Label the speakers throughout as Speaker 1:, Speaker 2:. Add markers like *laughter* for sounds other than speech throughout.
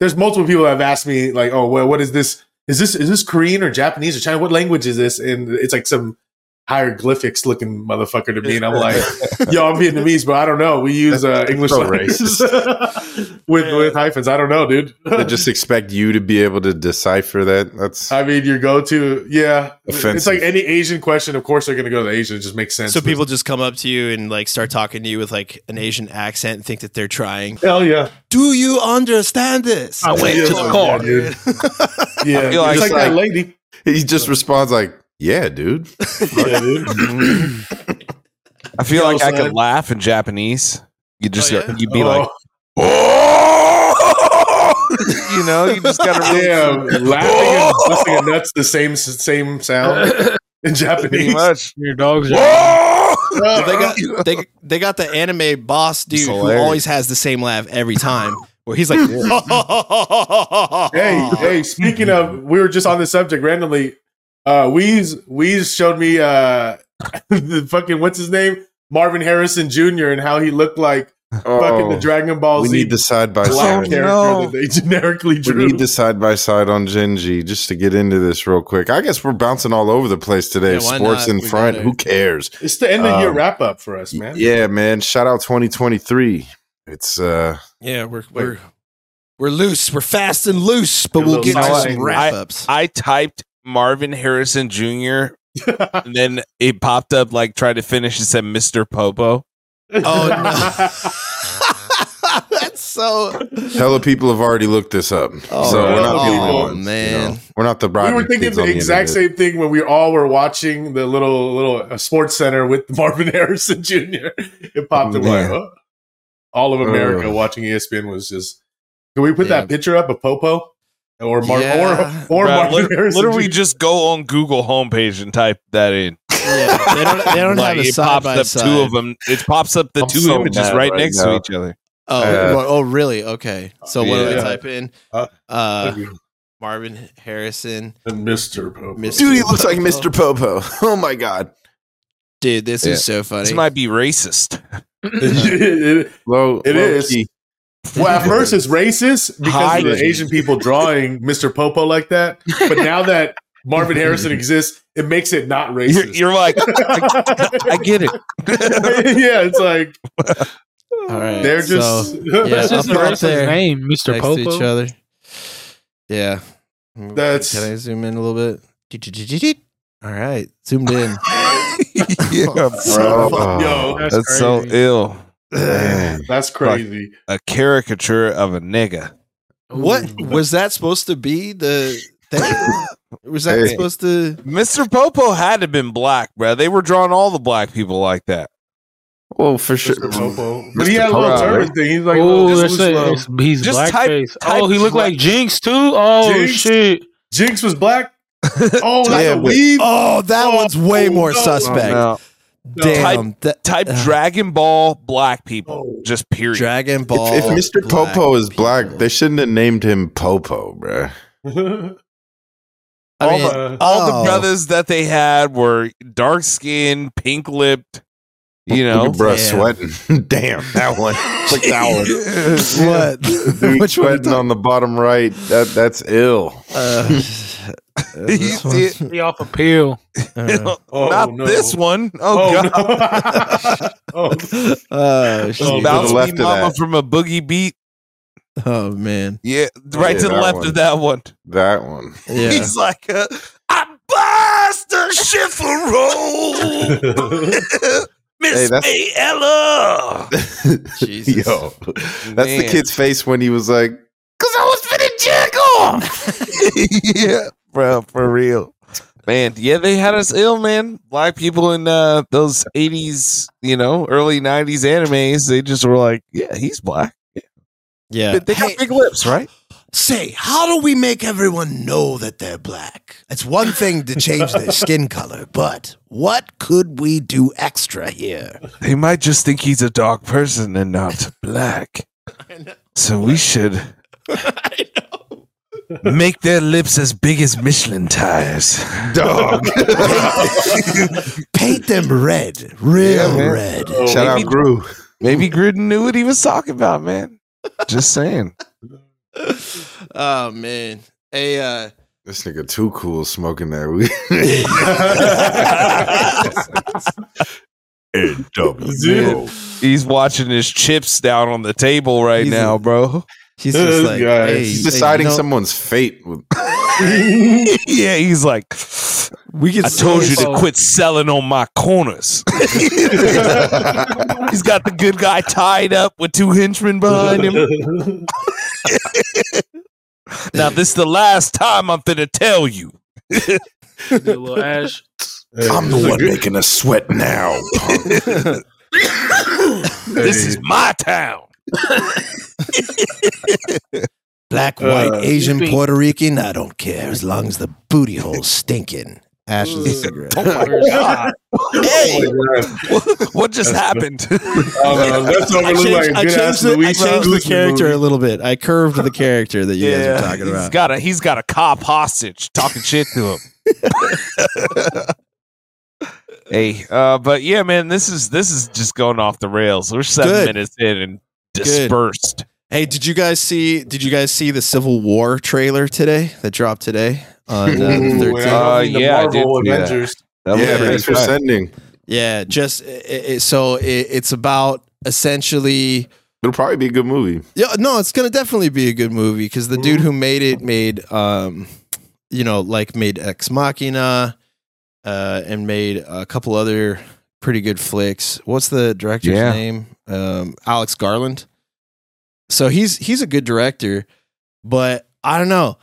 Speaker 1: there's multiple people that have asked me like, oh, well, what is this? Is this is this Korean or Japanese or China? What language is this? And it's like some hieroglyphics looking motherfucker to me, *laughs* and I'm like, yo, I'm Vietnamese, but I don't know. We use uh, English
Speaker 2: so
Speaker 1: letters *laughs* with
Speaker 3: Yeah.
Speaker 1: with hyphens. I don't know, *laughs* dude.
Speaker 2: *laughs* They just expect you to be able to decipher that. That's
Speaker 1: I mean, your go to, yeah. It's
Speaker 2: Offensive.
Speaker 1: like any Asian question. Of course, they're going to go to Asian. It just makes sense.
Speaker 3: So people just come up to you and like start talking to you with like an Asian accent and think that they're trying.
Speaker 1: hell yeah,
Speaker 3: Do you understand this?
Speaker 4: I went to the car.
Speaker 1: dude. yeah. *laughs* It's
Speaker 2: feel
Speaker 1: like,
Speaker 2: like it's
Speaker 1: that
Speaker 2: like-
Speaker 1: lady.
Speaker 2: he just responds like, "Yeah, dude."
Speaker 1: *laughs*
Speaker 2: *laughs*
Speaker 1: Yeah, dude.
Speaker 4: I feel
Speaker 1: Yo,
Speaker 4: like I
Speaker 1: son.
Speaker 4: could laugh in Japanese. You just
Speaker 3: Oh, yeah?
Speaker 4: you'd be
Speaker 1: Oh,
Speaker 4: like, oh, you know, you just gotta
Speaker 1: *laughs*
Speaker 4: really
Speaker 1: damn, laughing
Speaker 2: *laughs*
Speaker 1: and busting a nuts the same same sound in
Speaker 4: pretty
Speaker 1: Japanese.
Speaker 4: much.
Speaker 5: Your dogs.
Speaker 4: Whoa!
Speaker 1: Uh,
Speaker 3: *laughs* they
Speaker 4: *laughs*
Speaker 3: got they, they got the anime boss dude who
Speaker 2: hilarious.
Speaker 3: always has the same laugh every time. Where *laughs* he's like,
Speaker 1: hey,
Speaker 2: Oh.
Speaker 1: hey, speaking of, we were just on this subject randomly. Uh, Weeze, Weeze showed me uh, *laughs* the fucking what's his name, Marvin Harrison Jr. and how he looked like fucking the
Speaker 2: Oh,
Speaker 1: Dragon Ball
Speaker 2: we
Speaker 1: Z
Speaker 2: need the side by
Speaker 1: black
Speaker 2: side.
Speaker 4: Oh,
Speaker 1: character
Speaker 4: no.
Speaker 1: that they *laughs* generically
Speaker 2: We
Speaker 1: drew.
Speaker 2: need the side by side on Genji just to get into this real quick. I guess we're bouncing all over the place today.
Speaker 3: Yeah, why
Speaker 2: Sports
Speaker 3: not?
Speaker 2: in
Speaker 3: We
Speaker 2: front.
Speaker 3: gotta-
Speaker 2: Who cares?
Speaker 1: It's the end of year
Speaker 2: Um,
Speaker 1: wrap up for us, man.
Speaker 2: Yeah, man. Shout out 2023. It's uh
Speaker 3: yeah, we're we're we're loose, we're fast and loose, but
Speaker 1: Your
Speaker 3: we'll get
Speaker 1: little
Speaker 3: to
Speaker 4: side
Speaker 3: some
Speaker 4: thing.
Speaker 3: wrap ups.
Speaker 4: I typed Marvin Harrison Jr. and then it popped up like tried to finish and said Mr. Popo. *laughs*
Speaker 2: oh,
Speaker 1: *laughs*
Speaker 3: Oh no, *laughs* that's so.
Speaker 2: hella people have already looked this up.
Speaker 3: Oh,
Speaker 2: so we're not
Speaker 1: hella
Speaker 2: the
Speaker 1: people.
Speaker 2: only ones. you
Speaker 3: Man.
Speaker 2: know. We're not the bride.
Speaker 1: we were thinking the exact same thing when we all were watching the little little uh, sports center with *laughs* Marvin Harrison Jr. It popped up like
Speaker 2: Man.
Speaker 1: oh. all of America
Speaker 2: Ugh.
Speaker 1: watching E ESPN was just. Can we put
Speaker 3: Yeah.
Speaker 1: that picture up of Popo or Mar-
Speaker 3: Yeah.
Speaker 1: or or
Speaker 4: Bruh,
Speaker 1: Marvin
Speaker 4: lit-
Speaker 1: Harrison?
Speaker 4: literally
Speaker 1: Jr.?
Speaker 4: just go on Google homepage and type that in.
Speaker 3: Yeah, they don't, they don't
Speaker 4: Like,
Speaker 3: have a
Speaker 4: it
Speaker 3: side
Speaker 4: pops
Speaker 3: by
Speaker 4: up
Speaker 3: side.
Speaker 4: two of them. It pops up the
Speaker 2: I'm
Speaker 4: two
Speaker 2: so
Speaker 4: images
Speaker 2: mad
Speaker 4: right,
Speaker 2: right
Speaker 4: next
Speaker 2: now.
Speaker 4: to each other.
Speaker 3: Oh,
Speaker 2: Uh,
Speaker 3: well, oh, really? Okay. So what did I
Speaker 2: Yeah.
Speaker 3: type in?
Speaker 1: Uh,
Speaker 3: Uh, Marvin Harrison,
Speaker 1: And Mr. Popo.
Speaker 3: Mr.
Speaker 2: Dude,
Speaker 3: *laughs*
Speaker 2: he looks like Mr. Popo. *laughs* Oh my god.
Speaker 3: dude. This
Speaker 2: Yeah.
Speaker 3: is so funny.
Speaker 4: This might be racist.
Speaker 1: *laughs* It- it-
Speaker 2: Low,
Speaker 1: It
Speaker 2: low
Speaker 1: is.
Speaker 2: *laughs* key.
Speaker 1: well, at first it's racist because of the
Speaker 4: Hygiene.
Speaker 1: Asian people drawing Mr. Popo like that. But now that Marvin Harrison *laughs* exists, it makes it not
Speaker 4: *laughs* You're,
Speaker 1: racist.
Speaker 4: you're like, I get it.
Speaker 1: *laughs*
Speaker 4: *laughs*
Speaker 1: yeah, it's like
Speaker 3: All right.
Speaker 1: they're just
Speaker 3: so, yeah,
Speaker 5: That's just
Speaker 3: I'll
Speaker 5: the
Speaker 3: put it
Speaker 5: rest of
Speaker 3: there
Speaker 5: his name, Mr.
Speaker 3: next to each
Speaker 5: Popo.
Speaker 3: other. Yeah.
Speaker 1: That's-
Speaker 3: Can I zoom in a little bit? All right, zoomed *laughs* in.
Speaker 4: yeah,
Speaker 2: Bro. Oh,
Speaker 4: bro.
Speaker 1: yo,
Speaker 5: That's
Speaker 4: That's so
Speaker 5: crazy.
Speaker 4: ill.
Speaker 2: Man.
Speaker 1: that's crazy.
Speaker 4: A caricature of a nigga.
Speaker 3: what was that supposed to be? The thing? was that
Speaker 2: Hey.
Speaker 3: supposed to?
Speaker 4: Mr. Popo had to been black, bro. They were drawing all the black people like that.
Speaker 2: Well, for sure.
Speaker 1: Mr. Popo. But he had a
Speaker 2: Popo,
Speaker 1: little turban
Speaker 2: right?
Speaker 1: thing. He's like,
Speaker 5: Oh,
Speaker 1: oh,
Speaker 5: that's it. It's- He's
Speaker 4: Just
Speaker 5: black
Speaker 4: type-
Speaker 5: face.
Speaker 4: type
Speaker 5: Oh, he looked
Speaker 4: black-
Speaker 5: like Jinx too. Oh
Speaker 1: Jinx?
Speaker 5: shit.
Speaker 1: Jinx was black. Oh, like
Speaker 2: Yeah,
Speaker 1: a
Speaker 2: but- *laughs*
Speaker 1: weave.
Speaker 3: Oh, that
Speaker 1: Oh,
Speaker 3: one's way
Speaker 1: no.
Speaker 3: more
Speaker 1: Oh,
Speaker 3: suspect.
Speaker 4: no.
Speaker 3: Damn, that-
Speaker 4: Type
Speaker 3: Ugh.
Speaker 4: Dragon Ball black people.
Speaker 1: Oh.
Speaker 4: Just period.
Speaker 3: Dragon
Speaker 2: If,
Speaker 3: Ball.
Speaker 2: if Mr.
Speaker 3: Black
Speaker 2: Popo is
Speaker 3: people.
Speaker 2: black, they shouldn't have named him Popo, bruh.
Speaker 3: I
Speaker 4: all
Speaker 3: mean,
Speaker 1: the-
Speaker 4: all
Speaker 3: oh,
Speaker 4: the brothers that they had were dark skinned, pink lipped. You
Speaker 2: Look
Speaker 4: know,
Speaker 2: at bruh
Speaker 3: Yeah.
Speaker 2: sweating. *laughs* Damn, that one. Click
Speaker 3: *laughs*
Speaker 2: that one.
Speaker 3: What? *laughs*
Speaker 2: Dude,
Speaker 3: Which one? you
Speaker 2: sweating on the bottom right. That that's ill.
Speaker 3: talking- Uh, *laughs*
Speaker 4: You
Speaker 3: this
Speaker 4: see
Speaker 3: one?
Speaker 5: He off a *laughs* pill.
Speaker 3: Uh,
Speaker 1: Oh,
Speaker 4: *laughs* not
Speaker 1: no.
Speaker 4: this one. Oh,
Speaker 1: Oh,
Speaker 4: God.
Speaker 1: no. oh,
Speaker 3: oh,
Speaker 1: Oh,
Speaker 3: shit.
Speaker 1: to the
Speaker 4: Bounce
Speaker 2: left
Speaker 4: me
Speaker 2: of
Speaker 4: mama
Speaker 2: that.
Speaker 4: from a boogie beat.
Speaker 3: oh man.
Speaker 4: Yeah, right
Speaker 2: Yeah,
Speaker 4: to the
Speaker 2: that
Speaker 4: left
Speaker 2: one.
Speaker 4: of that one.
Speaker 2: That one. *laughs*
Speaker 3: Yeah.
Speaker 4: He's like, uh, I bust the shit for
Speaker 2: *laughs*
Speaker 4: roll.
Speaker 1: *laughs* Oh.
Speaker 2: Hey,
Speaker 4: Miss
Speaker 2: that's-
Speaker 4: Mayella.
Speaker 3: *laughs* Jesus.
Speaker 2: Yo, *laughs* that's the
Speaker 4: Man.
Speaker 2: kid's face when he was like, "Cause I was finna jack off."
Speaker 4: *laughs* yeah, bro, for real. Man, yeah, they had us ill, man. Black people in uh, those 80s, you know, early 90s animes, they just were like, yeah, he's black.
Speaker 3: Yeah.
Speaker 4: But They got
Speaker 3: Hey,
Speaker 4: big lips, right?
Speaker 3: say, how do we make everyone know that they're black? It's one thing to change their *laughs* skin color, but what could we do extra here?
Speaker 4: They might just think he's a dark person and not black.
Speaker 3: I know.
Speaker 4: So we should
Speaker 3: *laughs* I know.
Speaker 4: make their lips as big as Michelin tires.
Speaker 3: *laughs*
Speaker 2: Dog.
Speaker 3: Paint them red, real
Speaker 2: Yeah, man.
Speaker 3: red.
Speaker 2: *laughs* Shout out
Speaker 4: Maybe-
Speaker 2: Gru.
Speaker 4: Maybe Gruden knew what he was talking about, man. Just saying.
Speaker 3: oh man. Hey, uh,
Speaker 2: This nigga too cool smoking that
Speaker 3: *laughs*
Speaker 2: weed. *laughs*
Speaker 1: Dude.
Speaker 4: He's watching his chips down on the table right
Speaker 3: He's a-
Speaker 4: now, bro.
Speaker 3: he's
Speaker 1: This
Speaker 3: just like,
Speaker 1: guy.
Speaker 3: hey,
Speaker 2: He's
Speaker 3: hey,
Speaker 2: deciding
Speaker 3: you know-
Speaker 2: someone's fate. with-
Speaker 4: *laughs* yeah, he's like,
Speaker 6: We can
Speaker 4: I told you to
Speaker 5: so-
Speaker 4: quit selling on my *laughs* corners. he's got the good guy tied up with two henchmen behind him. Now this is the last time I'm finna tell you.
Speaker 5: You
Speaker 4: *laughs*
Speaker 5: little ash.
Speaker 6: I'm the one making us sweat now. punk.
Speaker 1: *laughs*
Speaker 4: This is my town.
Speaker 6: Black, white,
Speaker 1: Uh,
Speaker 6: Asian,
Speaker 5: you think-
Speaker 6: Puerto Rican, I don't care as long as the booty hole's stinking.
Speaker 1: Mm.
Speaker 6: Ashes a
Speaker 1: *laughs*
Speaker 6: cigarette.
Speaker 4: Oh my god. hey, *laughs* what, what just happened?
Speaker 1: Oh, no, that's
Speaker 6: I
Speaker 1: overlooked like
Speaker 6: changed,
Speaker 1: a
Speaker 6: I
Speaker 1: good
Speaker 6: changed
Speaker 1: ass
Speaker 6: the, I
Speaker 1: Luis
Speaker 6: changed the
Speaker 1: Guzman
Speaker 6: character
Speaker 1: movie.
Speaker 6: a little bit. I curved the character that you guys were talking
Speaker 4: he's
Speaker 6: about.
Speaker 4: got a he's got a cop hostage talking shit *laughs* to him. hey, uh, but yeah, man, this is this is just going off the rails. We're seven
Speaker 3: Good.
Speaker 4: minutes in and dispersed.
Speaker 3: hey, did you guys see? Did you guys see the Civil War trailer today? That dropped today on uh, the
Speaker 1: Ooh,
Speaker 3: thirteenth.
Speaker 1: yeah, Mm, I mean, the
Speaker 4: yeah, I did
Speaker 1: Marvel
Speaker 4: see that.
Speaker 1: Avengers.
Speaker 4: *laughs* That was
Speaker 2: yeah,
Speaker 4: pretty
Speaker 2: thanks for
Speaker 4: fun.
Speaker 2: sending.
Speaker 3: Yeah, just i i so it, it's about essentially.
Speaker 2: It'll probably be a good movie.
Speaker 3: Yeah, no, it's gonna definitely be a good movie because the dude who made it made, um, you know, like made Ex Machina, uh, and made a couple other pretty good flicks. What's the director's
Speaker 4: Yeah.
Speaker 3: name? Um, Alex Garland. So he's he's a good director, but I don't know.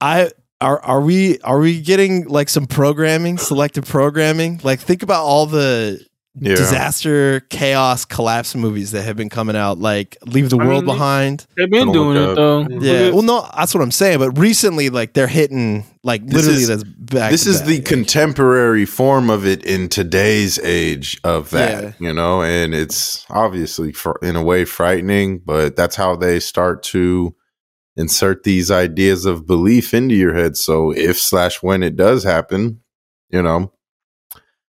Speaker 3: I are are we are we getting like some programming, selective programming? Like think about all the
Speaker 2: Yeah.
Speaker 3: disaster, chaos, collapse movies that have been coming out, like Leave the
Speaker 5: I
Speaker 3: World
Speaker 5: mean,
Speaker 3: Behind.
Speaker 5: They've
Speaker 2: Gonna
Speaker 5: been doing
Speaker 2: look
Speaker 5: it
Speaker 2: up.
Speaker 5: though.
Speaker 3: Yeah. Well, no, that's what I'm saying. But recently, like they're hitting, like
Speaker 2: This
Speaker 3: literally,
Speaker 2: is-
Speaker 3: that's back.
Speaker 2: This
Speaker 3: to
Speaker 2: is
Speaker 3: back.
Speaker 2: the contemporary form of it in today's age of that,
Speaker 3: Yeah.
Speaker 2: you know, and it's obviously fr- in a way frightening, but that's how they start to insert these ideas of belief into your head. So if slash when it does happen, you know,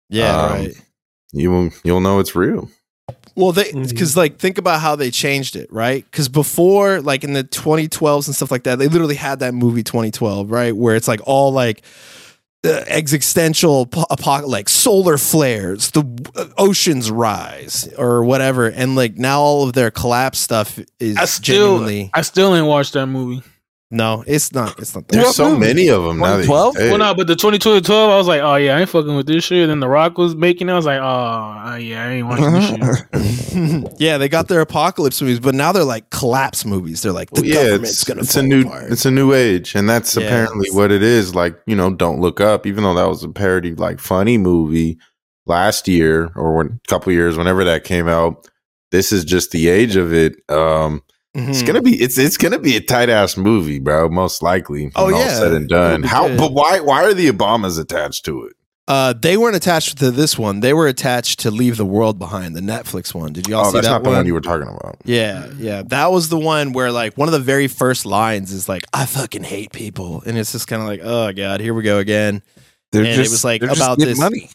Speaker 3: yeah,
Speaker 2: um,
Speaker 3: right.
Speaker 2: you will you'll know it's real.
Speaker 3: Well, they
Speaker 1: Mhm.
Speaker 3: because like think about how they changed it, right? Because before, like in the 2012s and stuff like that, they literally had that movie 2012, right, where it's like all like uh, existential po- apoc like solar flares, the uh, oceans rise, or whatever, and like now all of their collapse stuff is
Speaker 5: I still,
Speaker 3: genuinely
Speaker 5: I still ain't watched that movie.
Speaker 3: no, it's not, it's not. That.
Speaker 2: There's so many of them now. that you
Speaker 4: 112?
Speaker 2: say it.
Speaker 5: Well, no, but the 22 to 12, I was like, oh yeah, I ain't fucking with this shit. And The Rock was making, it. I was like, oh uh, yeah, I ain't watching this
Speaker 4: *laughs*
Speaker 5: shit.
Speaker 3: *laughs* yeah, they got their apocalypse movies, but now they're like collapse movies. They're like the
Speaker 2: Well, yeah,
Speaker 3: government's
Speaker 2: it's,
Speaker 3: gonna
Speaker 2: it's
Speaker 3: fall
Speaker 2: a new
Speaker 3: apart.
Speaker 2: it's a new age, and that's
Speaker 3: Yeah.
Speaker 2: apparently what it is. Like you know, don't look up. Even though that was a parody, like funny movie last year or when, couple years, whenever that came out. This is just the age of it. Um, It's
Speaker 3: Mhm.
Speaker 2: gonna be it's it's gonna be a tight ass movie, bro. Most likely. when
Speaker 3: Oh,
Speaker 2: all
Speaker 3: yeah.
Speaker 2: said and
Speaker 3: It'll
Speaker 2: done.
Speaker 3: be
Speaker 2: How?
Speaker 3: good.
Speaker 2: But why? Why are the Obamas attached to it?
Speaker 3: Uh, they weren't attached to this one. They were attached to Leave the World Behind, the Netflix one. Did y'all
Speaker 2: oh,
Speaker 3: see
Speaker 2: that's
Speaker 3: that
Speaker 2: not the
Speaker 3: one?
Speaker 2: one you were talking about.
Speaker 3: yeah, yeah. That was the one where like one of the very first lines is like, "I fucking hate people," and it's just kind of like, "Oh God, here we go again."
Speaker 4: They're
Speaker 3: And it was like
Speaker 4: they're just
Speaker 3: about
Speaker 4: getting
Speaker 3: this-
Speaker 4: money.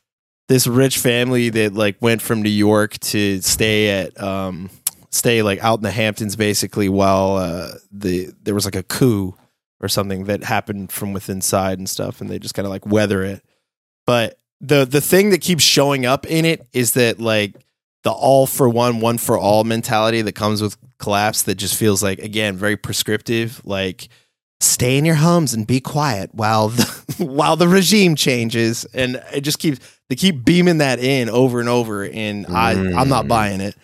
Speaker 3: This rich family that like went from New York to stay at um stay like out in the Hamptons basically while uh, the there was like a coup or something that happened from within side and stuff, and they just kind of like weather it. But the the thing that keeps showing up in it is that like the all for one, one for all mentality that comes with collapse that just feels like again very prescriptive, like stay in your homes and be quiet while the, *laughs* while the regime changes, and it just keeps they keep beaming that in over and over, and I I'm not
Speaker 2: Mm.
Speaker 3: buying it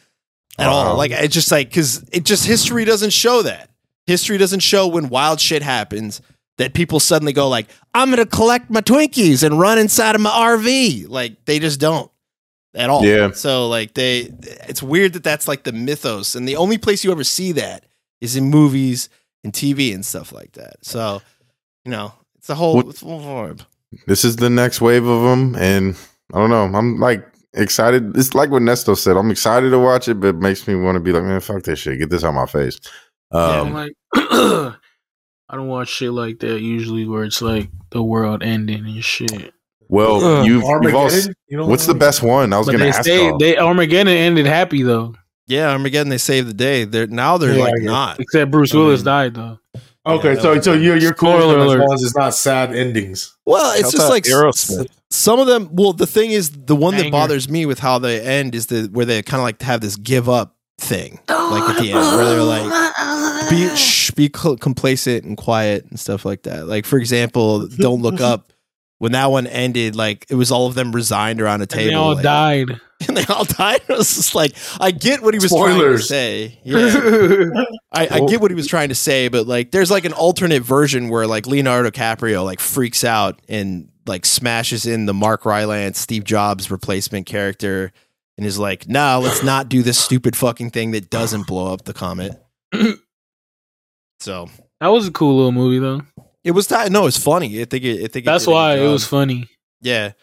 Speaker 3: at
Speaker 2: Wow.
Speaker 3: all. Like it's just like because it just history doesn't show that. History doesn't show when wild shit happens that people suddenly go like, "I'm gonna collect my Twinkies and run inside of my RV." Like they just don't at all.
Speaker 2: Yeah.
Speaker 3: So like they, it's weird that that's like the mythos, and the only place you ever see that is in movies and TV and stuff like that. So you know, it's a whole.
Speaker 2: What-
Speaker 3: it's a whole vibe.
Speaker 2: This is the next wave of them, and I don't know. I'm like excited. It's like what Nesto said. I'm excited to watch it, but it makes me want to be like, man, fuck this shit. Get this out my face.
Speaker 5: Yeah,
Speaker 2: Um,
Speaker 5: like *clears throat* I don't watch shit like that usually, where it's like the world ending and shit.
Speaker 2: well,
Speaker 4: Ugh.
Speaker 2: you've, you've all. s-
Speaker 1: Armageddon? You don't
Speaker 2: What's the
Speaker 1: know?
Speaker 2: best one? I was
Speaker 5: But
Speaker 2: gonna
Speaker 5: they
Speaker 2: ask.
Speaker 5: stayed.
Speaker 2: y'all.
Speaker 5: They Armageddon ended happy though,
Speaker 3: Yeah, Armageddon. They saved the day. They're now they're
Speaker 1: Yeah,
Speaker 3: like
Speaker 1: yeah.
Speaker 3: not.
Speaker 5: except Bruce
Speaker 3: I
Speaker 5: Willis
Speaker 3: mean-
Speaker 5: died though.
Speaker 1: Okay,
Speaker 3: Yeah,
Speaker 1: so so you're you're cool with
Speaker 5: Spoiler
Speaker 1: them as
Speaker 5: alert.
Speaker 1: long as it's not sad endings.
Speaker 3: Well, it's
Speaker 4: How
Speaker 3: just
Speaker 4: about
Speaker 3: like s-
Speaker 4: Aerosmith?
Speaker 3: some of them. Well, the thing is, the one that
Speaker 5: Banger.
Speaker 3: bothers me with how they end is the where they kind of like have this give up thing, like at the end, where they're like, be shh, be cl- complacent and quiet and stuff like that. Like for example, don't look up. When that one ended, like it was all of them resigned around a table,
Speaker 5: and they all
Speaker 3: like-
Speaker 5: died.
Speaker 3: *laughs* and they all died. *laughs* I was just like, I get what he was trying to
Speaker 1: Spoilers.
Speaker 3: say. Yeah. I, I get what he was trying to say, but like, there's like an alternate version where like Leonardo DiCaprio like freaks out and like smashes in the Mark Rylance, Steve Jobs replacement character, and is like, "No, let's not do this stupid fucking thing that doesn't blow up the comet."
Speaker 5: *clears throat*
Speaker 3: so
Speaker 5: *laughs* That was a cool little movie though.
Speaker 3: it was ti no, it's funny. I think it, I think it
Speaker 5: That's
Speaker 3: did a good
Speaker 5: why it
Speaker 3: job.
Speaker 5: was funny.
Speaker 3: Yeah.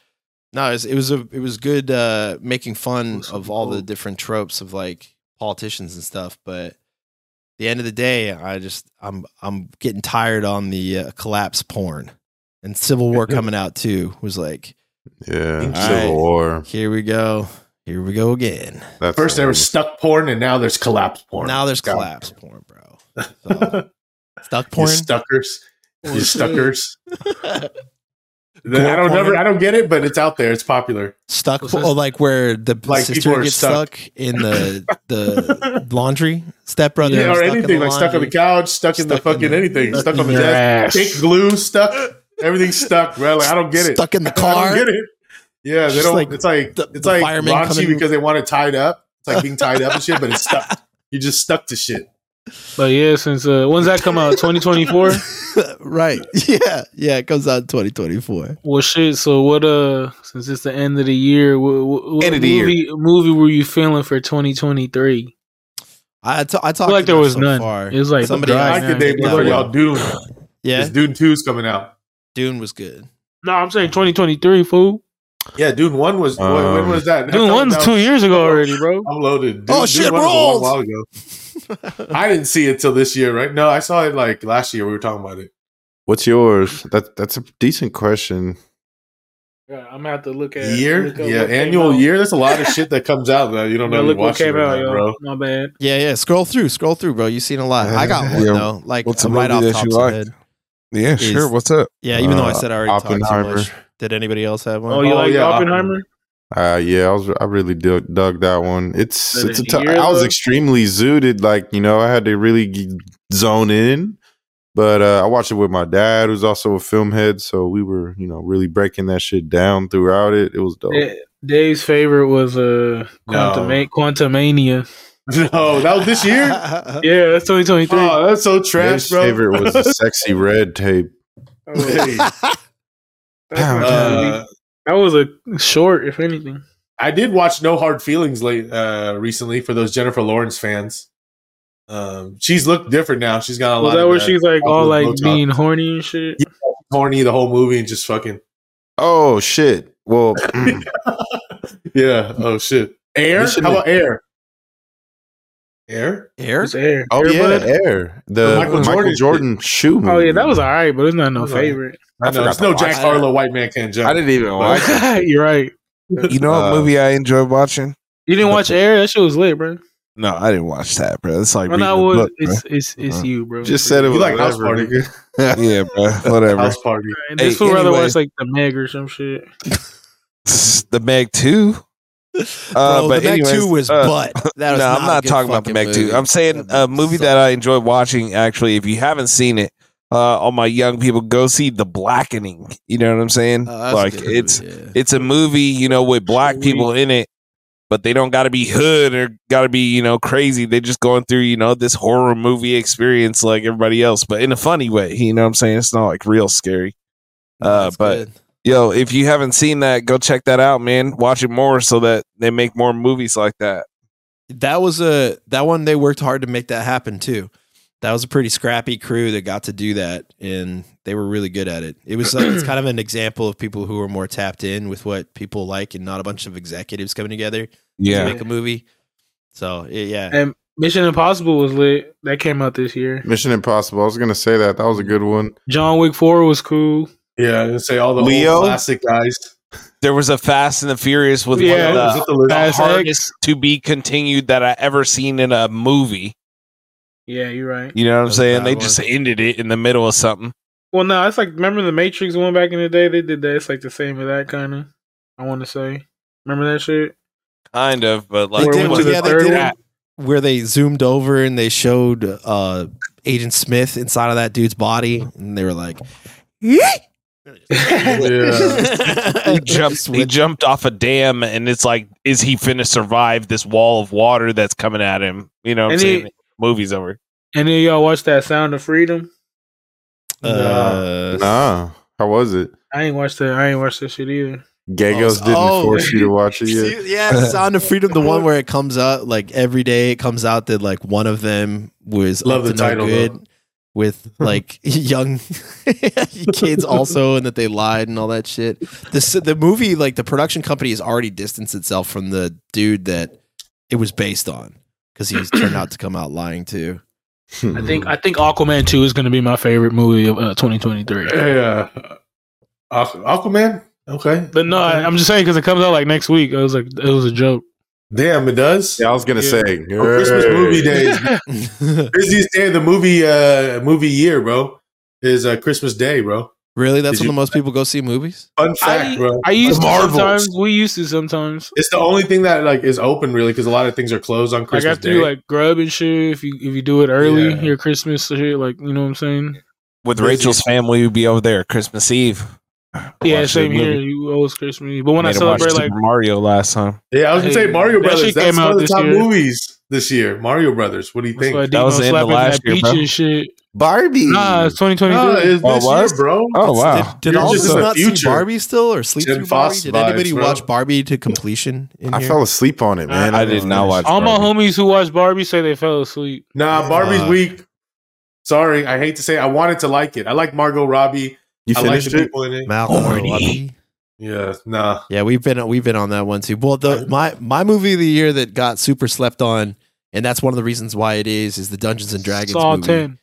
Speaker 3: No, it was, it was a it was good uh making fun of all the different tropes of like politicians and stuff, but at the end of the day, I just I'm I'm getting tired on the uh, collapse porn. And Civil
Speaker 1: *laughs*
Speaker 3: War coming out too was like,
Speaker 2: Yeah,
Speaker 1: All
Speaker 2: Civil
Speaker 3: right.
Speaker 2: War.
Speaker 3: here we go. Here we go again.
Speaker 2: That's
Speaker 1: First there was stuck porn, and now there's collapse porn.
Speaker 3: Now there's
Speaker 1: Got it.
Speaker 3: collapse porn, bro. So,
Speaker 1: *laughs*
Speaker 3: stuck porn.
Speaker 1: You stuckers, you
Speaker 3: *laughs*
Speaker 1: stuckers.
Speaker 3: Gore
Speaker 1: I don't
Speaker 3: porn.
Speaker 1: never, I don't get it, but it's out there. It's popular.
Speaker 3: stuck
Speaker 5: What's
Speaker 3: po-
Speaker 5: this?
Speaker 3: oh, like where the
Speaker 1: Like, people
Speaker 3: sister
Speaker 1: are
Speaker 3: gets stuck.
Speaker 1: stuck.
Speaker 3: in the
Speaker 1: *laughs*
Speaker 3: the laundry stepbrother
Speaker 1: Yeah, or
Speaker 3: stuck in the
Speaker 1: anything like stuck on the
Speaker 3: laundry.
Speaker 1: couch, stuck, in the
Speaker 3: Stuck in
Speaker 1: fucking
Speaker 3: the-
Speaker 1: anything,
Speaker 5: stuck
Speaker 1: stuck on
Speaker 5: in
Speaker 1: the
Speaker 5: your
Speaker 1: desk,
Speaker 5: ass.
Speaker 1: fake glue stuck. Everything's stuck, bro. Like, I don't get it.
Speaker 3: stuck in the
Speaker 1: *laughs* I
Speaker 3: car.
Speaker 1: don't get it. Yeah, they
Speaker 3: Just
Speaker 1: don't.
Speaker 3: like
Speaker 1: it's like
Speaker 3: the-
Speaker 1: it's
Speaker 3: the
Speaker 1: like
Speaker 3: firemen
Speaker 1: raunchy
Speaker 3: coming-
Speaker 1: because they want it tied up. It's like being tied up and shit, but it's
Speaker 3: *laughs*
Speaker 1: stuck. You're just stuck to shit.
Speaker 5: But yeah, since uh, when's that come out? *laughs* 2024.
Speaker 3: *laughs* right. Yeah. Yeah. It comes out in 2024.
Speaker 5: Well, shit. So what? Uh, since it's the end of the year, what, what
Speaker 4: End of the year.
Speaker 5: movie movie were you feeling for 2023?
Speaker 3: I t- I
Speaker 5: I
Speaker 3: talked
Speaker 5: feel like there
Speaker 3: enough
Speaker 5: was
Speaker 3: so
Speaker 5: none.
Speaker 3: Far.
Speaker 5: It was like
Speaker 3: Somebody
Speaker 5: dry
Speaker 1: I like
Speaker 3: Right,
Speaker 5: now.
Speaker 1: the day
Speaker 3: yeah,
Speaker 1: before
Speaker 3: yeah.
Speaker 1: y'all Dune.
Speaker 3: Yeah.
Speaker 1: It's Dune two's coming out.
Speaker 3: Dune was good. *laughs*
Speaker 5: No, I'm saying 2023, fool.
Speaker 1: Yeah, Dune one was when- when
Speaker 2: Um,
Speaker 1: was that?
Speaker 5: Dude, one's two years ago *laughs* already, bro.
Speaker 1: Uploaded. Dune,
Speaker 3: Oh, shit,
Speaker 1: one
Speaker 3: we're
Speaker 1: was a
Speaker 3: old.
Speaker 1: long while ago. I didn't see it till this year, right? No, I saw it like last year. We were talking about it.
Speaker 2: What's yours? That that's a decent question.
Speaker 5: Yeah, I'm gonna have to look at
Speaker 1: year,
Speaker 5: look up
Speaker 1: yeah,
Speaker 5: what came
Speaker 1: annual
Speaker 5: out.
Speaker 1: year. There's a lot of shit that comes out though. You don't
Speaker 5: I'm
Speaker 1: know.
Speaker 5: gonna
Speaker 1: if
Speaker 5: look
Speaker 1: you
Speaker 5: what
Speaker 1: watched it
Speaker 5: came
Speaker 1: or
Speaker 5: out,
Speaker 1: not,
Speaker 5: yo.
Speaker 1: bro. *laughs*
Speaker 5: My bad.
Speaker 3: Yeah. Yeah. Scroll through. Scroll through, bro. You've seen a lot. I got one
Speaker 2: Yeah.
Speaker 3: though. Like
Speaker 4: What's a
Speaker 3: right off
Speaker 4: movie that
Speaker 3: top
Speaker 4: you
Speaker 3: of my
Speaker 4: liked?
Speaker 3: head.
Speaker 4: Yeah,
Speaker 3: Is-
Speaker 4: sure. What's up?
Speaker 3: Yeah. Even though I
Speaker 2: Uh,
Speaker 3: said I already talked too
Speaker 2: Oppenheimer.
Speaker 3: much. Did anybody else have one?
Speaker 5: Oh, you
Speaker 1: Oh,
Speaker 5: like
Speaker 1: yeah,
Speaker 5: Oppenheimer?
Speaker 2: Uh yeah, I was I really dug, dug that one. It's
Speaker 5: Did
Speaker 2: it's a
Speaker 5: it
Speaker 2: tou-
Speaker 5: hear
Speaker 2: I was
Speaker 5: though?
Speaker 2: extremely zooted, like you know, I had to really g- zone in. But uh, I watched it with my dad, who's also a film head, so we were you know really breaking that shit down throughout it. It was dope.
Speaker 5: Da- Dave's favorite was uh Quantum
Speaker 1: No.
Speaker 5: Quantumania.
Speaker 1: No, Oh, that was
Speaker 3: *laughs*
Speaker 1: this year.
Speaker 5: *laughs* Yeah, that's 2023.
Speaker 1: Oh, that's so trash,
Speaker 2: Dave's
Speaker 1: bro. *laughs*
Speaker 2: favorite was the sexy red tape.
Speaker 1: Hey,
Speaker 5: That's
Speaker 2: Damn.
Speaker 5: not a movie.
Speaker 1: uh,
Speaker 5: that was a short, if anything.
Speaker 1: I did watch No Hard Feelings late uh, recently for those Jennifer Lawrence fans. Um, she's looked different now. She's got a
Speaker 5: Was
Speaker 1: lot.
Speaker 5: that
Speaker 1: of
Speaker 5: where she's like all
Speaker 1: Botox.
Speaker 5: like being horny and shit?
Speaker 1: horny the whole movie and just fucking
Speaker 2: Oh shit! Well, mm,
Speaker 1: yeah. Oh shit. Air?
Speaker 2: They should've-
Speaker 1: How about air? Air?
Speaker 3: Air.
Speaker 5: It's air.
Speaker 2: oh
Speaker 5: Air
Speaker 2: yeah,
Speaker 5: Bud?
Speaker 2: air the
Speaker 1: The
Speaker 2: Michael,
Speaker 1: Michael
Speaker 2: Jordan,
Speaker 1: Jordan
Speaker 2: shoe.
Speaker 5: Oh yeah,
Speaker 2: movie.
Speaker 5: that was alright, but it's not no
Speaker 1: Okay.
Speaker 5: favorite.
Speaker 2: I
Speaker 1: I know.
Speaker 2: forgot
Speaker 1: It's no
Speaker 2: to watch
Speaker 1: Jack
Speaker 2: that.
Speaker 1: Harlow. White man can't jump.
Speaker 4: I didn't even watch. it.
Speaker 5: *laughs* You're right.
Speaker 4: You know what
Speaker 2: Uh,
Speaker 4: movie I enjoy watching?
Speaker 5: You didn't watch Air? That shit was lit, bro.
Speaker 4: No, I didn't watch that, bro. It's like
Speaker 5: Well,
Speaker 4: reading
Speaker 5: that
Speaker 4: a
Speaker 5: was
Speaker 4: book, bro.
Speaker 5: it's it's it's
Speaker 4: Uh-huh.
Speaker 5: you, bro.
Speaker 2: just said it
Speaker 1: You
Speaker 2: was
Speaker 1: like House
Speaker 2: whatever,
Speaker 1: Party.
Speaker 2: nigga.
Speaker 4: *laughs* yeah,
Speaker 1: *laughs*
Speaker 4: bro. *laughs* Whatever.
Speaker 1: House party.
Speaker 5: And this
Speaker 4: Hey,
Speaker 5: fool rather
Speaker 4: anyway.
Speaker 5: watch like the Meg or some shit.
Speaker 4: the Meg Two.
Speaker 3: *laughs*
Speaker 4: Uh,
Speaker 3: Bro,
Speaker 4: but
Speaker 3: the
Speaker 4: anyways,
Speaker 3: Meg Two was
Speaker 4: uh,
Speaker 3: butt.
Speaker 4: *laughs*
Speaker 3: That was
Speaker 4: no, I'm
Speaker 3: a
Speaker 4: not
Speaker 3: good
Speaker 4: talking about the
Speaker 3: fucking
Speaker 4: Meg
Speaker 3: movie.
Speaker 4: Two. I'm saying
Speaker 3: That
Speaker 4: a movie
Speaker 3: sucked.
Speaker 4: that I enjoy watching. Actually, if you haven't seen it, uh, all my young people go see The Blackening. You know what I'm saying?
Speaker 3: Oh, that's a
Speaker 4: like
Speaker 3: good movie,
Speaker 4: it's
Speaker 3: yeah.
Speaker 4: it's a movie you know with black
Speaker 5: Sweet.
Speaker 4: people in it, but they don't got to be hood or got to be you know crazy. They just going through you know this horror movie experience like everybody else, but in a funny way. You know what I'm saying? It's not like real scary. Uh,
Speaker 3: That's
Speaker 4: but
Speaker 3: good.
Speaker 4: yo, if you haven't seen that, go check that out, man. Watch it more so that they make more movies like that.
Speaker 3: that was a that one they worked hard to make that happen too. That was a pretty scrappy crew that got to do that, and they were really good at it. It was like, it's kind of an example of people who are more tapped in with what people like, and not a bunch of executives coming together to make a movie. So it, yeah,
Speaker 5: And Mission Impossible was lit. That came out this year.
Speaker 2: Mission Impossible. I was gonna say that. That was a good one.
Speaker 5: John Wick Four was cool.
Speaker 1: Yeah, I was gonna say all the old
Speaker 4: Leo?
Speaker 1: classic guys.
Speaker 4: There was a Fast and the Furious with
Speaker 5: Yeah.
Speaker 4: one of
Speaker 1: Was
Speaker 4: the
Speaker 1: it the list?
Speaker 5: Fast
Speaker 4: hardest
Speaker 5: X.
Speaker 4: to be continued that I ever seen in a movie.
Speaker 5: Yeah, you're right.
Speaker 4: You know what I'm
Speaker 3: That's a
Speaker 4: saying?
Speaker 3: bad
Speaker 4: They
Speaker 3: one.
Speaker 4: just ended it in the middle of something.
Speaker 5: Well, no, it's like remember the Matrix one back in the day. They did that. It's like the same with that kind of. I want to say. Remember that shit?
Speaker 4: Kind of, but like
Speaker 5: Where
Speaker 3: did
Speaker 5: it
Speaker 3: one,
Speaker 5: was the
Speaker 3: yeah, they
Speaker 5: third
Speaker 3: did
Speaker 5: one?
Speaker 3: it. where they zoomed over and they showed uh Agent Smith inside of that dude's body, and they were like,
Speaker 4: *laughs* he jumped he jumped off a dam and it's like is he finna survive this wall of water that's coming at him? You know what I'm
Speaker 5: And he-
Speaker 4: saying? Movie's over.
Speaker 5: *laughs* And then y'all watch that Sound of Freedom.
Speaker 3: uh,
Speaker 2: Nah, how was it?
Speaker 5: I ain't watched that. I ain't watched that shit either.
Speaker 2: Gagos
Speaker 3: Oh,
Speaker 2: didn't
Speaker 3: oh.
Speaker 2: force you to watch it yet.
Speaker 3: See, yeah,
Speaker 2: *laughs*
Speaker 3: Sound of Freedom, the one where it comes out like every day, it comes out that like one of them was
Speaker 1: Love
Speaker 3: up
Speaker 1: the
Speaker 3: to no
Speaker 1: title,
Speaker 3: good with like *laughs* young kids
Speaker 2: *laughs*
Speaker 3: also, and that they lied and all that shit. The s- the movie, like the production company, has already distanced itself from the dude that it was based on because he's turned out to come out lying too. *laughs*
Speaker 5: I
Speaker 1: Mm.
Speaker 5: think I think Aquaman two is going to be my favorite movie of uh, 2023.
Speaker 1: Yeah. Aqu- Aquaman? Okay.
Speaker 5: But no,
Speaker 1: Mm-hmm.
Speaker 5: I, I'm just saying because it comes out like next week. I was like, it was a joke.
Speaker 1: Damn, it does.
Speaker 2: Yeah, I was gonna
Speaker 5: Yeah.
Speaker 2: say
Speaker 1: Oh, Christmas
Speaker 2: hey.
Speaker 1: movie days. Busiest day of the movie uh movie year, bro. Is uh, Christmas Day, bro.
Speaker 3: really, that's
Speaker 1: Did
Speaker 3: when
Speaker 1: you-
Speaker 3: the most people go see movies.
Speaker 1: Fun fact, bro.
Speaker 5: *laughs* I used to
Speaker 4: Marvels.
Speaker 5: sometimes. We used to sometimes.
Speaker 1: It's the only thing that like is open really because a lot of things are closed on
Speaker 5: Like I
Speaker 1: Christmas
Speaker 5: have to do
Speaker 1: Day.
Speaker 5: like grub and shit if you if you do it early
Speaker 1: Yeah.
Speaker 5: your Christmas shit like you know what I'm saying
Speaker 4: With
Speaker 1: Busy.
Speaker 4: Rachel's family we'd be over there Christmas Eve.
Speaker 5: yeah
Speaker 4: Watch
Speaker 5: same
Speaker 4: the movie.
Speaker 5: here you always Christmas but when I
Speaker 4: Made 'em watch
Speaker 5: celebrate like
Speaker 4: Super Mario last time.
Speaker 1: yeah, I was gonna say
Speaker 5: Hey,
Speaker 1: Mario
Speaker 5: that
Speaker 1: Brothers.
Speaker 5: shit
Speaker 1: That's
Speaker 5: came
Speaker 1: one
Speaker 5: out
Speaker 1: of the
Speaker 5: this
Speaker 1: top
Speaker 5: year.
Speaker 1: movies this year. Mario Brothers. What do you
Speaker 5: that's
Speaker 1: think?
Speaker 5: why
Speaker 4: That
Speaker 5: Dino
Speaker 4: was the end of
Speaker 5: slapping
Speaker 4: last
Speaker 5: that
Speaker 4: year,
Speaker 5: peach
Speaker 4: bro.
Speaker 5: and shit
Speaker 2: Barbie.
Speaker 5: nah it's 2023
Speaker 1: No, it's
Speaker 4: Oh,
Speaker 1: this
Speaker 4: what?
Speaker 1: year, bro.
Speaker 4: Oh wow.
Speaker 3: Did,
Speaker 1: You're
Speaker 3: all of
Speaker 1: just
Speaker 3: us
Speaker 1: in the
Speaker 3: not see
Speaker 1: future.
Speaker 3: Barbie still or sleep
Speaker 1: Jen
Speaker 3: through Barbie?
Speaker 1: Foss
Speaker 3: Did anybody
Speaker 1: vibes, bro.
Speaker 3: watch Barbie to completion? In
Speaker 2: I
Speaker 3: here?
Speaker 2: fell asleep on it, man.
Speaker 4: I did
Speaker 2: don't
Speaker 4: not
Speaker 2: know.
Speaker 4: watch
Speaker 5: all my
Speaker 4: Barbie.
Speaker 5: homies who watch Barbie say they fell asleep
Speaker 1: Nah, Barbie's
Speaker 3: Uh,
Speaker 1: weak. Sorry, I hate to say, it. I wanted to like it. I like Margot Robbie.
Speaker 2: You
Speaker 1: I like
Speaker 2: finished
Speaker 1: the
Speaker 2: it?
Speaker 1: people in it.
Speaker 3: Malcolm.
Speaker 4: Horny.
Speaker 3: Robbie.
Speaker 1: Yeah, nah.
Speaker 3: Yeah, we've been we've been on that one too. Well, the my my movie of the year that got super slept on, and that's one of the reasons why it is, is the Dungeons and Dragons
Speaker 5: Saw
Speaker 3: movie.
Speaker 5: 10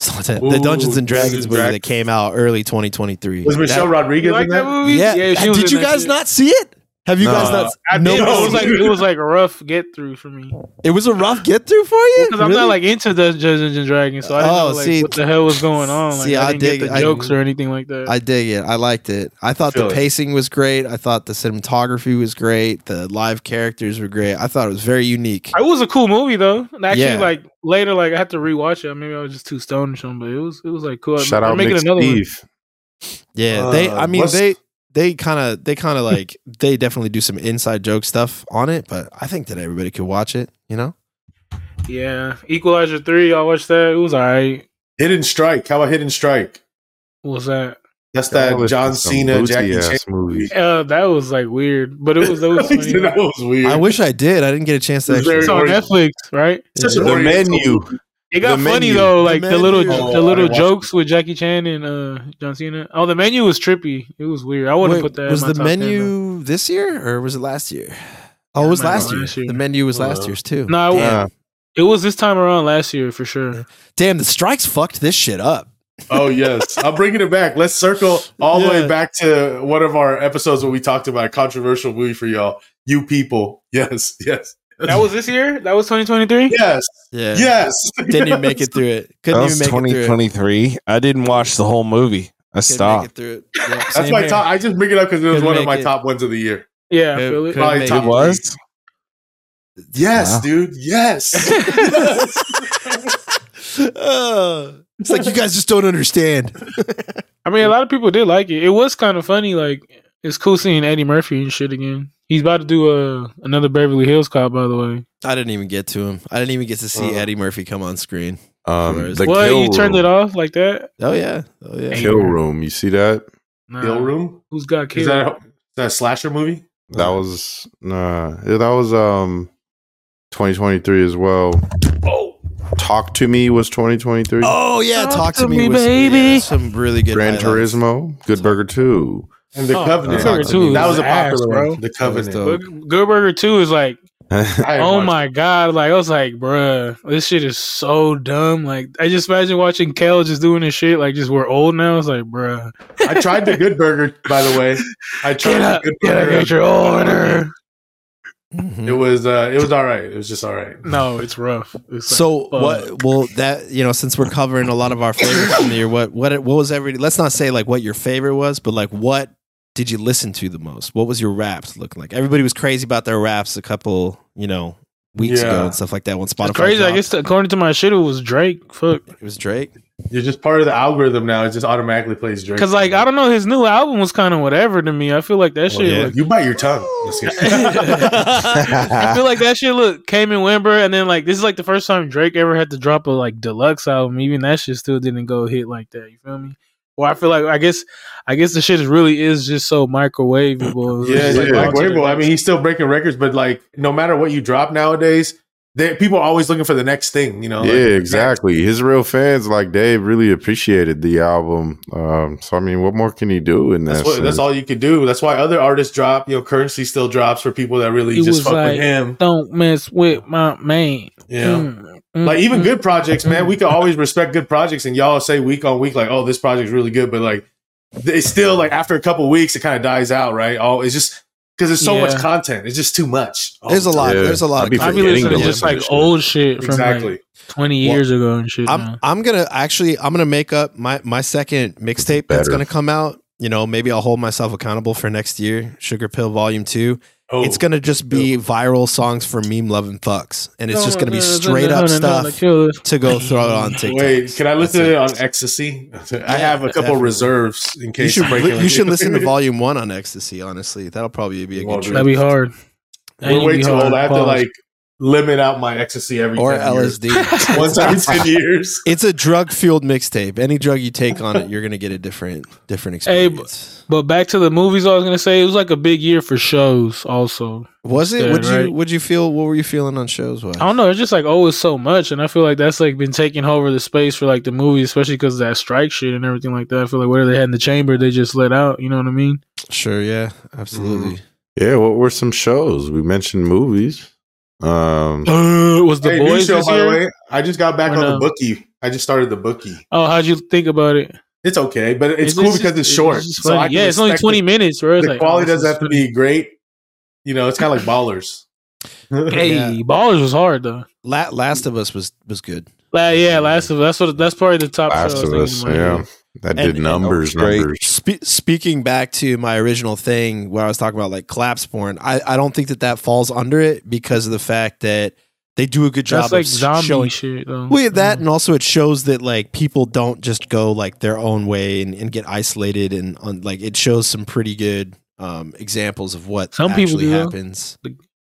Speaker 3: Saw 10.
Speaker 1: Ooh,
Speaker 3: the Dungeons
Speaker 1: Dungeons
Speaker 3: and Dragons
Speaker 1: and
Speaker 3: movie
Speaker 1: Dragons.
Speaker 3: that came out early 2023.
Speaker 1: Was Michelle
Speaker 3: That-
Speaker 1: Rodriguez
Speaker 5: you like
Speaker 1: in
Speaker 5: that
Speaker 1: that?
Speaker 5: movie
Speaker 3: yeah,
Speaker 5: she was
Speaker 3: did
Speaker 5: in
Speaker 3: you
Speaker 5: that
Speaker 3: guys
Speaker 5: shit.
Speaker 3: not see it? Have you guys
Speaker 2: No.
Speaker 3: not?
Speaker 5: I
Speaker 3: no,
Speaker 5: did
Speaker 1: No.
Speaker 5: it was like it was like a rough get through
Speaker 3: *laughs*
Speaker 5: for me
Speaker 3: it was a rough get through for you.
Speaker 5: because I'm
Speaker 3: Really?
Speaker 5: not like into the Dungeons and Dragons so I didn't
Speaker 3: Oh,
Speaker 5: know like
Speaker 3: see.
Speaker 5: what the hell was going on like
Speaker 3: See, I
Speaker 5: I didn't
Speaker 3: dig-
Speaker 5: get
Speaker 3: I-
Speaker 5: the jokes or anything like that
Speaker 3: I dig it. I liked it. I thought
Speaker 1: Feel
Speaker 3: the
Speaker 1: it.
Speaker 3: pacing was great. I thought the cinematography was great. The live characters were great. I thought it was very unique.
Speaker 5: It was a cool movie though. And Actually,
Speaker 3: Yeah.
Speaker 5: like later, like I had to rewatch it. Maybe I was just too stoned or something, but it was it was like cool.
Speaker 2: Shout
Speaker 5: They're
Speaker 2: out Nick Steve.
Speaker 3: Yeah, they.
Speaker 1: Uh,
Speaker 3: I mean,
Speaker 1: what's-
Speaker 3: they they kind of they kind of like they definitely do some inside joke stuff on it, but I think that everybody could watch it. You know,
Speaker 5: one. Yeah, Equalizer three. I watched that. It was alright.
Speaker 1: Hidden Strike. How about Hidden Strike?
Speaker 5: What was that?
Speaker 1: That's
Speaker 2: That
Speaker 1: that
Speaker 2: was
Speaker 1: John
Speaker 2: some
Speaker 1: Cena,
Speaker 2: booty
Speaker 1: Jackie
Speaker 2: ass
Speaker 1: Chan
Speaker 2: movie.
Speaker 5: Uh, that was like weird, but it was
Speaker 1: *laughs*
Speaker 5: that was funny.
Speaker 1: that was weird.
Speaker 3: I wish I did. I didn't get a chance to
Speaker 1: It's
Speaker 3: actually.
Speaker 1: very
Speaker 5: It's on
Speaker 1: original.
Speaker 5: Netflix, right?
Speaker 1: Such
Speaker 2: The
Speaker 1: an oriental
Speaker 2: menu.
Speaker 1: movie.
Speaker 5: It got
Speaker 2: The
Speaker 5: funny
Speaker 2: Menu.
Speaker 5: though,
Speaker 3: The
Speaker 5: like the, little
Speaker 3: Menu.
Speaker 1: Oh, I
Speaker 5: the little
Speaker 1: didn't watch
Speaker 5: jokes with Jackie Chan and uh, John Cena. Oh, the menu was trippy. It was weird. I wouldn't
Speaker 3: Wait,
Speaker 5: put that.
Speaker 3: was
Speaker 5: in my
Speaker 3: the
Speaker 5: top 10, though.
Speaker 3: menu this year or was it last year? Oh,
Speaker 5: Yeah,
Speaker 3: it was
Speaker 5: it might have
Speaker 3: last
Speaker 5: been
Speaker 3: year.
Speaker 5: last year. Uh-huh.
Speaker 3: The menu was
Speaker 1: Uh,
Speaker 3: last year's too.
Speaker 5: No, it
Speaker 3: damn,
Speaker 5: wasn't. It was this time around last year for sure.
Speaker 3: damn, the strikes fucked this shit up.
Speaker 1: Oh yes, I'm bringing it back. Let's circle all the
Speaker 3: Yeah.
Speaker 1: way back to one of our episodes where we talked about a controversial movie for y'all. You people, yes, yes,
Speaker 5: That was this year. That was 2023.
Speaker 1: yes,
Speaker 3: Yeah,
Speaker 1: yes.
Speaker 3: Didn't even
Speaker 1: Yes.
Speaker 3: make it through
Speaker 5: *laughs*
Speaker 3: it.
Speaker 4: That
Speaker 3: Couldn't
Speaker 4: was
Speaker 3: even make it through it.
Speaker 4: 2023. I didn't watch the whole movie. I
Speaker 3: Couldn't make
Speaker 4: stopped.
Speaker 3: it
Speaker 5: *laughs*
Speaker 3: through it. Yep,
Speaker 1: *laughs* That's
Speaker 3: same
Speaker 1: my
Speaker 3: here.
Speaker 1: top. I just bring it up because it was
Speaker 3: Couldn't
Speaker 1: one of
Speaker 3: make
Speaker 1: my
Speaker 3: it.
Speaker 1: top ones of the year.
Speaker 5: Yeah,
Speaker 3: Could-
Speaker 5: I feel it.
Speaker 3: couldn't
Speaker 1: Probably
Speaker 3: make
Speaker 1: top
Speaker 4: It
Speaker 3: it.
Speaker 4: was.
Speaker 1: Yes,
Speaker 4: Wow.
Speaker 1: dude. Yes.
Speaker 3: *laughs* Uh, *laughs* it's like you guys just don't understand.
Speaker 5: I mean, a lot of people did like it. It was kind of funny. Like, it's cool seeing Eddie Murphy and shit again. He's about to do uh, another Beverly Hills Cop, by the way.
Speaker 3: I didn't even get to him. I didn't even get to see
Speaker 1: Uh.
Speaker 3: Eddie Murphy come on screen.
Speaker 2: Um, the
Speaker 5: what?
Speaker 2: Kill
Speaker 5: You turned
Speaker 2: Room.
Speaker 5: it off like that?
Speaker 3: Oh yeah, oh yeah.
Speaker 2: Kill Room. You see that?
Speaker 5: Nah.
Speaker 1: Kill Room.
Speaker 5: Who's got
Speaker 1: Is
Speaker 5: killed?
Speaker 1: that, a, is that a slasher movie?
Speaker 2: That was nah. yeah, That was um, 2023 as well.
Speaker 1: Oh,
Speaker 2: Talk to me was 2023.
Speaker 3: Oh yeah,
Speaker 5: Talk
Speaker 3: talk,
Speaker 5: to
Speaker 3: to,
Speaker 5: me,
Speaker 3: me, was-
Speaker 5: baby.
Speaker 3: yeah, some really good.
Speaker 2: Gran
Speaker 3: highlights.
Speaker 2: Turismo, Good Burger 2.
Speaker 1: and the
Speaker 5: Oh,
Speaker 1: Covenant.
Speaker 2: Good Burger
Speaker 1: That
Speaker 2: 2
Speaker 1: was
Speaker 5: was
Speaker 1: a
Speaker 5: ass,
Speaker 1: popular
Speaker 5: bro.
Speaker 1: one. The
Speaker 3: That
Speaker 1: Covenant.
Speaker 3: was
Speaker 5: But Good Burger 2 is like,
Speaker 1: I haven't
Speaker 5: oh
Speaker 1: watched
Speaker 5: my God. Like, I was like, bruh, this shit is so dumb. Like, I just imagine watching Kel just doing this shit. Like, just we're old now. It's like, bruh,
Speaker 1: it. I tried the Good Burger, by the way. I tried
Speaker 5: get
Speaker 1: the
Speaker 5: up.
Speaker 1: Good
Speaker 5: Get up,
Speaker 1: Burger.
Speaker 5: get your order.
Speaker 3: Mm-hmm.
Speaker 1: It was uh, it was all right. It was just all right.
Speaker 5: No, it's rough. It's like,
Speaker 3: So
Speaker 5: fuck.
Speaker 3: what? Well, that you know, since we're covering a lot of our favorites from the year, what what what was every? Let's not say like what your favorite was, but like what did you listen to the most? What was your raps looking like? Everybody was crazy about their raps a couple you know weeks
Speaker 1: Yeah.
Speaker 3: ago and stuff like that. When Spotify
Speaker 5: It's crazy. I
Speaker 3: dropped.
Speaker 5: guess according to my shit, it was Drake. Fuck.
Speaker 3: it was Drake.
Speaker 1: You're just part of the algorithm now. It just automatically plays Drake.
Speaker 5: Cause like I don't know, his new album was kind of whatever to me. I feel like
Speaker 1: Oh,
Speaker 5: that shit.
Speaker 3: yeah.
Speaker 5: Like,
Speaker 1: you bite your tongue. Let's get-
Speaker 5: *laughs* I feel like that shit. Look, came in Wimber, and then like this is like the first time Drake ever had to drop a like deluxe album. Even that shit still didn't go hit like that. You feel me? Well, I feel like I guess I guess the shit is really is just so
Speaker 1: *laughs*
Speaker 5: microwavable.
Speaker 1: Yeah,
Speaker 5: It's
Speaker 1: it's
Speaker 5: like,
Speaker 1: like
Speaker 5: all to the
Speaker 1: Quavo. I
Speaker 5: next-
Speaker 1: mean, he's still breaking records, but like, no matter what you drop nowadays, they, people are always looking for the next thing. You know? Like,
Speaker 2: yeah, exactly. His real fans like Dave really appreciated the album. Um, so I mean, what more can he do in
Speaker 1: That's
Speaker 2: that?
Speaker 1: what. That's all you could do. That's why other artists drop. You know, currency still drops for people that really
Speaker 5: He
Speaker 1: just
Speaker 5: was
Speaker 1: fuck
Speaker 5: like-
Speaker 1: with him.
Speaker 5: don't mess with my man.
Speaker 1: Yeah.
Speaker 5: Mm, mm,
Speaker 1: Like even
Speaker 5: mm.
Speaker 1: good projects, man. We can always respect good projects, and y'all say week on week, like, "Oh, this project's really good," but like, it's still like after a couple weeks, it kind of dies out, right? Oh, it's just because there's so much
Speaker 5: Yeah.
Speaker 1: content. It's just too much. Oh all
Speaker 6: There's a
Speaker 1: the
Speaker 6: lot.
Speaker 2: Yeah.
Speaker 6: There's a lot
Speaker 2: I'd be
Speaker 6: of
Speaker 5: I be
Speaker 2: forgetting
Speaker 5: listening to
Speaker 2: to
Speaker 5: just
Speaker 2: listen to
Speaker 5: like
Speaker 2: shit.
Speaker 5: old shit
Speaker 1: time.
Speaker 5: from
Speaker 1: exactly.
Speaker 5: like twenty
Speaker 3: Well,
Speaker 5: years ago and shit. now.
Speaker 3: I'm I'm gonna actually I'm gonna make up my my second mixtape that's
Speaker 2: Better.
Speaker 3: gonna come out. You know, maybe I'll hold myself accountable for next year. Sugar Pill Volume Two.
Speaker 1: oh,
Speaker 3: It's gonna just be viral songs for meme loving fucks, and it's just gonna be
Speaker 5: No, no, no,
Speaker 3: straight
Speaker 5: no,
Speaker 3: up
Speaker 5: no, no, no,
Speaker 3: stuff
Speaker 5: kill this.
Speaker 3: to go throw it on TikTok.
Speaker 1: Wait, can I listen
Speaker 3: That's
Speaker 1: to it on ecstasy? *laughs* I have a couple
Speaker 3: definitely.
Speaker 1: reserves in
Speaker 3: You
Speaker 1: case.
Speaker 3: should
Speaker 1: I'm breaking
Speaker 3: li- you
Speaker 1: with
Speaker 3: should listen to Volume One on Ecstasy. Honestly, that'll probably be a
Speaker 1: Well,
Speaker 3: good
Speaker 1: dude.
Speaker 3: trip.
Speaker 5: That'd be hard. That
Speaker 1: *laughs* We're
Speaker 5: ain't
Speaker 1: way
Speaker 5: be
Speaker 1: too
Speaker 5: hard.
Speaker 1: old. I have to
Speaker 5: Pause.
Speaker 1: like limit out my ecstasy every
Speaker 3: Or
Speaker 1: 10 years.
Speaker 3: LSD. *laughs*
Speaker 1: Once every ten years.
Speaker 3: it's a drug fueled mixtape. Any drug you take on it, you're gonna get a different different
Speaker 5: Hey, but-
Speaker 3: experience.
Speaker 5: But back to the movies, I was gonna say it was like a big year for shows. Also,
Speaker 3: was it?
Speaker 5: Yeah,
Speaker 3: Would you?
Speaker 5: right.
Speaker 3: Would you feel? What were you feeling on shows?
Speaker 5: I don't know. It's just like oh, it's so much, and I feel like that's like been taking over the space for like the movies, especially because that strike shit and everything like that. I feel like whatever they had in the chamber, they just let out. You know what I mean?
Speaker 3: Sure. Yeah. Absolutely.
Speaker 5: Mm-hmm.
Speaker 2: Yeah, what were some shows? We mentioned movies. Um,
Speaker 5: Uh, was the
Speaker 1: Hey, new
Speaker 5: boys
Speaker 1: show,
Speaker 5: this
Speaker 1: by the
Speaker 5: year?
Speaker 1: way. I just got back
Speaker 5: Or
Speaker 1: on
Speaker 5: no?
Speaker 1: the bookie. I just started the bookie.
Speaker 5: Oh, how'd you think about it?
Speaker 1: It's okay, but it's, cool
Speaker 5: just-
Speaker 1: because it's short.
Speaker 5: just
Speaker 1: so
Speaker 5: funny.
Speaker 1: I can
Speaker 5: yeah, it's only
Speaker 1: respect
Speaker 5: twenty
Speaker 1: it.
Speaker 5: minutes, bro. It's
Speaker 1: The
Speaker 5: like, oh,
Speaker 1: quality
Speaker 5: this
Speaker 1: doesn't
Speaker 5: is
Speaker 1: have to be great. You know, it's kind of like ballers.
Speaker 5: funny. Hey, Ballers was hard though.
Speaker 3: La- Last of Us was was good.
Speaker 5: La- yeah, Last of Us. That's what. That's probably the top.
Speaker 2: Last
Speaker 5: show
Speaker 2: of
Speaker 5: I was
Speaker 2: Us,
Speaker 5: thinking about.
Speaker 2: yeah, that
Speaker 3: And-
Speaker 2: did
Speaker 3: and oh,
Speaker 2: numbers,
Speaker 4: Great.
Speaker 2: numbers.
Speaker 3: Spe- speaking back to my original thing where I was talking about like collapse porn, I, I don't think that that falls under it because of the fact that they do a good job
Speaker 5: That's like
Speaker 3: of
Speaker 5: zombie
Speaker 3: showing
Speaker 5: shit though.
Speaker 3: Well, yeah, that and also it shows that like people don't just go like their own way and, and get isolated and on like it shows some pretty good um examples of what
Speaker 5: Some people
Speaker 3: actually
Speaker 5: do, though. oh,
Speaker 3: happens.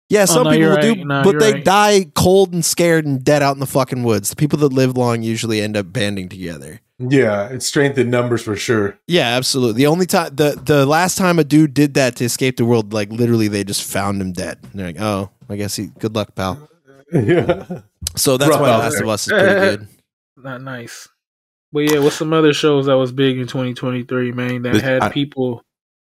Speaker 3: Yeah, some
Speaker 5: no,
Speaker 3: people
Speaker 5: you're
Speaker 3: do,
Speaker 5: right. No,
Speaker 3: but
Speaker 5: you're
Speaker 3: they
Speaker 5: right.
Speaker 3: die cold and scared and dead out in the fucking woods. The people that live long usually end up banding together.
Speaker 1: Yeah, it's strength in numbers for sure. *laughs*
Speaker 3: Yeah, absolutely. The only time the the last time a dude did that to escape the world, like literally, they just found him dead. And they're like, "Oh, I guess he. Good luck, pal."
Speaker 1: Yeah.
Speaker 3: So that's
Speaker 1: Rough
Speaker 3: why
Speaker 1: out
Speaker 3: Last
Speaker 1: there.
Speaker 3: of Us is
Speaker 5: *laughs*
Speaker 3: pretty good.
Speaker 5: not nice. But yeah, what's some other shows that was big in 2023, man? That
Speaker 2: This-
Speaker 5: had
Speaker 2: I-
Speaker 5: people.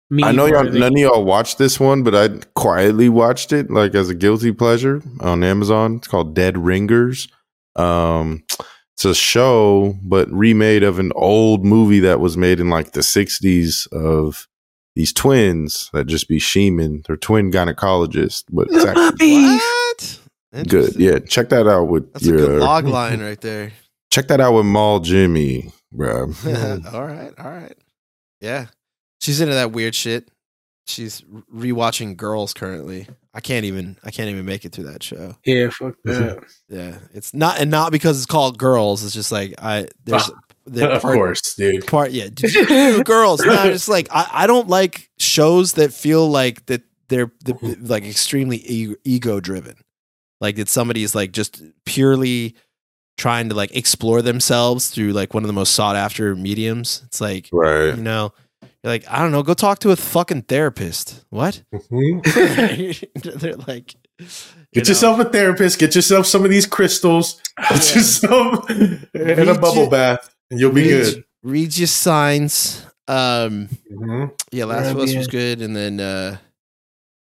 Speaker 5: meet
Speaker 2: I know y'all,
Speaker 5: where they-
Speaker 2: none of y'all watched this one, but I quietly watched it like as a guilty pleasure on Amazon. It's called Dead Ringers. Um, it's a show, but remade of an old movie that was made in like the 60s of these twins that just be Sheeman. They're twin gynecologists, but
Speaker 3: *laughs*
Speaker 2: it's actually
Speaker 3: What?
Speaker 2: good.
Speaker 3: Interesting.
Speaker 2: Yeah, check that out with
Speaker 3: that's
Speaker 2: your
Speaker 3: a
Speaker 1: *laughs*
Speaker 3: good log line right there.
Speaker 2: check that out with Maul Jimmy, bro.
Speaker 3: *laughs* all right, all right. Yeah, she's into that weird shit. She's rewatching Girls currently. I can't even. I can't even make it through that show.
Speaker 5: Yeah, fuck that.
Speaker 3: Yeah, it's not, and not because it's called Girls. It's just like I there's. there-
Speaker 1: *laughs* of
Speaker 3: part-
Speaker 1: course, dude.
Speaker 3: part yeah did you- dude, *laughs* girls no, I'm just like I, I don't like shows that feel like that they're the,
Speaker 1: Mm-hmm.
Speaker 3: like extremely e- ego driven like that somebody's like just purely trying to like explore themselves through like one of the most sought after mediums it's like
Speaker 2: Right.
Speaker 3: you know you're like i don't know go talk to a fucking therapist
Speaker 1: *laughs*
Speaker 3: what *laughs* they're like you
Speaker 1: Mm-hmm. Get
Speaker 3: know.
Speaker 1: yourself a therapist. Get yourself some of these crystals. Get yourself in a
Speaker 3: Reach
Speaker 1: bubble
Speaker 3: it.
Speaker 1: bath, and you'll be
Speaker 3: read,
Speaker 1: good.
Speaker 3: read your signs um
Speaker 1: Mhm.
Speaker 3: Yeah, Last of
Speaker 5: That'd
Speaker 3: Us
Speaker 5: be
Speaker 3: was
Speaker 5: it.
Speaker 3: good, and then uh,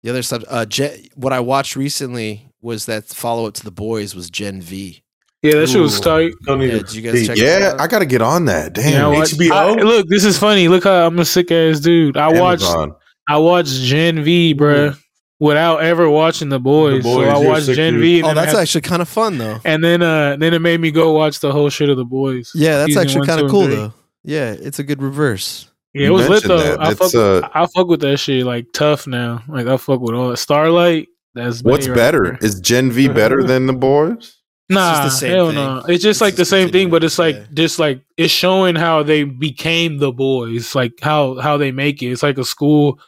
Speaker 3: the other stuff. Uh, Gen, what I watched recently was that follow up to The Boys was Gen V.
Speaker 5: *laughs* Yeah, that shit was
Speaker 1: Ooh.
Speaker 5: tight.
Speaker 1: Don't need to
Speaker 3: Yeah, did you guys
Speaker 1: see.
Speaker 3: check?
Speaker 2: Yeah,
Speaker 3: that
Speaker 2: I
Speaker 3: out?
Speaker 2: got to get on that. Damn.
Speaker 5: You know what?
Speaker 1: HBO?
Speaker 5: I- look, this is funny. Look how I'm a sick ass dude. I watched.
Speaker 2: Amazon.
Speaker 5: I watched Gen V, bruh. without ever watching the boys.
Speaker 1: Boys,
Speaker 5: so I
Speaker 1: you're
Speaker 5: watched
Speaker 1: so
Speaker 5: Gen
Speaker 1: cute.
Speaker 5: V. And
Speaker 3: Oh,
Speaker 5: then
Speaker 3: that's
Speaker 5: had-
Speaker 3: actually kind of fun though.
Speaker 5: and then uh then it made me go watch the whole shit of the boys.
Speaker 3: Yeah, that's
Speaker 5: Season
Speaker 3: actually
Speaker 5: one,
Speaker 3: kind
Speaker 5: two,
Speaker 3: of
Speaker 5: and
Speaker 3: cool
Speaker 5: three.
Speaker 3: though. Yeah, it's a good reverse.
Speaker 5: Yeah, it
Speaker 2: You
Speaker 5: was lit
Speaker 2: mentioned
Speaker 5: though.
Speaker 2: that.
Speaker 5: I
Speaker 2: That's,
Speaker 5: fuck,
Speaker 2: uh,
Speaker 5: I fuck with that shit like tough now. Like I fuck with all that. Starlight. That's
Speaker 2: What's
Speaker 5: me right
Speaker 2: better?
Speaker 5: there.
Speaker 2: Is Gen
Speaker 5: *laughs*
Speaker 2: V better than the boys?
Speaker 5: Nah,
Speaker 3: the same
Speaker 5: hell
Speaker 3: thing.
Speaker 5: no. It's just
Speaker 3: It's
Speaker 5: like the
Speaker 3: just
Speaker 5: same thing,
Speaker 3: continuing,
Speaker 5: but it's like
Speaker 3: yeah.
Speaker 5: just like it's showing how they became the boys, like how how they make it. It's like a school.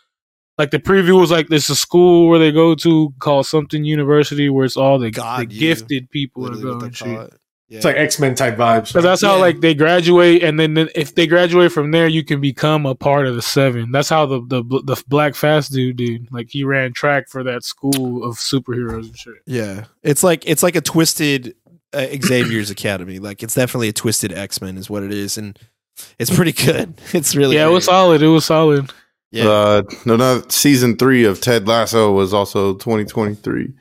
Speaker 5: Like the preview was like this a school where they go to called something university where it's all the,
Speaker 3: God,
Speaker 5: the
Speaker 3: you.
Speaker 5: gifted people that
Speaker 3: Literally
Speaker 5: go
Speaker 3: what they
Speaker 5: and
Speaker 3: call
Speaker 5: shit.
Speaker 3: it.
Speaker 1: It's like X Men type vibes. *laughs*
Speaker 5: Because that's how
Speaker 3: Yeah.
Speaker 5: like they graduate, and then, then if they graduate from there, you can become a part of the seven. That's how the the bl- the black fast dude did. Like he ran track for that school of superheroes and shit.
Speaker 3: Yeah, it's like it's like a twisted uh, Xavier's Academy. Like it's definitely a twisted X Men is what it is, and it's pretty good. *laughs* It's really
Speaker 5: yeah, it was
Speaker 3: great.
Speaker 5: solid. It was solid.
Speaker 3: Yeah.
Speaker 2: Uh, no, no. Season three of Ted Lasso was also 2023.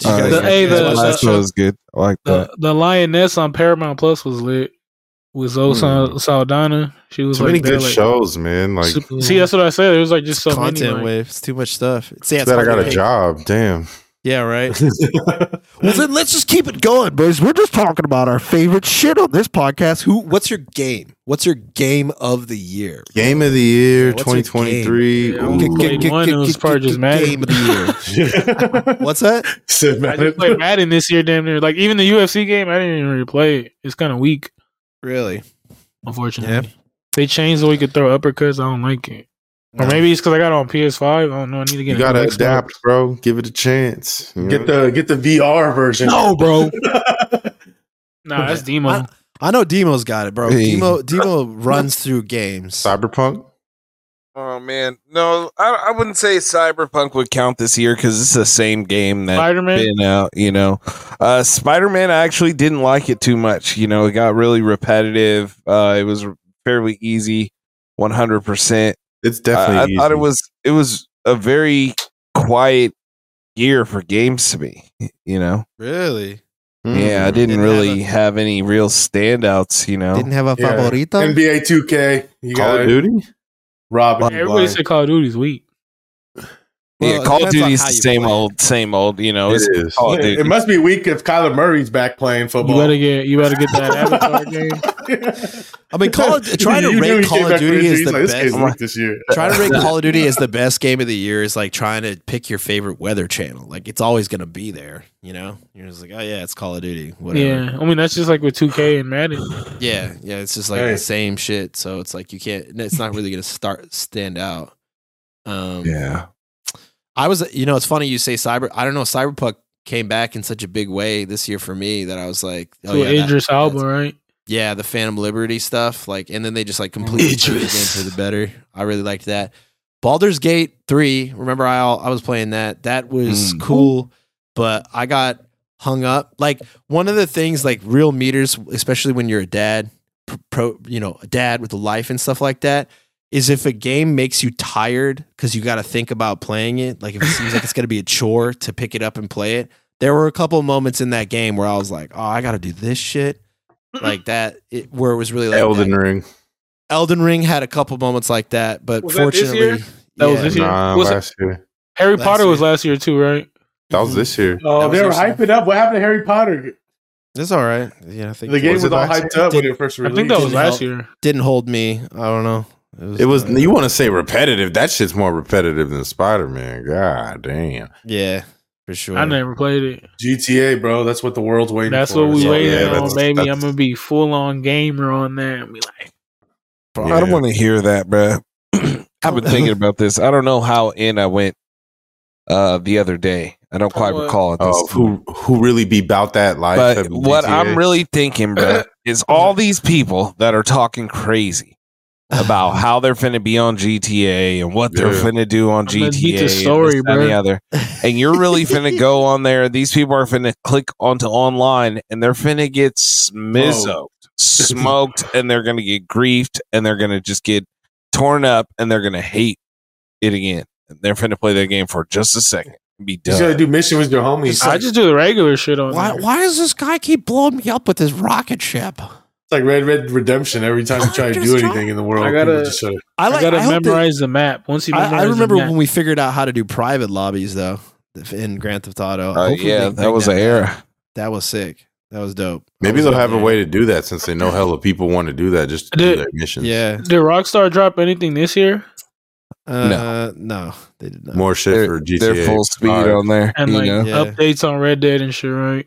Speaker 3: Do you
Speaker 4: Uh,
Speaker 3: guys-
Speaker 5: the- hey,
Speaker 3: you guys watch
Speaker 5: the- the- uh,
Speaker 3: that
Speaker 4: Last
Speaker 3: show?
Speaker 4: one was good. I like
Speaker 5: The
Speaker 3: Uh,
Speaker 4: that.
Speaker 5: the lioness on Paramount Plus was lit with Zoe
Speaker 3: hmm.
Speaker 5: Sa- Saldana. She was
Speaker 2: So
Speaker 5: like,
Speaker 2: many
Speaker 5: there,
Speaker 2: good
Speaker 5: like,
Speaker 2: shows, man. Like
Speaker 5: super- see, that's what I said. It was like just so
Speaker 3: content
Speaker 5: many. like-
Speaker 3: wave. It's too much stuff. It's, yeah, it's
Speaker 2: that I
Speaker 3: hard
Speaker 2: got
Speaker 3: to
Speaker 2: a
Speaker 3: pick.
Speaker 2: job. Damn.
Speaker 3: Yeah, right.
Speaker 6: Well, then let's just keep it going, boys. We're just talking about our favorite shit on this podcast.
Speaker 3: Who? What's your game? What's your game of the year?
Speaker 2: Game of the year
Speaker 3: Yeah, what's your
Speaker 2: 2023.
Speaker 5: game? Yeah, I only
Speaker 2: Ooh.
Speaker 5: played one, it was probably just Madden.
Speaker 3: Game of the *laughs* year. What's that?
Speaker 1: Said
Speaker 5: I just
Speaker 1: Madden.
Speaker 5: played Madden this year, damn near. Like even the UFC game, I didn't even really play it. It's kind of weak,
Speaker 3: Really?
Speaker 5: unfortunately. They changed the way you could throw uppercuts. I don't like it. Or
Speaker 3: No.
Speaker 5: maybe it's because I got it on PS5. I don't know. I need to get.
Speaker 2: You
Speaker 5: a
Speaker 2: gotta
Speaker 5: Xbox.
Speaker 2: adapt, bro. Give it a chance.
Speaker 1: *laughs*
Speaker 2: you
Speaker 1: Get
Speaker 2: know?
Speaker 1: the get the VR version. *laughs*
Speaker 6: No, bro.
Speaker 3: *laughs*
Speaker 5: Nah, that's demo.
Speaker 3: I, I know Demo's got it, bro.
Speaker 4: Hey.
Speaker 3: Demo Demo runs through games.
Speaker 2: cyberpunk.
Speaker 4: Oh man, no, I, I wouldn't say Cyberpunk would count this year because it's the same game that
Speaker 5: Spider Man.
Speaker 4: been out, you know. Uh Spider Man I actually didn't like it too much. You know, it got really repetitive. Uh it was fairly easy, one hundred percent. Uh,
Speaker 2: It's
Speaker 4: I, I
Speaker 2: definitely.
Speaker 4: thought it
Speaker 2: easy.
Speaker 4: was it was a very quiet year for games to me, you know.
Speaker 3: Really?
Speaker 2: Mm.
Speaker 4: Yeah, I didn't,
Speaker 3: Didn't have
Speaker 4: really
Speaker 3: a-
Speaker 4: have, any real standouts, you know.
Speaker 3: Didn't have a
Speaker 1: Yeah.
Speaker 3: favorita.
Speaker 1: NBA 2K. You
Speaker 2: Call
Speaker 1: got
Speaker 2: of Duty.
Speaker 1: Robin.
Speaker 5: Everybody said Call of Duty's weak.
Speaker 3: Well,
Speaker 4: yeah,
Speaker 3: it
Speaker 4: Call of
Speaker 3: depends on
Speaker 4: Duty's
Speaker 3: how
Speaker 4: the
Speaker 3: you
Speaker 4: same
Speaker 3: play.
Speaker 4: old, same old, you know.
Speaker 2: It
Speaker 4: It's
Speaker 2: is.
Speaker 4: Call of
Speaker 1: it
Speaker 4: Duty.
Speaker 1: must be weak if Kyler Murray's back playing
Speaker 5: You
Speaker 1: football.
Speaker 5: better get. You better get
Speaker 2: *laughs*
Speaker 1: *laughs*
Speaker 5: that Avatar game.
Speaker 3: I mean, Call *laughs* of, trying to
Speaker 1: You knew he
Speaker 3: rank
Speaker 1: came
Speaker 3: Call
Speaker 1: back
Speaker 3: of
Speaker 1: from
Speaker 3: Duty
Speaker 1: injury.
Speaker 3: is
Speaker 1: He's
Speaker 3: the
Speaker 1: like, this kid's
Speaker 3: best.
Speaker 1: weak this year.
Speaker 3: Trying to rank Call of Duty as the best game of the year is like trying to pick your favorite weather channel. Like it's always going to be there, you know. You're just like, oh yeah, it's Call of Duty. Whatever. Oh,
Speaker 5: Yeah, I mean that's just like with 2K and Madden.
Speaker 3: Yeah, yeah, It's just like
Speaker 1: Hey.
Speaker 3: the same shit. So it's like you can't. It's not really going to start stand out. Um,
Speaker 4: yeah.
Speaker 3: I was, you know, it's funny you say cyber. I don't know. Cyberpunk came back in such a big way this year for me that I was like, oh
Speaker 5: with
Speaker 3: yeah, that-
Speaker 5: Idris Alba, right?
Speaker 3: yeah, the Phantom Liberty stuff. Like, and then they just like completely turned the game
Speaker 6: Idris.
Speaker 3: for the better. I really liked that. Baldur's Gate three. Remember, I all, I was playing that. That was
Speaker 4: Mm.
Speaker 3: cool, but I got hung up. Like one of the things, like real meters, especially when you're a dad, pr- pro, you know, a dad with a life and stuff like that. Is if a game makes you tired because you got to think about playing it, like if it seems like it's going to be a chore to pick it up and play it, there were a couple moments in that game where I was like, oh, I got to do this shit.
Speaker 5: *laughs*
Speaker 3: Like that, it, where it was really like
Speaker 2: Elden
Speaker 3: that.
Speaker 2: Ring.
Speaker 3: Elden Ring had a couple moments like that, but
Speaker 5: Was that this
Speaker 3: fortunately,
Speaker 5: year? That was
Speaker 3: Yeah.
Speaker 5: this year?
Speaker 2: Nah,
Speaker 5: Was it-
Speaker 2: last year.
Speaker 5: Harry
Speaker 3: Last
Speaker 5: Potter was
Speaker 3: year.
Speaker 5: last year too, right?
Speaker 2: That was
Speaker 5: Hmm.
Speaker 2: this year.
Speaker 1: Oh,
Speaker 3: That was
Speaker 1: they were
Speaker 3: actually-
Speaker 1: hyping up. What happened to Harry Potter?
Speaker 3: It's all right. Yeah, I think
Speaker 1: The game
Speaker 2: was
Speaker 1: was,
Speaker 2: it
Speaker 1: all
Speaker 2: last
Speaker 1: hyped
Speaker 2: year?
Speaker 1: up when it first
Speaker 5: I
Speaker 1: released.
Speaker 5: think that was
Speaker 3: Didn't
Speaker 5: last
Speaker 3: help.
Speaker 5: year.
Speaker 3: didn't hold me. I don't know.
Speaker 2: It was.
Speaker 3: uh,
Speaker 2: You want to say repetitive? That shit's more repetitive than Spider Man. God damn.
Speaker 3: yeah, for sure. *laughs*
Speaker 5: I never played it.
Speaker 1: GTA, bro. That's what the world's waiting
Speaker 5: That's
Speaker 1: for.
Speaker 5: what we
Speaker 3: yeah,
Speaker 5: waiting
Speaker 3: yeah,
Speaker 5: on,
Speaker 2: that's-
Speaker 5: baby.
Speaker 2: that's-
Speaker 5: I'm gonna be full on gamer on that and be like,
Speaker 2: Yeah.
Speaker 4: I don't want to hear that, bruh. *clears throat* I've been thinking about this. I don't know how in I went uh the other day. I don't quite
Speaker 5: What?
Speaker 4: recall at this.
Speaker 2: Oh, who who really be about that life?
Speaker 4: but
Speaker 2: of
Speaker 4: what
Speaker 2: GTA?
Speaker 4: I'm really
Speaker 2: *clears throat*
Speaker 4: thinking, bruh, is all these people that are talking crazy about how they're finna be on GTA and what they're
Speaker 2: Yeah.
Speaker 4: finna do on
Speaker 5: I'm
Speaker 4: GTA
Speaker 5: gonna beat the
Speaker 4: and this,
Speaker 5: story,
Speaker 4: that, and the
Speaker 5: bruh.
Speaker 4: other. And
Speaker 3: *laughs*
Speaker 4: you're really finna go on there. These people are finna click onto online and they're finna get smizzo smoked and they're going to get griefed and they're going to just get torn up and they're going to hate it again. And they're going to play that game for just a second and be
Speaker 1: You just gotta
Speaker 4: done.
Speaker 1: do mission with your homies.
Speaker 5: I
Speaker 1: It's
Speaker 5: just do the regular shit on
Speaker 6: Why,
Speaker 5: there.
Speaker 6: why does this guy keep blowing me up with his rocket ship?
Speaker 1: like Red Red Redemption. Every time
Speaker 5: *laughs*
Speaker 1: you try to do
Speaker 6: Just try.
Speaker 1: anything in the world,
Speaker 5: I gotta-
Speaker 1: people just sort of-
Speaker 5: I,
Speaker 3: like.
Speaker 5: gotta
Speaker 3: I, hope that-
Speaker 5: memorize the map. Once you
Speaker 3: I-
Speaker 5: memorize
Speaker 3: I remember
Speaker 5: the map,
Speaker 3: when we figured out how to do private lobbies, though. in Grand Theft Auto.
Speaker 4: Uh,
Speaker 3: Hopefully
Speaker 4: yeah,
Speaker 3: they
Speaker 4: that
Speaker 3: make
Speaker 4: was an era.
Speaker 3: That was sick. That was dope.
Speaker 2: Maybe
Speaker 3: I was
Speaker 2: they'll
Speaker 3: up
Speaker 2: have a
Speaker 3: there.
Speaker 2: way to do that since they know hella people want to do that just to do
Speaker 5: Dude.
Speaker 2: their missions.
Speaker 3: Yeah.
Speaker 5: Did Rockstar drop anything this year?
Speaker 3: Uh, no. they did not.
Speaker 2: More shit
Speaker 4: They're,
Speaker 2: for GTA.
Speaker 4: they're full speed
Speaker 2: five.
Speaker 4: on there.
Speaker 5: And
Speaker 4: you
Speaker 5: like
Speaker 4: know?
Speaker 3: Yeah.
Speaker 5: updates on Red Dead and shit, right?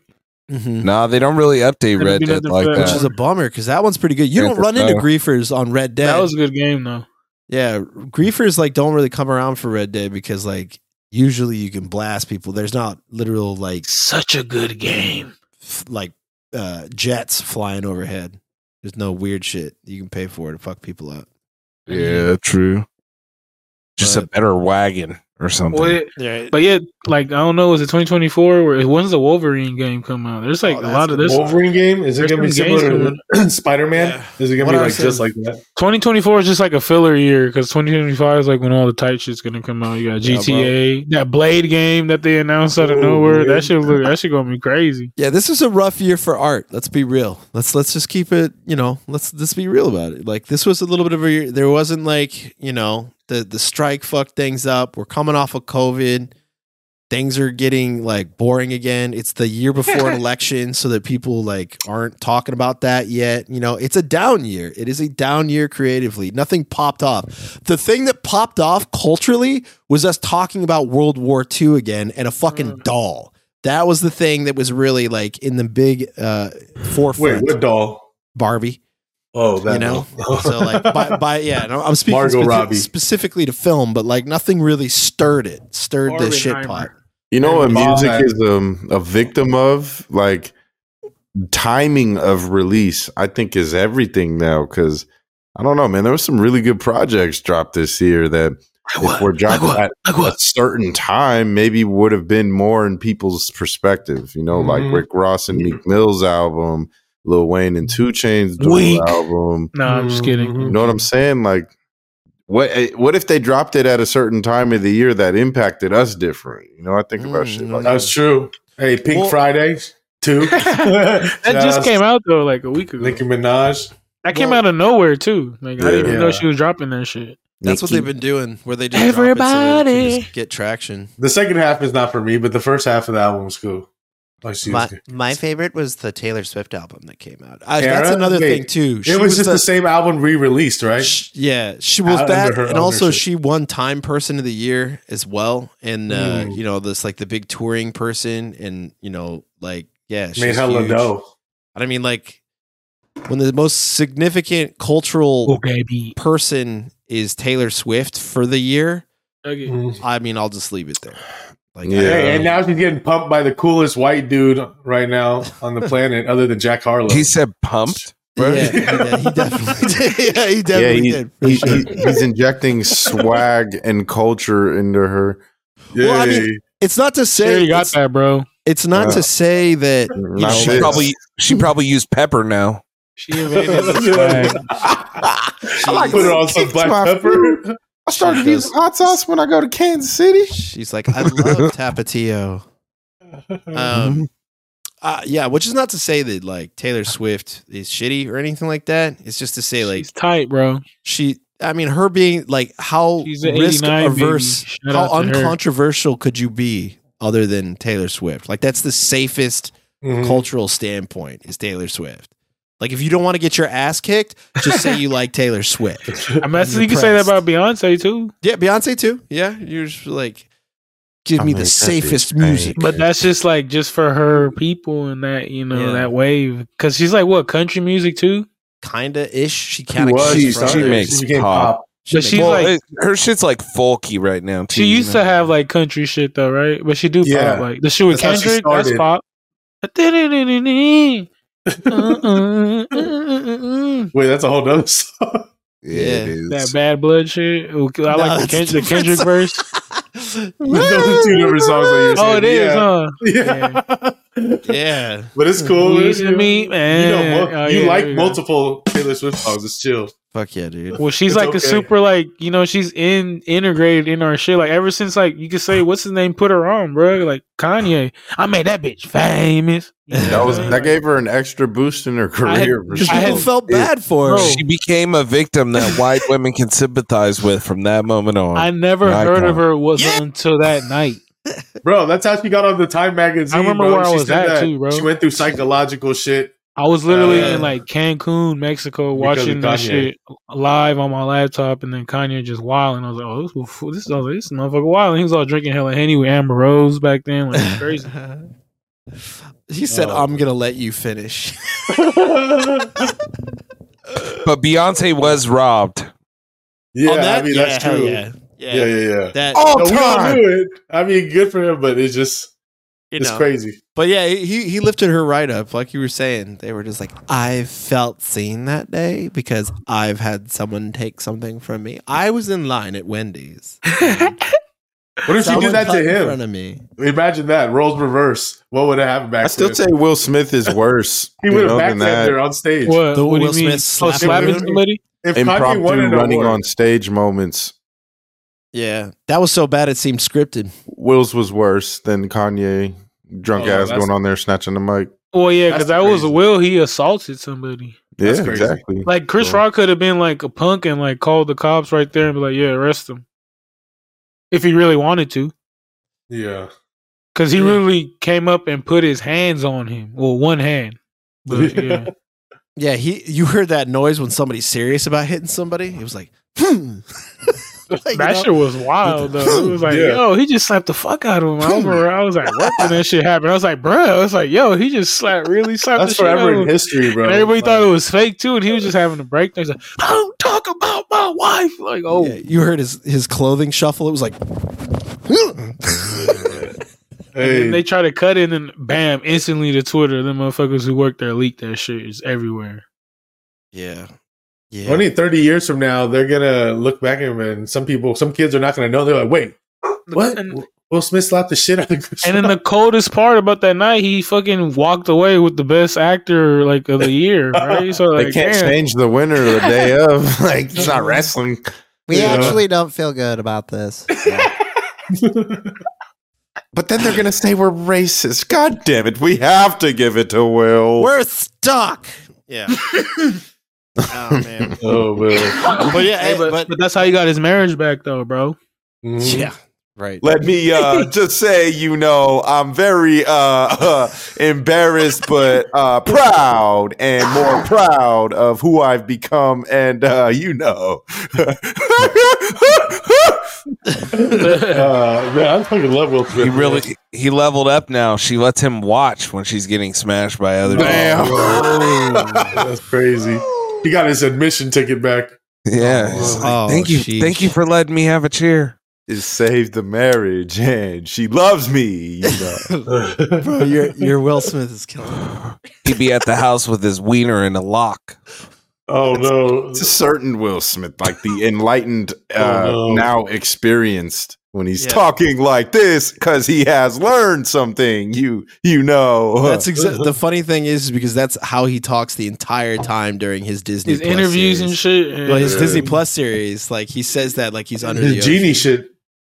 Speaker 3: Mhm.
Speaker 4: Nah, they don't really update
Speaker 5: It'll
Speaker 4: Red
Speaker 5: be
Speaker 4: Dead
Speaker 5: another
Speaker 4: like
Speaker 5: fair-
Speaker 3: Which
Speaker 4: that.
Speaker 3: is a bummer because that one's pretty good. You
Speaker 4: Uh, Grand
Speaker 3: don't run
Speaker 4: Theft
Speaker 3: into
Speaker 4: Auto.
Speaker 3: griefers on Red Dead.
Speaker 5: That was a good game though.
Speaker 3: yeah, griefers like don't really come around for Red Dead because like usually you can blast people. There's not literal like
Speaker 5: Such a good game.
Speaker 3: f- like uh, jets flying overhead. There's no weird shit you can pay for to fuck people up.
Speaker 4: yeah, true. Just a
Speaker 3: But-
Speaker 4: better wagon or something.
Speaker 5: Well, it-
Speaker 3: Yeah,
Speaker 5: but yeah, like I don't know, was it 2024? Where when's the Wolverine game come out? There's like
Speaker 3: Oh,
Speaker 5: a
Speaker 3: that's
Speaker 5: lot of this.
Speaker 1: Wolverine game is it
Speaker 5: there's
Speaker 1: going to be
Speaker 5: some games
Speaker 1: similar *clears throat* to Spider Man? Is it going
Speaker 3: What
Speaker 1: to be
Speaker 3: I
Speaker 1: like
Speaker 3: said-
Speaker 1: just like that?
Speaker 5: 2024 is just like a filler year because 2025 is like when all the tight shit's gonna come out. You got
Speaker 3: Yeah,
Speaker 5: GTA, that Blade game that they announced out of
Speaker 1: Ooh,
Speaker 5: nowhere.
Speaker 1: yeah.
Speaker 5: That shit look that shit gonna be crazy.
Speaker 3: yeah. This is a rough year for art. Let's be real. Let's let's just keep it. You know, let's let's be real about it. Like this was a little bit of a year. There wasn't like you know the the strike fucked things up. We're coming off of COVID. Things are getting like boring again. It's the year before an election, so that people like aren't talking about that yet. You know, it's a down year. It is a down year creatively. Nothing popped off. The thing that popped off culturally was us talking about World War II again and a fucking
Speaker 5: Mm.
Speaker 3: doll. That was the thing that was really like in the big uh
Speaker 1: Wait,
Speaker 3: forefront.
Speaker 1: what doll?
Speaker 3: Barbie.
Speaker 1: Oh, that
Speaker 3: You know?
Speaker 1: doll.
Speaker 3: *laughs*
Speaker 1: *laughs*
Speaker 3: So like by, by yeah, no, I'm speaking
Speaker 1: Margot
Speaker 3: speci-
Speaker 1: Robbie.
Speaker 3: specifically to film, but like nothing really stirred it, stirred the shit
Speaker 5: Barbenheimer.
Speaker 3: pot.
Speaker 2: You know what
Speaker 1: And
Speaker 2: music
Speaker 1: Bob-
Speaker 2: is um, a victim of? Like timing of release, I think is everything now. Because I don't know, man. There was some really good projects dropped this year that if we're dropping at a certain time, maybe would have been more in people's perspective. You know, like
Speaker 1: Mhm.
Speaker 2: Rick Ross and Meek Mill's album, Lil Wayne and Two Chain's dual
Speaker 6: Weak.
Speaker 2: album.
Speaker 5: No, I'm just kidding.
Speaker 2: You know what I'm saying? Like, what eh, what if they dropped it at a certain time of the year that impacted us different? You know, I think
Speaker 3: Mm,
Speaker 2: about shit
Speaker 3: no,
Speaker 2: like
Speaker 1: That's true. Hey, Pink
Speaker 3: Well-
Speaker 1: Friday too. *laughs* that
Speaker 5: That just came out though, like a week ago.
Speaker 1: Nicki Minaj.
Speaker 5: that came
Speaker 3: well-
Speaker 5: out of nowhere too. Like I didn't
Speaker 2: Yeah.
Speaker 5: even know she was dropping that shit.
Speaker 3: That's what they've been doing, where they just
Speaker 5: Everybody.
Speaker 3: get traction.
Speaker 1: The second half is not for me, but the first half of the album was cool. Like she was
Speaker 3: My,
Speaker 1: good.
Speaker 3: my favorite was the Taylor Swift album that came out. I,
Speaker 1: Sarah?
Speaker 3: that's another
Speaker 1: Wait,
Speaker 3: thing too. She
Speaker 1: It was just
Speaker 3: the-
Speaker 1: the same album re-released, right?
Speaker 3: Sh- yeah, she was
Speaker 1: Out
Speaker 3: that,
Speaker 1: under her
Speaker 3: and also
Speaker 1: ownership.
Speaker 3: she won Time Person of the Year as well, and uh,
Speaker 1: Mm.
Speaker 3: you know this like the big touring person, and you know like yeah, she's
Speaker 1: Made hella
Speaker 3: huge.
Speaker 1: dough.
Speaker 3: I mean, like when the most significant cultural
Speaker 5: Oh, baby.
Speaker 3: person is Taylor Swift for the year.
Speaker 5: Okay.
Speaker 1: Mhm.
Speaker 3: I mean, I'll just leave it there. Like,
Speaker 2: Yeah.
Speaker 1: Hey, and now she's getting pumped by the coolest white dude right now on the planet, other than Jack Harlow.
Speaker 4: he said pumped.
Speaker 3: yeah,
Speaker 1: *laughs*
Speaker 3: yeah, he definitely did. *laughs* Yeah, he
Speaker 2: yeah,
Speaker 3: definitely
Speaker 2: he-
Speaker 3: did. for
Speaker 2: he-
Speaker 3: sure.
Speaker 2: he- he's injecting *laughs* swag and culture into her.
Speaker 3: Well, I mean,
Speaker 1: Yay.
Speaker 3: It's not to say
Speaker 5: Sure, you got
Speaker 3: it's,
Speaker 5: that, bro.
Speaker 3: it's not
Speaker 2: Yeah.
Speaker 3: to say that
Speaker 2: Not
Speaker 3: know,
Speaker 4: she
Speaker 2: this.
Speaker 4: probably she probably used pepper now.
Speaker 5: She invaded *laughs* the swag.
Speaker 1: I like put it on some
Speaker 2: Jeez.
Speaker 1: black
Speaker 2: My
Speaker 1: pepper. *laughs*
Speaker 2: I
Speaker 3: started using
Speaker 2: hot sauce when I go to Kansas City.
Speaker 3: she's like, I
Speaker 2: *laughs*
Speaker 3: love Tapatio.
Speaker 2: Mm-hmm.
Speaker 3: Um, uh, yeah, which is not to say that like Taylor Swift is shitty or anything like that. It's just to say like
Speaker 5: She's tight, bro.
Speaker 3: she i mean her being like how
Speaker 5: She's an
Speaker 3: risk
Speaker 5: 89 baby.
Speaker 3: averse
Speaker 5: Shout
Speaker 3: how
Speaker 5: out to her.
Speaker 3: uncontroversial could you be other than taylor swift like that's the safest
Speaker 2: Mm-hmm.
Speaker 1: Mhm.
Speaker 3: cultural standpoint is taylor swift like if you don't want to get your ass kicked just say you like taylor swift
Speaker 2: *laughs*
Speaker 5: I mean, that's- you can say that about Beyonce too.
Speaker 3: yeah beyonce too yeah you're just like give
Speaker 2: I
Speaker 3: me
Speaker 2: mean,
Speaker 3: the
Speaker 2: that's
Speaker 3: safest
Speaker 2: insane.
Speaker 3: music
Speaker 5: But that's just like just for her people and that you know
Speaker 3: Yeah.
Speaker 5: that wave because she's like what country music too.
Speaker 3: kinda ish she
Speaker 1: She
Speaker 3: kind of
Speaker 1: was,
Speaker 4: she's-
Speaker 1: started.
Speaker 4: she makes
Speaker 1: became
Speaker 4: pop.
Speaker 5: But she's
Speaker 4: well, *laughs*
Speaker 5: like
Speaker 4: it- her shit's like folky right now. Too,
Speaker 5: she
Speaker 4: you
Speaker 5: used
Speaker 4: know?
Speaker 5: to have like country shit though, right? But she do
Speaker 1: Yeah.
Speaker 5: pop like the shit with
Speaker 1: That's how she
Speaker 5: Kendrick. That's
Speaker 1: started. *laughs*
Speaker 5: pop. *laughs* that
Speaker 1: Wait, that's a whole nother *laughs* song.
Speaker 4: Yeah, it is.
Speaker 5: bad blood shit. I like the, Ken-
Speaker 3: that's
Speaker 5: the Kendrick
Speaker 1: *laughs*
Speaker 5: verse.
Speaker 1: *laughs* Those are two different songs that you're
Speaker 5: Oh, it is,
Speaker 1: yeah.
Speaker 5: huh?
Speaker 1: Yeah.
Speaker 3: *laughs* yeah
Speaker 1: but it's cool.
Speaker 5: We
Speaker 1: It's
Speaker 5: the
Speaker 1: cool.
Speaker 5: meat,
Speaker 1: You,
Speaker 5: man.
Speaker 1: know, mul-
Speaker 5: Oh,
Speaker 1: you
Speaker 5: yeah,
Speaker 1: like
Speaker 5: there you go.
Speaker 1: multiple Taylor Swift songs. It's chill.
Speaker 3: fuck yeah dude
Speaker 1: *laughs*
Speaker 5: Well, she's
Speaker 1: It's
Speaker 5: like
Speaker 1: okay.
Speaker 5: a super like you know she's in integrated in our shit. Like ever since like you
Speaker 1: *sighs*
Speaker 5: could say what's his name put her on, bro. Like Kanye, I made that bitch famous. You know
Speaker 2: That was
Speaker 5: what I'm
Speaker 1: *laughs*
Speaker 2: that
Speaker 5: saying?
Speaker 2: gave her an extra boost in her career. for
Speaker 3: because
Speaker 2: sure.
Speaker 5: I
Speaker 3: people
Speaker 5: had-
Speaker 3: felt bad for her
Speaker 1: *laughs*
Speaker 5: Bro.
Speaker 4: She became a victim that white women can sympathize with from that moment on.
Speaker 5: *laughs* I never
Speaker 4: Icon.
Speaker 5: heard of her was
Speaker 3: Yeah.
Speaker 5: until that night.
Speaker 1: bro. That's how she got on the Time magazine.
Speaker 5: I remember
Speaker 1: bro.
Speaker 5: where I
Speaker 1: She
Speaker 5: was
Speaker 1: said
Speaker 5: at, too, bro.
Speaker 1: She went through psychological shit.
Speaker 5: I was literally
Speaker 1: Uh,
Speaker 5: in like Cancun, Mexico,
Speaker 1: because of
Speaker 5: watching that
Speaker 1: Kanye.
Speaker 5: shit live on my laptop, and then Kanye just wild, and I was like, "Oh, this fool- fool- this, I was like, this motherfucker wild." And he was all drinking hella henny with Amber Rose back then, like
Speaker 1: *laughs*
Speaker 5: it's crazy.
Speaker 3: *laughs* He said,
Speaker 1: Oh,
Speaker 3: "I'm gonna let you finish." *laughs*
Speaker 4: But Beyonce was robbed.
Speaker 1: Yeah,
Speaker 3: On that?
Speaker 1: I mean that's
Speaker 3: hell
Speaker 1: true. Yeah,
Speaker 3: Yeah, yeah,
Speaker 1: yeah, yeah.
Speaker 3: That
Speaker 1: Oh, no, we all knew it. I mean, good for him, but it's just
Speaker 3: you
Speaker 1: it's
Speaker 3: know.
Speaker 1: crazy.
Speaker 3: But yeah, he he lifted her right up, like you were saying. They were just like, "I felt seen that day because I've had someone take something from me. I was in line at Wendy's.
Speaker 1: What if *laughs* she
Speaker 3: Someone
Speaker 1: did that
Speaker 3: cut
Speaker 1: to
Speaker 3: in
Speaker 1: him?
Speaker 3: front of me.
Speaker 1: Imagine that roles reverse. What would have happened back?
Speaker 2: I still
Speaker 1: then?
Speaker 2: say Will Smith *laughs* is worse.
Speaker 1: he
Speaker 2: you
Speaker 1: would have
Speaker 2: know, than
Speaker 1: backstabbed
Speaker 2: that.
Speaker 1: her on stage.
Speaker 5: What?
Speaker 3: The
Speaker 5: what do
Speaker 3: Will
Speaker 5: you mean?
Speaker 3: Smith
Speaker 5: Oh,
Speaker 3: slapping
Speaker 5: slapping
Speaker 1: him?
Speaker 5: somebody?
Speaker 1: If Kanye won
Speaker 2: Impromptu
Speaker 1: an
Speaker 2: running
Speaker 1: award,
Speaker 2: on stage moments.
Speaker 3: Yeah, that was so bad it seemed scripted.
Speaker 2: Will's was worse than Kanye. Drunk
Speaker 1: Oh,
Speaker 2: ass
Speaker 1: that's-
Speaker 2: going on there snatching the mic.
Speaker 5: Well, yeah,
Speaker 1: That's
Speaker 5: because that was
Speaker 1: crazy.
Speaker 5: Will. He assaulted somebody.
Speaker 2: Yeah,
Speaker 1: That's crazy.
Speaker 2: exactly.
Speaker 5: Like Chris
Speaker 2: Yeah.
Speaker 5: Rock could have been like a punk and like called the cops right there and be like, "Yeah, arrest him," if he really wanted to.
Speaker 1: yeah,
Speaker 5: Because he really came up and put his hands on him. Well, one hand.
Speaker 1: *laughs*
Speaker 5: But, yeah.
Speaker 3: Yeah, he you heard that noise when somebody's serious about hitting somebody. It was like, *laughs* hmm. Like, you
Speaker 5: that
Speaker 3: know?
Speaker 5: shit was wild, though. It was like,
Speaker 1: Yeah.
Speaker 5: yo, he just slapped the fuck out of him. I remember I was like, what when that shit happened? I was like, bruh. I was like, yo, he just slapped, really slapped
Speaker 1: that's
Speaker 5: the shit out of
Speaker 1: forever
Speaker 5: him.
Speaker 1: in history, bro.
Speaker 5: and everybody
Speaker 1: Like,
Speaker 5: thought it was fake, too. And he was just having a break. He's like, I don't talk about my wife. Like, oh,
Speaker 3: Yeah, you heard his his clothing shuffle. It was like, *laughs*
Speaker 1: hey,
Speaker 5: And they try to cut in and bam, instantly to Twitter. Them motherfuckers who work there leak that shit is everywhere.
Speaker 3: yeah, yeah.
Speaker 1: 20, 30 years from now, they're gonna look back at him, and some people, some kids are not gonna know. They're like, wait, what?
Speaker 5: And,
Speaker 1: Will Smith slapped the shit out of Chris
Speaker 5: *laughs* and
Speaker 2: *laughs*
Speaker 5: then the
Speaker 1: Rock.
Speaker 5: coldest part about that night, he fucking walked away with the best actor like of the
Speaker 2: *laughs*
Speaker 5: year, right? So
Speaker 2: They
Speaker 5: like,
Speaker 2: can't
Speaker 5: damn.
Speaker 2: change the winner the
Speaker 5: *laughs*
Speaker 2: day of. *laughs* Like it's not wrestling.
Speaker 7: We
Speaker 1: Yeah.
Speaker 7: actually don't feel good about this.
Speaker 2: But then they're gonna say we're racist. God damn it! We have to give it to
Speaker 3: *laughs*
Speaker 2: Will.
Speaker 3: We're stuck. Yeah. oh man.
Speaker 1: oh, Will.
Speaker 3: But yeah,
Speaker 5: Hey,
Speaker 3: eh,
Speaker 5: but,
Speaker 3: but,
Speaker 5: but that's how you got his marriage back, though, bro. Mm.
Speaker 1: Mhm.
Speaker 5: *laughs*
Speaker 3: yeah, right.
Speaker 2: Let me uh, just say, you know, I'm very uh, uh, *laughs* embarrassed, but uh, proud and more proud of who I've become. And, uh, you know, *laughs*
Speaker 1: Uh, man, I fucking love Will Smith.
Speaker 4: He really he leveled up now. She lets him watch when she's getting smashed by other people.
Speaker 2: damn.
Speaker 1: That's crazy. He got his admission ticket back.
Speaker 4: Yeah. it's like,
Speaker 3: Oh,
Speaker 4: thank you.
Speaker 3: sheesh.
Speaker 4: Thank you for letting me have a cheer.
Speaker 2: It saved the marriage, and she loves me. You know.
Speaker 3: Bro, your your Will Smith is killing. me.
Speaker 4: He'd be at the house with his wiener in a lock.
Speaker 1: oh no.
Speaker 2: It's a certain Will Smith, like the
Speaker 5: *laughs*
Speaker 2: enlightened, uh,
Speaker 1: Oh, no.
Speaker 2: now experienced, when he's
Speaker 3: Yeah.
Speaker 2: talking like this because he has learned something. You, you know,
Speaker 3: *laughs* That's exa- the funny thing is because that's how he talks the entire time during his Disney
Speaker 5: His
Speaker 3: Plus
Speaker 5: interviews and
Speaker 3: series.
Speaker 5: shit. and-
Speaker 3: Well, his Disney Plus series, like he says that like he's under the
Speaker 1: His genie
Speaker 3: ocean.
Speaker 1: shit.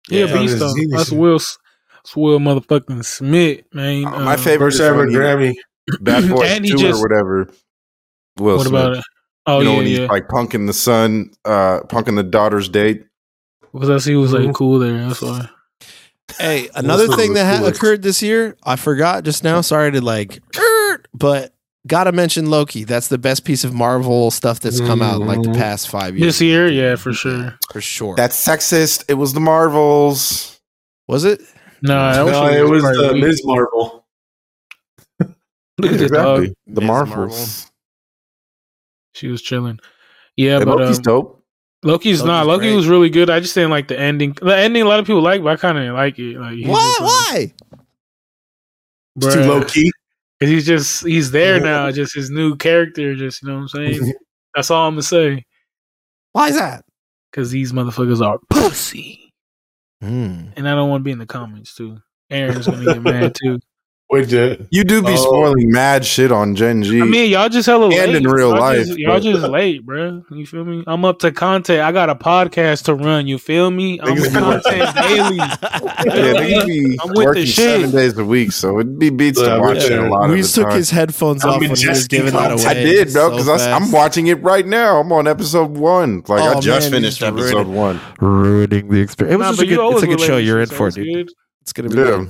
Speaker 5: yeah,
Speaker 1: Yeah.
Speaker 5: beast though.
Speaker 1: Genius.
Speaker 5: That's Will. S- That's Will motherfucking Smith,
Speaker 2: *laughs*
Speaker 5: man.
Speaker 2: Uh, my
Speaker 5: Um,
Speaker 2: favorite
Speaker 1: First
Speaker 2: is
Speaker 1: ever
Speaker 2: when he-
Speaker 1: Grammy.
Speaker 2: *laughs* Bad Boys
Speaker 5: And he
Speaker 2: Two
Speaker 5: just-
Speaker 2: or whatever. Will
Speaker 5: What
Speaker 2: Smith.
Speaker 5: about it? Oh
Speaker 2: you know when
Speaker 5: yeah,
Speaker 2: he's
Speaker 5: yeah.
Speaker 2: like punking the son, uh, punking the daughter's date.
Speaker 5: Because I see he was
Speaker 2: Mhm.
Speaker 5: like cool there. That's why.
Speaker 3: Hey, another
Speaker 1: Smith
Speaker 3: thing
Speaker 1: was
Speaker 3: that ha-
Speaker 1: coolest.
Speaker 3: occurred this year, I forgot just now. Sorry to like, er, but gotta mention Loki. That's the best piece of Marvel stuff that's come out in, like the past five years
Speaker 5: This year, yeah, for sure.
Speaker 3: for sure.
Speaker 2: That's sexist. It was the
Speaker 5: *laughs*
Speaker 2: Marvels.
Speaker 3: was it?
Speaker 5: No, that
Speaker 1: No,
Speaker 5: shit
Speaker 1: it was
Speaker 5: probably
Speaker 2: uh,
Speaker 1: the
Speaker 5: weak.
Speaker 1: Ms. Marvel.
Speaker 5: Look at this *laughs* dog.
Speaker 2: The
Speaker 3: Ms.
Speaker 2: Marvels.
Speaker 3: Marvel.
Speaker 5: She was chilling. Yeah,
Speaker 2: Hey,
Speaker 5: but
Speaker 2: Loki's
Speaker 5: um,
Speaker 2: dope.
Speaker 5: Loki's, not.
Speaker 3: Loki's
Speaker 5: Loki
Speaker 3: great.
Speaker 5: was really good. I just didn't like the ending. The ending a lot of people like, but I kind of didn't like it. Like he's
Speaker 3: Why?
Speaker 5: just like,
Speaker 3: Why?
Speaker 1: It's too
Speaker 5: bruh.
Speaker 1: low key.
Speaker 5: 'Cause he's just he's there now. Just his new character. Just you know what I'm
Speaker 2: *laughs*
Speaker 5: saying. That's all I'm gonna say.
Speaker 3: Why is that?
Speaker 5: Because these motherfuckers are pussy, *laughs*
Speaker 3: Hmm.
Speaker 5: and I don't want to be in the comments too. Aaron's gonna
Speaker 2: *laughs*
Speaker 5: get mad too.
Speaker 1: Wait, did-
Speaker 2: You do be
Speaker 1: Oh.
Speaker 2: spoiling mad shit on Gen G.
Speaker 5: I mean, y'all just hella
Speaker 2: And
Speaker 5: late.
Speaker 2: in real
Speaker 5: y'all
Speaker 2: life,
Speaker 5: just, y'all
Speaker 2: but-
Speaker 5: just late, bro. You feel me? I'm up to content. I got a podcast to run. You feel me? I'm
Speaker 2: Niggas be
Speaker 5: content
Speaker 2: *laughs*
Speaker 5: daily.
Speaker 2: yeah,
Speaker 5: Yeah,
Speaker 2: niggas be
Speaker 5: I'm with the
Speaker 2: working
Speaker 5: shit.
Speaker 2: seven days a week, so it'd be beats
Speaker 1: Yeah,
Speaker 2: to watch it a
Speaker 1: yeah.
Speaker 2: lot
Speaker 3: We
Speaker 2: of the
Speaker 3: took
Speaker 2: time.
Speaker 3: his headphones
Speaker 1: I'm
Speaker 3: off when he was
Speaker 1: ingesting
Speaker 3: giving that away.
Speaker 2: I did, bro, because
Speaker 3: So
Speaker 2: I'm
Speaker 3: fast.
Speaker 2: watching it right now. I'm on episode one. Like
Speaker 3: Oh,
Speaker 2: I just
Speaker 3: man,
Speaker 2: finished
Speaker 3: he's
Speaker 2: episode
Speaker 3: ruining-
Speaker 2: one.
Speaker 3: ruining the experience. It was
Speaker 5: Nah,
Speaker 3: just
Speaker 5: but
Speaker 3: a
Speaker 5: you
Speaker 3: good,
Speaker 5: always
Speaker 3: it's a good
Speaker 5: were
Speaker 3: show.
Speaker 5: late,
Speaker 3: You're in
Speaker 5: so
Speaker 3: for,
Speaker 5: it's
Speaker 3: dude.
Speaker 5: good.
Speaker 3: It's gonna be
Speaker 2: Yeah.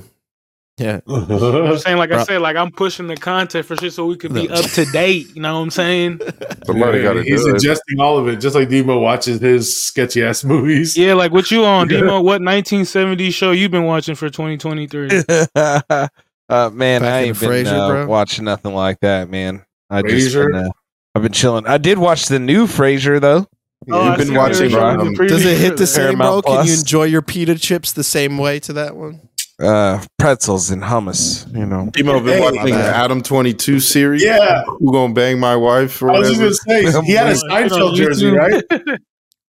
Speaker 3: yeah.
Speaker 1: *laughs*
Speaker 5: I'm saying, like I
Speaker 3: Bro.
Speaker 5: said, like I'm pushing the content for shit so we could be up to date.
Speaker 3: *laughs*
Speaker 5: You know what I'm saying?
Speaker 2: Somebody
Speaker 1: Yeah,
Speaker 2: got to
Speaker 1: He's
Speaker 2: do it.
Speaker 1: adjusting all of it, just like Demo watches his sketchy ass *laughs* movies.
Speaker 5: Yeah, like what you on,
Speaker 1: Yeah.
Speaker 5: Demo? What 1970s show you been watching for 2023?
Speaker 4: *laughs* uh, man,
Speaker 3: Back
Speaker 4: I
Speaker 3: into
Speaker 4: ain't been
Speaker 3: Frasier,
Speaker 4: uh,
Speaker 3: bro.
Speaker 4: watching nothing like that, man. I just
Speaker 1: Frasier?
Speaker 4: been, uh, I've been chilling. I did watch the new Frasier though.
Speaker 5: Oh, I
Speaker 2: You've
Speaker 5: see
Speaker 2: been
Speaker 5: what you're
Speaker 2: watching.
Speaker 5: showing the
Speaker 2: Um,
Speaker 5: preview
Speaker 3: Does it
Speaker 5: for
Speaker 3: hit the
Speaker 5: that.
Speaker 3: same, bro?
Speaker 4: Paramount
Speaker 3: Can you
Speaker 4: Plus.
Speaker 3: enjoy your pita chips the same way to that one?
Speaker 4: Uh, pretzels and hummus. You know,
Speaker 2: Demo been
Speaker 1: Hey,
Speaker 2: watching the
Speaker 3: man.
Speaker 2: Adam Twenty Two series.
Speaker 1: Yeah.
Speaker 2: who gonna bang my wife or
Speaker 1: I was just
Speaker 2: whatever?
Speaker 1: gonna say he had a Seinfeld jersey,
Speaker 4: *laughs*
Speaker 1: right?
Speaker 4: a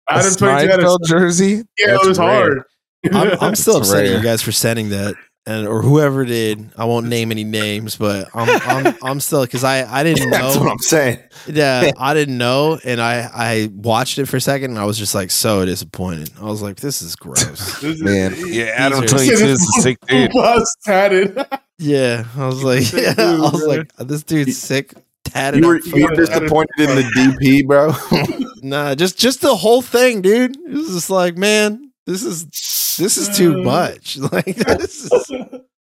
Speaker 1: Adam Twenty Two had a
Speaker 4: Seinfeld jersey.
Speaker 1: yeah, it
Speaker 4: That's
Speaker 1: was
Speaker 4: rare.
Speaker 1: hard.
Speaker 2: *laughs*
Speaker 3: I'm,
Speaker 1: *laughs*
Speaker 3: I'm still
Speaker 4: It's
Speaker 3: upset at
Speaker 4: rare.
Speaker 3: you guys for sending that, and or whoever did. I won't name any names, but I'm
Speaker 2: *laughs*
Speaker 3: I'm, I'm still because I I didn't
Speaker 2: That's what
Speaker 3: know.
Speaker 2: I'm *laughs* saying.
Speaker 3: Yeah, I didn't know, and I I watched it for a second, and I was just like so disappointed. I was like, this is
Speaker 2: *laughs*
Speaker 3: gross.
Speaker 4: Man, yeah, Adam
Speaker 3: are-
Speaker 4: Twenty Two is
Speaker 1: *laughs*
Speaker 4: a sick dude.
Speaker 1: Bust
Speaker 4: *laughs*
Speaker 1: tatted. *laughs*
Speaker 3: yeah, I was like, yeah, *laughs* I was like, this dude's sick. Tatted
Speaker 2: You were,
Speaker 3: up
Speaker 2: you were
Speaker 3: front.
Speaker 2: disappointed in the DP, bro.
Speaker 3: nah, just just the whole thing, dude. It was just like, man, this is this is
Speaker 2: Uh,
Speaker 3: too much. *laughs* Like this is.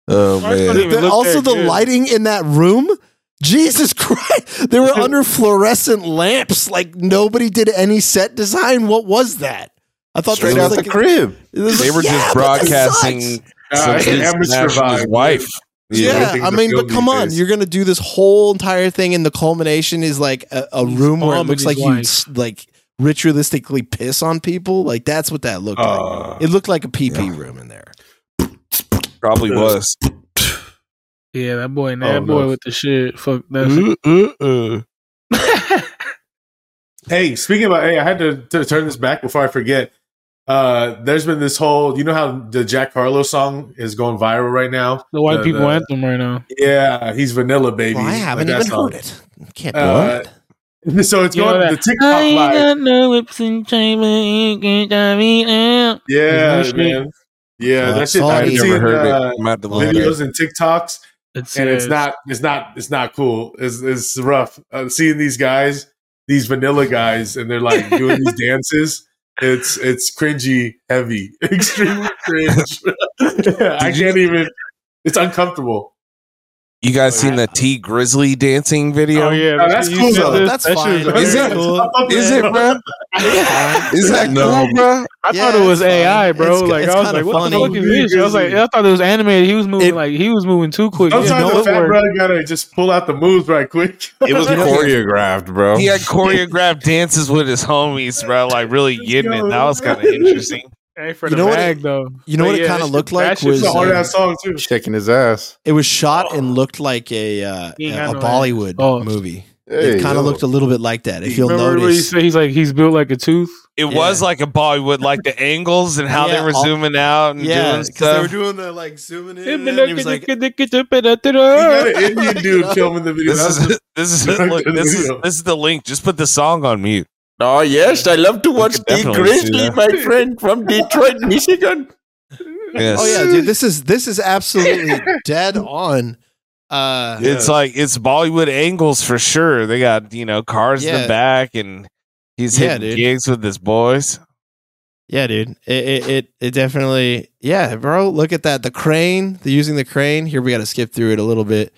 Speaker 4: Oh
Speaker 5: Seinfeld didn't
Speaker 4: man,
Speaker 5: even
Speaker 3: The-
Speaker 5: look
Speaker 3: also,
Speaker 5: that
Speaker 3: the
Speaker 5: good.
Speaker 3: lighting in that room, *laughs* Jesus Christ, they were under fluorescent lamps. Like nobody did any set design. What was that? I thought
Speaker 2: Straight
Speaker 3: this
Speaker 2: out
Speaker 3: was like
Speaker 2: the crib.
Speaker 3: it was-
Speaker 4: they were
Speaker 3: yeah,
Speaker 4: just
Speaker 3: but that
Speaker 4: broadcasting.
Speaker 3: sucks.
Speaker 1: Uh,
Speaker 4: some
Speaker 1: amateur
Speaker 4: amateur his
Speaker 1: vibe.
Speaker 4: wife.
Speaker 1: Yeah,
Speaker 3: Yeah,
Speaker 1: everything's
Speaker 3: I
Speaker 1: a
Speaker 3: mean,
Speaker 1: film
Speaker 3: but come
Speaker 1: these
Speaker 3: on,
Speaker 1: days.
Speaker 3: you're gonna do this whole entire thing, and the culmination is like a, a
Speaker 5: He's
Speaker 3: room where it
Speaker 5: on with
Speaker 3: looks like
Speaker 5: his
Speaker 3: you
Speaker 5: wife.
Speaker 3: s- like ritualistically piss on people. Like that's what that looked
Speaker 1: Uh,
Speaker 3: like. It looked like a PP room in there.
Speaker 4: Probably was.
Speaker 5: Yeah, that boy, that
Speaker 1: Oh,
Speaker 5: boy
Speaker 1: no.
Speaker 5: with the shit. Fuck
Speaker 3: Hmm?
Speaker 5: that.
Speaker 4: Ooh, ooh, ooh.
Speaker 5: shit.
Speaker 1: Hey, speaking about, hey, I had to, to turn this back before I forget. Uh, there's been this whole, you know how the Jack Carlo song is going viral right now?
Speaker 5: *laughs* the white
Speaker 1: The-
Speaker 5: people
Speaker 1: the-
Speaker 5: anthem
Speaker 3: *laughs*
Speaker 5: right now.
Speaker 1: Yeah, he's Vanilla Baby.
Speaker 3: Well, I
Speaker 1: Like
Speaker 3: haven't
Speaker 1: that
Speaker 3: even
Speaker 1: song.
Speaker 3: heard it. Can't
Speaker 1: Uh,
Speaker 3: believe
Speaker 1: *laughs*
Speaker 3: it.
Speaker 1: So it's
Speaker 5: You know
Speaker 1: going the
Speaker 5: that,
Speaker 1: TikTok live.
Speaker 5: no whips and chamber, you can't drive me out.
Speaker 1: Yeah,
Speaker 5: Is that
Speaker 1: man. Yeah,
Speaker 3: Oh,
Speaker 1: that shit.
Speaker 3: song
Speaker 1: I've
Speaker 4: I've
Speaker 1: been
Speaker 3: is-
Speaker 4: never
Speaker 1: seeing
Speaker 4: heard
Speaker 1: uh,
Speaker 4: it. I'm out to look it up.
Speaker 1: videos and TikToks,
Speaker 5: It's,
Speaker 1: and it's
Speaker 5: uh,
Speaker 1: not, it's not, it's not cool. It's it's rough. Uh, seeing these guys, these vanilla guys, and they're like doing
Speaker 4: *laughs*
Speaker 1: these dances. It's it's cringy, heavy, *laughs* extremely cringe. *laughs* I can't even. It's uncomfortable.
Speaker 4: You guys seen the T Grizzly dancing video?
Speaker 5: Oh yeah,
Speaker 1: Oh, that's
Speaker 5: you
Speaker 1: cool,
Speaker 5: said
Speaker 1: though.
Speaker 5: this?
Speaker 3: That's
Speaker 5: That shit
Speaker 3: fine.
Speaker 5: was-
Speaker 4: Is it?
Speaker 3: cool.
Speaker 4: Is it, bro?
Speaker 5: *laughs*
Speaker 4: Is that
Speaker 2: No.
Speaker 4: cool, bro?
Speaker 5: I
Speaker 3: Yeah,
Speaker 5: thought it was
Speaker 3: it's fine.
Speaker 5: AI, bro.
Speaker 3: It's-
Speaker 5: like
Speaker 3: it's
Speaker 5: I was
Speaker 3: kinda
Speaker 5: like, what the
Speaker 3: funny.
Speaker 5: fuck is this? I was like, I thought it was animated. He was moving
Speaker 3: It-
Speaker 5: like he was moving too quick. He
Speaker 1: Sometimes
Speaker 5: didn't know
Speaker 1: the fat
Speaker 5: what
Speaker 1: bro gotta just pull out the moves right quick. *laughs*
Speaker 2: It was choreographed, bro.
Speaker 4: He had choreographed dances with his homies, bro. Like really getting it. That was kind of interesting.
Speaker 5: Hey, for
Speaker 3: You
Speaker 5: the
Speaker 3: know what
Speaker 5: bag though.
Speaker 3: You know
Speaker 5: But
Speaker 3: what it
Speaker 5: yeah,
Speaker 3: kind
Speaker 5: that
Speaker 3: of
Speaker 5: shit-
Speaker 3: looked
Speaker 5: that
Speaker 3: like
Speaker 5: shit's
Speaker 3: was
Speaker 1: It's a hard
Speaker 3: uh,
Speaker 1: ass song too.
Speaker 2: shaking his ass.
Speaker 3: it was shot
Speaker 4: Oh.
Speaker 3: and looked like a uh,
Speaker 5: He ain't
Speaker 3: a
Speaker 5: got no
Speaker 3: Bollywood
Speaker 5: Oh.
Speaker 3: movie.
Speaker 2: Hey,
Speaker 3: it kind
Speaker 2: yo.
Speaker 3: of looked a little bit like that. If you'll
Speaker 5: Remember what he
Speaker 3: notice,
Speaker 5: said? He's like he's built like
Speaker 3: *laughs*
Speaker 5: a tooth.
Speaker 4: It was
Speaker 3: Yeah.
Speaker 4: like a Bollywood, like the angles and how
Speaker 3: Yeah,
Speaker 4: they were
Speaker 3: all-
Speaker 4: zooming out and doing stuff.
Speaker 3: doing the like zooming
Speaker 1: You got an Indian
Speaker 4: *laughs*
Speaker 1: dude filming the video.
Speaker 4: this
Speaker 1: That's
Speaker 4: is *laughs* this is look, this is
Speaker 1: Video.
Speaker 4: this is the link. Just put the song on mute.
Speaker 2: Oh yes, I love to watch
Speaker 4: could
Speaker 2: Dick
Speaker 4: definitely see
Speaker 2: Grizzly,
Speaker 4: that.
Speaker 2: my friend from Detroit, *laughs* Michigan.
Speaker 4: Yes.
Speaker 3: Oh yeah, dude, this is this is
Speaker 4: *laughs*
Speaker 3: absolutely dead on. Uh,
Speaker 1: Yeah.
Speaker 4: It's like it's Bollywood angles for sure. They got you know cars in
Speaker 3: Yeah.
Speaker 4: the back, and he's
Speaker 3: Yeah,
Speaker 4: hitting
Speaker 3: dude.
Speaker 4: gigs with his boys.
Speaker 3: yeah, dude, it, it it it definitely yeah, bro. Look at that, the crane, the using the crane. Here we got to skip through it a little bit.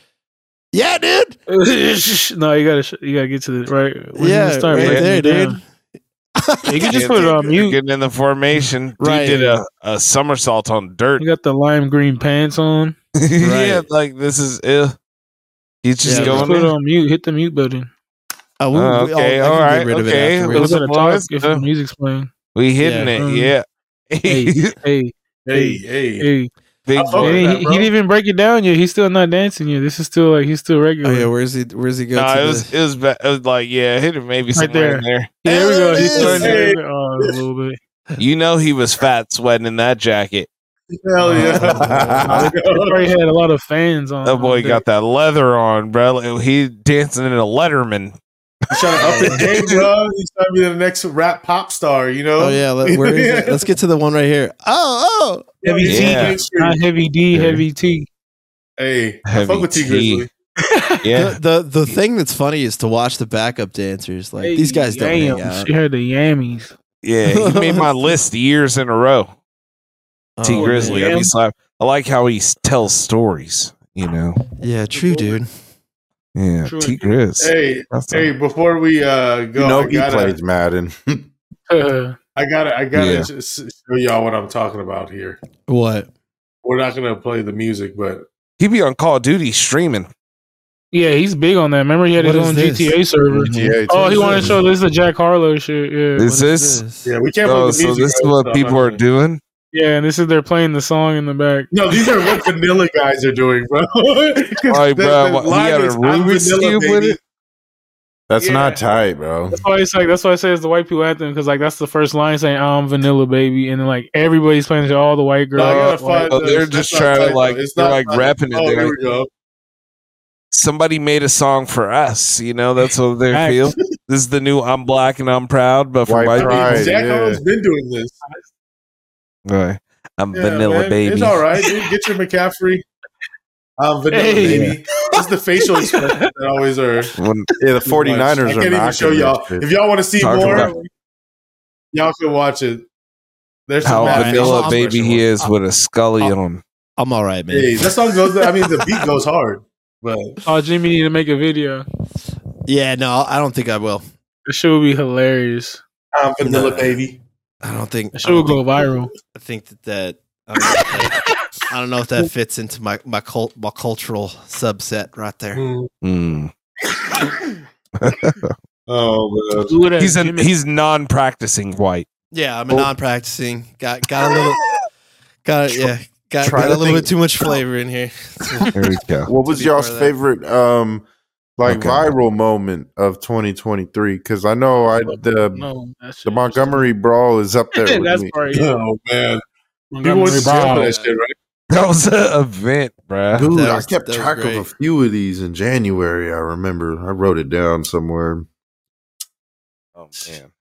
Speaker 3: Yeah, dude.
Speaker 5: *laughs* no, you gotta sh- you gotta get to the right. Where
Speaker 3: yeah,
Speaker 5: you start
Speaker 3: right
Speaker 5: breaking
Speaker 3: there,
Speaker 5: it down.
Speaker 3: dude.
Speaker 5: You can just put it on mute.
Speaker 4: Getting in the formation,
Speaker 3: Right.
Speaker 4: Dude did a, a somersault on
Speaker 5: *laughs*
Speaker 4: dirt.
Speaker 5: You got the lime green pants on.
Speaker 4: *laughs* yeah, like this is ill. He's just
Speaker 3: Yeah,
Speaker 4: going.
Speaker 5: Just put it
Speaker 4: in.
Speaker 5: on mute. Hit the mute button.
Speaker 3: Oh, we-
Speaker 4: Oh,
Speaker 3: we- oh,
Speaker 4: okay,
Speaker 3: I can
Speaker 4: all
Speaker 3: get
Speaker 4: right,
Speaker 3: rid of it
Speaker 4: okay.
Speaker 3: afterwards.
Speaker 5: It was
Speaker 4: Look
Speaker 5: gonna
Speaker 4: at
Speaker 5: talk
Speaker 4: Lawrence.
Speaker 5: if
Speaker 4: Uh,
Speaker 5: the music's playing.
Speaker 4: We hitting
Speaker 3: Yeah.
Speaker 4: it,
Speaker 5: Mm.
Speaker 4: yeah.
Speaker 5: Hey, Oh, hey,
Speaker 1: hey, hey.
Speaker 5: hey.
Speaker 4: *laughs* Big
Speaker 1: I fuck with
Speaker 5: And
Speaker 4: boy.
Speaker 1: that,
Speaker 5: he, he
Speaker 1: bro.
Speaker 5: didn't even break it down yet. He's still not dancing yet. This is still like he's still regular.
Speaker 3: Oh yeah,
Speaker 5: yeah,
Speaker 3: where's he? Where's he go?
Speaker 4: Nah,
Speaker 3: to
Speaker 4: it
Speaker 3: the-
Speaker 4: was it was, ba- it was like yeah, hit him maybe somewhere
Speaker 5: there.
Speaker 4: in there.
Speaker 5: there we
Speaker 3: There
Speaker 5: go.
Speaker 3: it
Speaker 5: He's
Speaker 3: is.
Speaker 5: starting
Speaker 1: Hey.
Speaker 5: to oh, a little
Speaker 1: *laughs*
Speaker 5: bit.
Speaker 4: You know he was fat sweating in that jacket.
Speaker 1: Hell *laughs*
Speaker 3: Oh.
Speaker 1: yeah.
Speaker 5: He probably had a lot of fans on.
Speaker 4: That boy
Speaker 5: on
Speaker 4: got that leather on, bro. He dancing in a Letterman.
Speaker 1: He's trying to up his game, bro. He's trying to be the next rap pop star, you know?
Speaker 3: Oh yeah, let, where is it? Let's get to the one right here. Oh, oh,
Speaker 1: Heavy
Speaker 4: Yeah.
Speaker 1: T.
Speaker 5: there. Not heavy D,
Speaker 4: Yeah.
Speaker 5: heavy T.
Speaker 1: Hey, I
Speaker 4: Heavy
Speaker 1: fuck with T
Speaker 4: T.
Speaker 1: Grizzly.
Speaker 5: *laughs*
Speaker 4: Yeah,
Speaker 3: The, the the thing that's funny is to watch the backup dancers. Like these guys don't
Speaker 5: Damn,
Speaker 3: hang out.
Speaker 5: She had the yammies. *laughs*
Speaker 4: yeah. He made my list years in a row. T
Speaker 3: Oh,
Speaker 4: Grizzly,
Speaker 3: man.
Speaker 4: I
Speaker 5: man.
Speaker 4: be slap. I like how he s- tells stories. You know,
Speaker 3: Yeah, true, dude.
Speaker 4: yeah,
Speaker 5: True.
Speaker 4: T. Grizz.
Speaker 1: Hey,
Speaker 4: That's
Speaker 1: hey, before we uh, go,
Speaker 2: you know
Speaker 1: I
Speaker 2: he
Speaker 1: gotta,
Speaker 2: plays Madden.
Speaker 5: Uh,
Speaker 1: I gotta, I gotta
Speaker 4: Yeah.
Speaker 1: just show y'all what I'm talking about here.
Speaker 3: What?
Speaker 1: We're not gonna play the music, but
Speaker 4: He be on Call of Duty streaming.
Speaker 5: yeah, he's big on that. Remember, he had
Speaker 3: What
Speaker 5: his
Speaker 3: is
Speaker 5: own
Speaker 3: this?
Speaker 5: GTA server.
Speaker 2: GTA
Speaker 5: Oh, he
Speaker 2: too.
Speaker 5: wanted to show this is the Jack Harlow shit. Yeah,
Speaker 4: Is
Speaker 5: what
Speaker 4: this?
Speaker 1: yeah, we can't.
Speaker 4: Oh,
Speaker 1: play the
Speaker 4: so
Speaker 1: music
Speaker 4: this is
Speaker 1: right
Speaker 4: what
Speaker 1: now.
Speaker 4: people are doing.
Speaker 5: yeah, and this is they're playing the song in the back.
Speaker 1: No, these are what vanilla guys are doing, bro. *laughs* 'Cause
Speaker 4: Like,
Speaker 1: the-
Speaker 4: bro,
Speaker 1: the
Speaker 4: what, he
Speaker 1: line
Speaker 4: had a
Speaker 1: is, "I'm
Speaker 4: Rubik's
Speaker 1: vanilla,
Speaker 4: cube with
Speaker 1: baby."
Speaker 4: it.
Speaker 2: That's
Speaker 1: Yeah.
Speaker 2: not tight, bro.
Speaker 5: That's why it's like that's why I say it's the white people anthem because like that's the first line saying I'm Vanilla Baby, and then like everybody's playing it to all the white
Speaker 1: No, I gotta
Speaker 5: girls. like,
Speaker 1: find
Speaker 4: oh, they're
Speaker 1: this.
Speaker 4: just
Speaker 1: That's not
Speaker 4: trying to,
Speaker 1: tight,
Speaker 4: like-
Speaker 1: though. It's
Speaker 4: they're,
Speaker 1: not
Speaker 4: like,
Speaker 1: tight.
Speaker 4: rapping it.
Speaker 1: Oh,
Speaker 4: They're
Speaker 1: here
Speaker 4: like-
Speaker 1: we go.
Speaker 4: Somebody made a song for us. You know, that's what they
Speaker 5: Facts.
Speaker 4: feel. This is the new "I'm Black and I'm Proud," but for
Speaker 2: White
Speaker 4: white,
Speaker 1: I mean,
Speaker 2: Right,
Speaker 1: Jack
Speaker 2: yeah.
Speaker 1: has been doing this.
Speaker 4: people. Right. I'm
Speaker 1: Yeah,
Speaker 4: Vanilla
Speaker 1: man.
Speaker 4: Baby.
Speaker 1: It's all right. dude. Get your McCaffrey. I'm vanilla
Speaker 5: Hey.
Speaker 1: baby. It's the facial *laughs* expressions that always are.
Speaker 2: *laughs*
Speaker 4: When-
Speaker 2: Yeah, the
Speaker 1: Forty
Speaker 2: 49ers are
Speaker 1: I can't even
Speaker 2: knocking
Speaker 1: show
Speaker 2: that
Speaker 1: y'all.
Speaker 3: *laughs*
Speaker 2: shit.
Speaker 1: If y'all want to see
Speaker 4: Talk
Speaker 1: more,
Speaker 4: about-
Speaker 1: y'all can watch it. There's
Speaker 4: how
Speaker 1: some bad facial
Speaker 4: vanilla baby he
Speaker 1: expressions.
Speaker 4: is with a scully
Speaker 1: Oh.
Speaker 3: Uh,
Speaker 4: on him.
Speaker 3: I'm all right, man.
Speaker 1: Hey, that song goes. I mean, the beat goes hard, but
Speaker 5: Oh, Jimmy need to make a video.
Speaker 3: Yeah, no, I don't think I will.
Speaker 5: That shit would be hilarious.
Speaker 1: I'm vanilla
Speaker 3: Nah.
Speaker 1: baby.
Speaker 3: I don't think.
Speaker 5: That
Speaker 3: I
Speaker 5: shit
Speaker 3: don't
Speaker 5: would go
Speaker 3: think-
Speaker 5: viral.
Speaker 3: I think that that. I don't know if that, I don't know if that fits into my my cult my cultural subset right there.
Speaker 1: Mm.
Speaker 4: Mm.
Speaker 1: Oh man.
Speaker 5: Do it as
Speaker 4: He's a,
Speaker 5: Jimmy.
Speaker 4: he's non-practicing white.
Speaker 3: Yeah,
Speaker 4: Oh.
Speaker 3: I'm a non-practicing. Got got a little. Got yeah. Got,
Speaker 2: try
Speaker 3: got a
Speaker 2: to
Speaker 3: little
Speaker 2: think-
Speaker 3: bit too much flavor in here.
Speaker 4: There we go.
Speaker 2: What was
Speaker 3: be part
Speaker 2: y'all's
Speaker 3: of that.
Speaker 2: favorite um like
Speaker 4: Okay.
Speaker 2: viral moment of 2023? Because I know I the
Speaker 5: no, that shit
Speaker 2: the
Speaker 5: is-
Speaker 2: Montgomery brawl is up
Speaker 3: *laughs*
Speaker 2: there. with
Speaker 5: *laughs* that's
Speaker 2: me.
Speaker 1: *laughs*
Speaker 5: part. Yeah.
Speaker 1: Oh man. People
Speaker 5: Montgomery
Speaker 1: went to jail for
Speaker 5: Brown.
Speaker 1: that shit, right?
Speaker 4: *laughs* That was an event, bruh.
Speaker 2: Dude,
Speaker 3: That
Speaker 2: I
Speaker 3: was-
Speaker 2: kept
Speaker 3: that was
Speaker 2: track of
Speaker 3: great.
Speaker 2: a few of these in January. I remember I wrote it down somewhere.
Speaker 4: Oh man,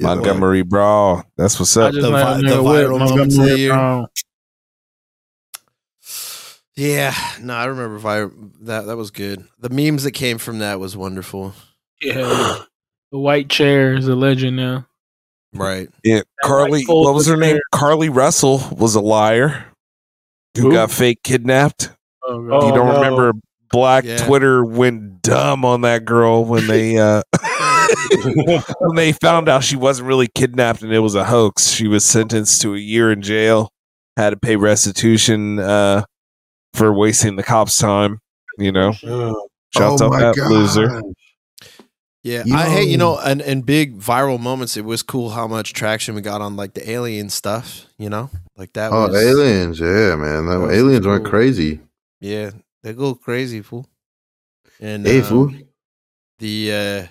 Speaker 2: Yeah,
Speaker 4: Montgomery Brawl. That's what's
Speaker 5: I
Speaker 4: up.
Speaker 5: just
Speaker 3: The
Speaker 5: let
Speaker 3: vi-
Speaker 5: him
Speaker 3: the
Speaker 5: know what
Speaker 3: viral moments of
Speaker 5: Montgomery
Speaker 3: the year.
Speaker 5: Brown.
Speaker 3: Yeah, no, I remember vi- that. That was good. The memes that came from that was wonderful.
Speaker 5: Yeah, the white chair is a legend now.
Speaker 3: Right.
Speaker 4: Yeah,
Speaker 5: That
Speaker 4: Carly.
Speaker 5: white fold
Speaker 4: What was her
Speaker 5: was
Speaker 4: name?
Speaker 5: there.
Speaker 4: Carly Russell was a liar who
Speaker 1: Who?
Speaker 4: got fake kidnapped.
Speaker 5: Oh, God.
Speaker 1: Oh,
Speaker 4: you
Speaker 1: *laughs*
Speaker 4: don't
Speaker 1: no.
Speaker 4: remember? Black
Speaker 3: Yeah.
Speaker 4: Twitter went dumb on that girl when they uh, *laughs* when they found out she wasn't really kidnapped and it was a hoax. She was sentenced to a year in jail, had to pay restitution uh, for wasting the cops' time. You know,
Speaker 1: Oh,
Speaker 4: shout out that loser.
Speaker 3: Yeah,
Speaker 2: You
Speaker 3: I hey, you
Speaker 2: know-
Speaker 3: know, and and big viral moments. It was cool how much traction we got on like the alien stuff. You know, like that.
Speaker 2: Oh,
Speaker 3: was,
Speaker 2: aliens! Yeah, man, that,
Speaker 3: That was
Speaker 2: aliens went
Speaker 3: cool.
Speaker 2: crazy.
Speaker 3: Yeah, they go crazy, fool. And
Speaker 2: Hey,
Speaker 3: um,
Speaker 2: fool!
Speaker 3: the uh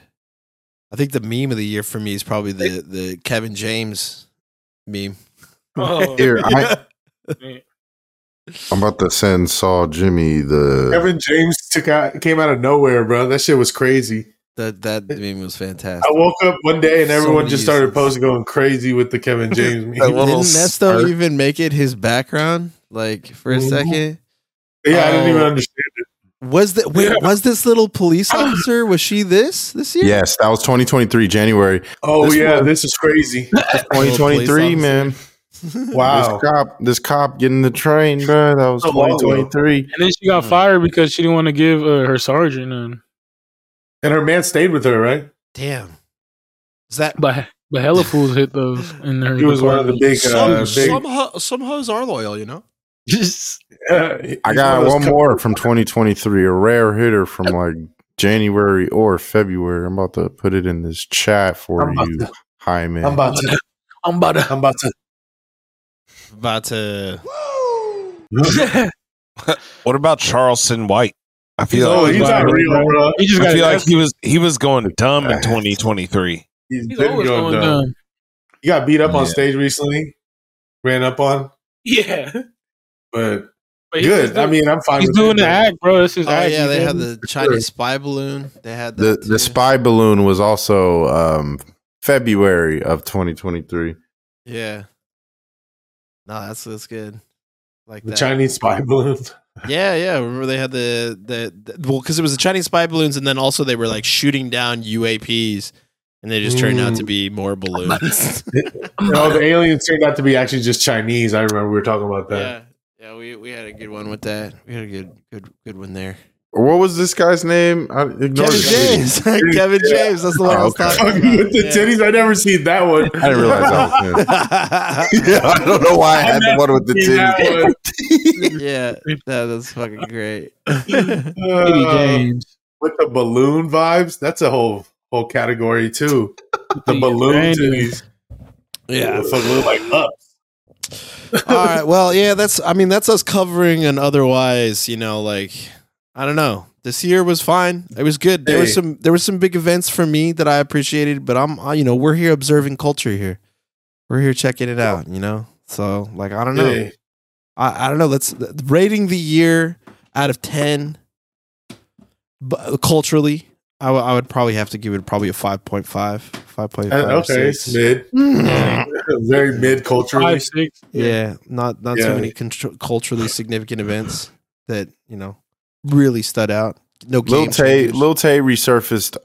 Speaker 3: I think the meme of the year for me is probably the the Kevin James meme.
Speaker 5: Oh,
Speaker 2: Here, I,
Speaker 5: man.
Speaker 2: I'm about to send Saw Jimmy the.
Speaker 1: Kevin James took out, came out of nowhere, bro. That shit was crazy.
Speaker 3: *laughs* That that meme was fantastic.
Speaker 1: I woke up one day and
Speaker 3: So
Speaker 1: everyone
Speaker 3: many
Speaker 1: just started
Speaker 3: uses.
Speaker 1: posting going crazy with the Kevin James meme.
Speaker 4: That little
Speaker 3: Didn't Nesto
Speaker 4: smirk.
Speaker 3: even make it his background? Like for a
Speaker 1: Mhm.
Speaker 3: second,
Speaker 1: yeah, I didn't even
Speaker 3: Oh.
Speaker 1: understand it.
Speaker 3: was that wait, was this little police officer? Was she this this year?
Speaker 2: Yes, that was 2023 January.
Speaker 1: Oh
Speaker 2: This
Speaker 1: yeah,
Speaker 2: one-
Speaker 1: this is crazy.
Speaker 3: Little police officer.
Speaker 2: 2023, man.
Speaker 1: Wow.
Speaker 2: This cop, this cop getting the train, bro. That was
Speaker 1: So long ago.
Speaker 2: 2023.
Speaker 5: And then she got fired because she didn't want to give uh, her sergeant. And
Speaker 1: And her man stayed with her, right?
Speaker 3: *laughs* Damn, is that
Speaker 5: but but hella fools hit those in her.
Speaker 1: He was one of the big, uh, big.
Speaker 3: ho- some hoes are loyal, you know?
Speaker 2: I got one more from 2023, a rare hitter from like January or February. I'm about to put it in this chat for
Speaker 1: I'm about
Speaker 2: you.
Speaker 1: to-
Speaker 2: Hi, man.
Speaker 1: I'm about to.
Speaker 5: *laughs* I'm about to.
Speaker 1: I'm about to.
Speaker 3: About to
Speaker 1: uh,
Speaker 4: What about Charleston White? I feel
Speaker 1: Oh,
Speaker 4: like,
Speaker 1: he's not real, bro.
Speaker 5: He just
Speaker 4: I
Speaker 5: got.
Speaker 4: feel like he was he was going dumb
Speaker 5: *sighs*
Speaker 4: in 2023.
Speaker 1: He's
Speaker 5: *laughs* he's
Speaker 1: been
Speaker 5: always
Speaker 1: going
Speaker 5: going
Speaker 1: dumb.
Speaker 5: dumb.
Speaker 1: He got beat up on
Speaker 4: Yeah.
Speaker 1: stage recently. Ran up on,
Speaker 5: Yeah,
Speaker 1: but
Speaker 5: but he's
Speaker 1: good.
Speaker 5: just doing-
Speaker 1: I mean, I'm fine.
Speaker 5: he's
Speaker 1: with
Speaker 5: doing the
Speaker 1: it.
Speaker 5: act, bro. This is
Speaker 3: Oh
Speaker 5: act.
Speaker 3: yeah,
Speaker 5: you
Speaker 3: they
Speaker 5: feel
Speaker 3: had
Speaker 5: me?
Speaker 3: the Chinese spy balloon. They had
Speaker 2: the
Speaker 3: that
Speaker 2: the
Speaker 3: too.
Speaker 2: spy balloon was also um February of 2023.
Speaker 3: Yeah. No, that's that's good. Like
Speaker 1: The
Speaker 3: that.
Speaker 1: Chinese spy *laughs* balloon.
Speaker 3: Yeah, yeah. Remember they had the the, the well because it was the Chinese spy balloons, and then also they were like shooting down UAPs, and they just turned out to
Speaker 1: Mm.
Speaker 3: be more balloons.
Speaker 1: *laughs* no, the aliens turned out to be actually just Chinese. I remember we were talking about that.
Speaker 3: *laughs* yeah, we, we had a good one with that. We had a good good good one there.
Speaker 2: What was this guy's name? I ignored
Speaker 3: Kevin
Speaker 2: his name.
Speaker 3: James. *laughs* Kevin James. That's the one I was
Speaker 2: Oh, okay.
Speaker 3: talking
Speaker 1: Fucking with
Speaker 3: about.
Speaker 1: the titties. I never seen that one.
Speaker 2: I didn't realize that
Speaker 1: *laughs*
Speaker 2: was him. *laughs* yeah, I don't know why I had the one with the
Speaker 1: Seen that
Speaker 2: titties.
Speaker 1: one.
Speaker 3: *laughs* yeah, no, that's fucking great.
Speaker 5: Eddie
Speaker 1: Uh,
Speaker 5: James.
Speaker 1: with the balloon vibes. That's a whole whole category too. The
Speaker 5: Yeah,
Speaker 1: balloon
Speaker 5: Randy.
Speaker 1: titties.
Speaker 3: Yeah.
Speaker 1: The fuck look like ups.
Speaker 3: All right. Well, yeah, that's I mean, that's us covering and otherwise, you know, like I don't know. This year was fine. It was good. There were
Speaker 1: Hey.
Speaker 3: some there were some big events for me that I appreciated, but I'm I, you know, we're here observing culture here. We're here checking it out, you know. So, like I don't know.
Speaker 1: Yeah.
Speaker 3: I, I don't know. Let's rating the year out of 10 but culturally. I w- I would probably have to give it probably a 5.5. 5.5.
Speaker 1: Uh,
Speaker 3: or
Speaker 1: okay, it's
Speaker 3: six.
Speaker 1: mid. *laughs* Very mid culturally.
Speaker 5: Five, six.
Speaker 3: Yeah, not not
Speaker 1: Yeah.
Speaker 3: too many contr- culturally significant events that you know really stood out. No
Speaker 2: Lil
Speaker 3: game
Speaker 2: Tay,
Speaker 3: changers.
Speaker 2: Lil Tay resurfaced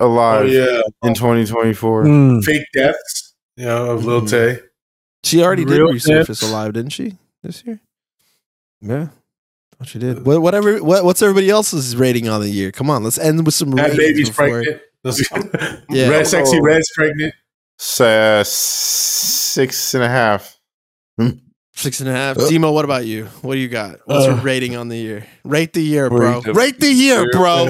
Speaker 1: Oh
Speaker 2: alive
Speaker 1: yeah,
Speaker 2: in 2024.
Speaker 3: Mm.
Speaker 1: fake deaths. You know of Lil
Speaker 3: Mhm.
Speaker 1: Tay.
Speaker 3: she already did
Speaker 5: Real
Speaker 3: resurface
Speaker 5: hits.
Speaker 3: alive, didn't she? This year, yeah, what she did. What, whatever. What, what's everybody else's rating on the year? Come on, let's end with some.
Speaker 1: That
Speaker 3: ratings
Speaker 1: baby's
Speaker 3: before-
Speaker 1: pregnant. *laughs*
Speaker 3: Yeah.
Speaker 1: Red, sexy
Speaker 2: Oh.
Speaker 1: red's pregnant.
Speaker 2: S- uh, six and a half.
Speaker 3: Six and a half.
Speaker 2: Uh.
Speaker 3: Demo, what about you? What do you got? What's your
Speaker 5: Uh.
Speaker 3: rating on the year? Rate the year,
Speaker 4: Where
Speaker 3: bro.
Speaker 4: you go-
Speaker 3: Rate the year, bro.
Speaker 5: It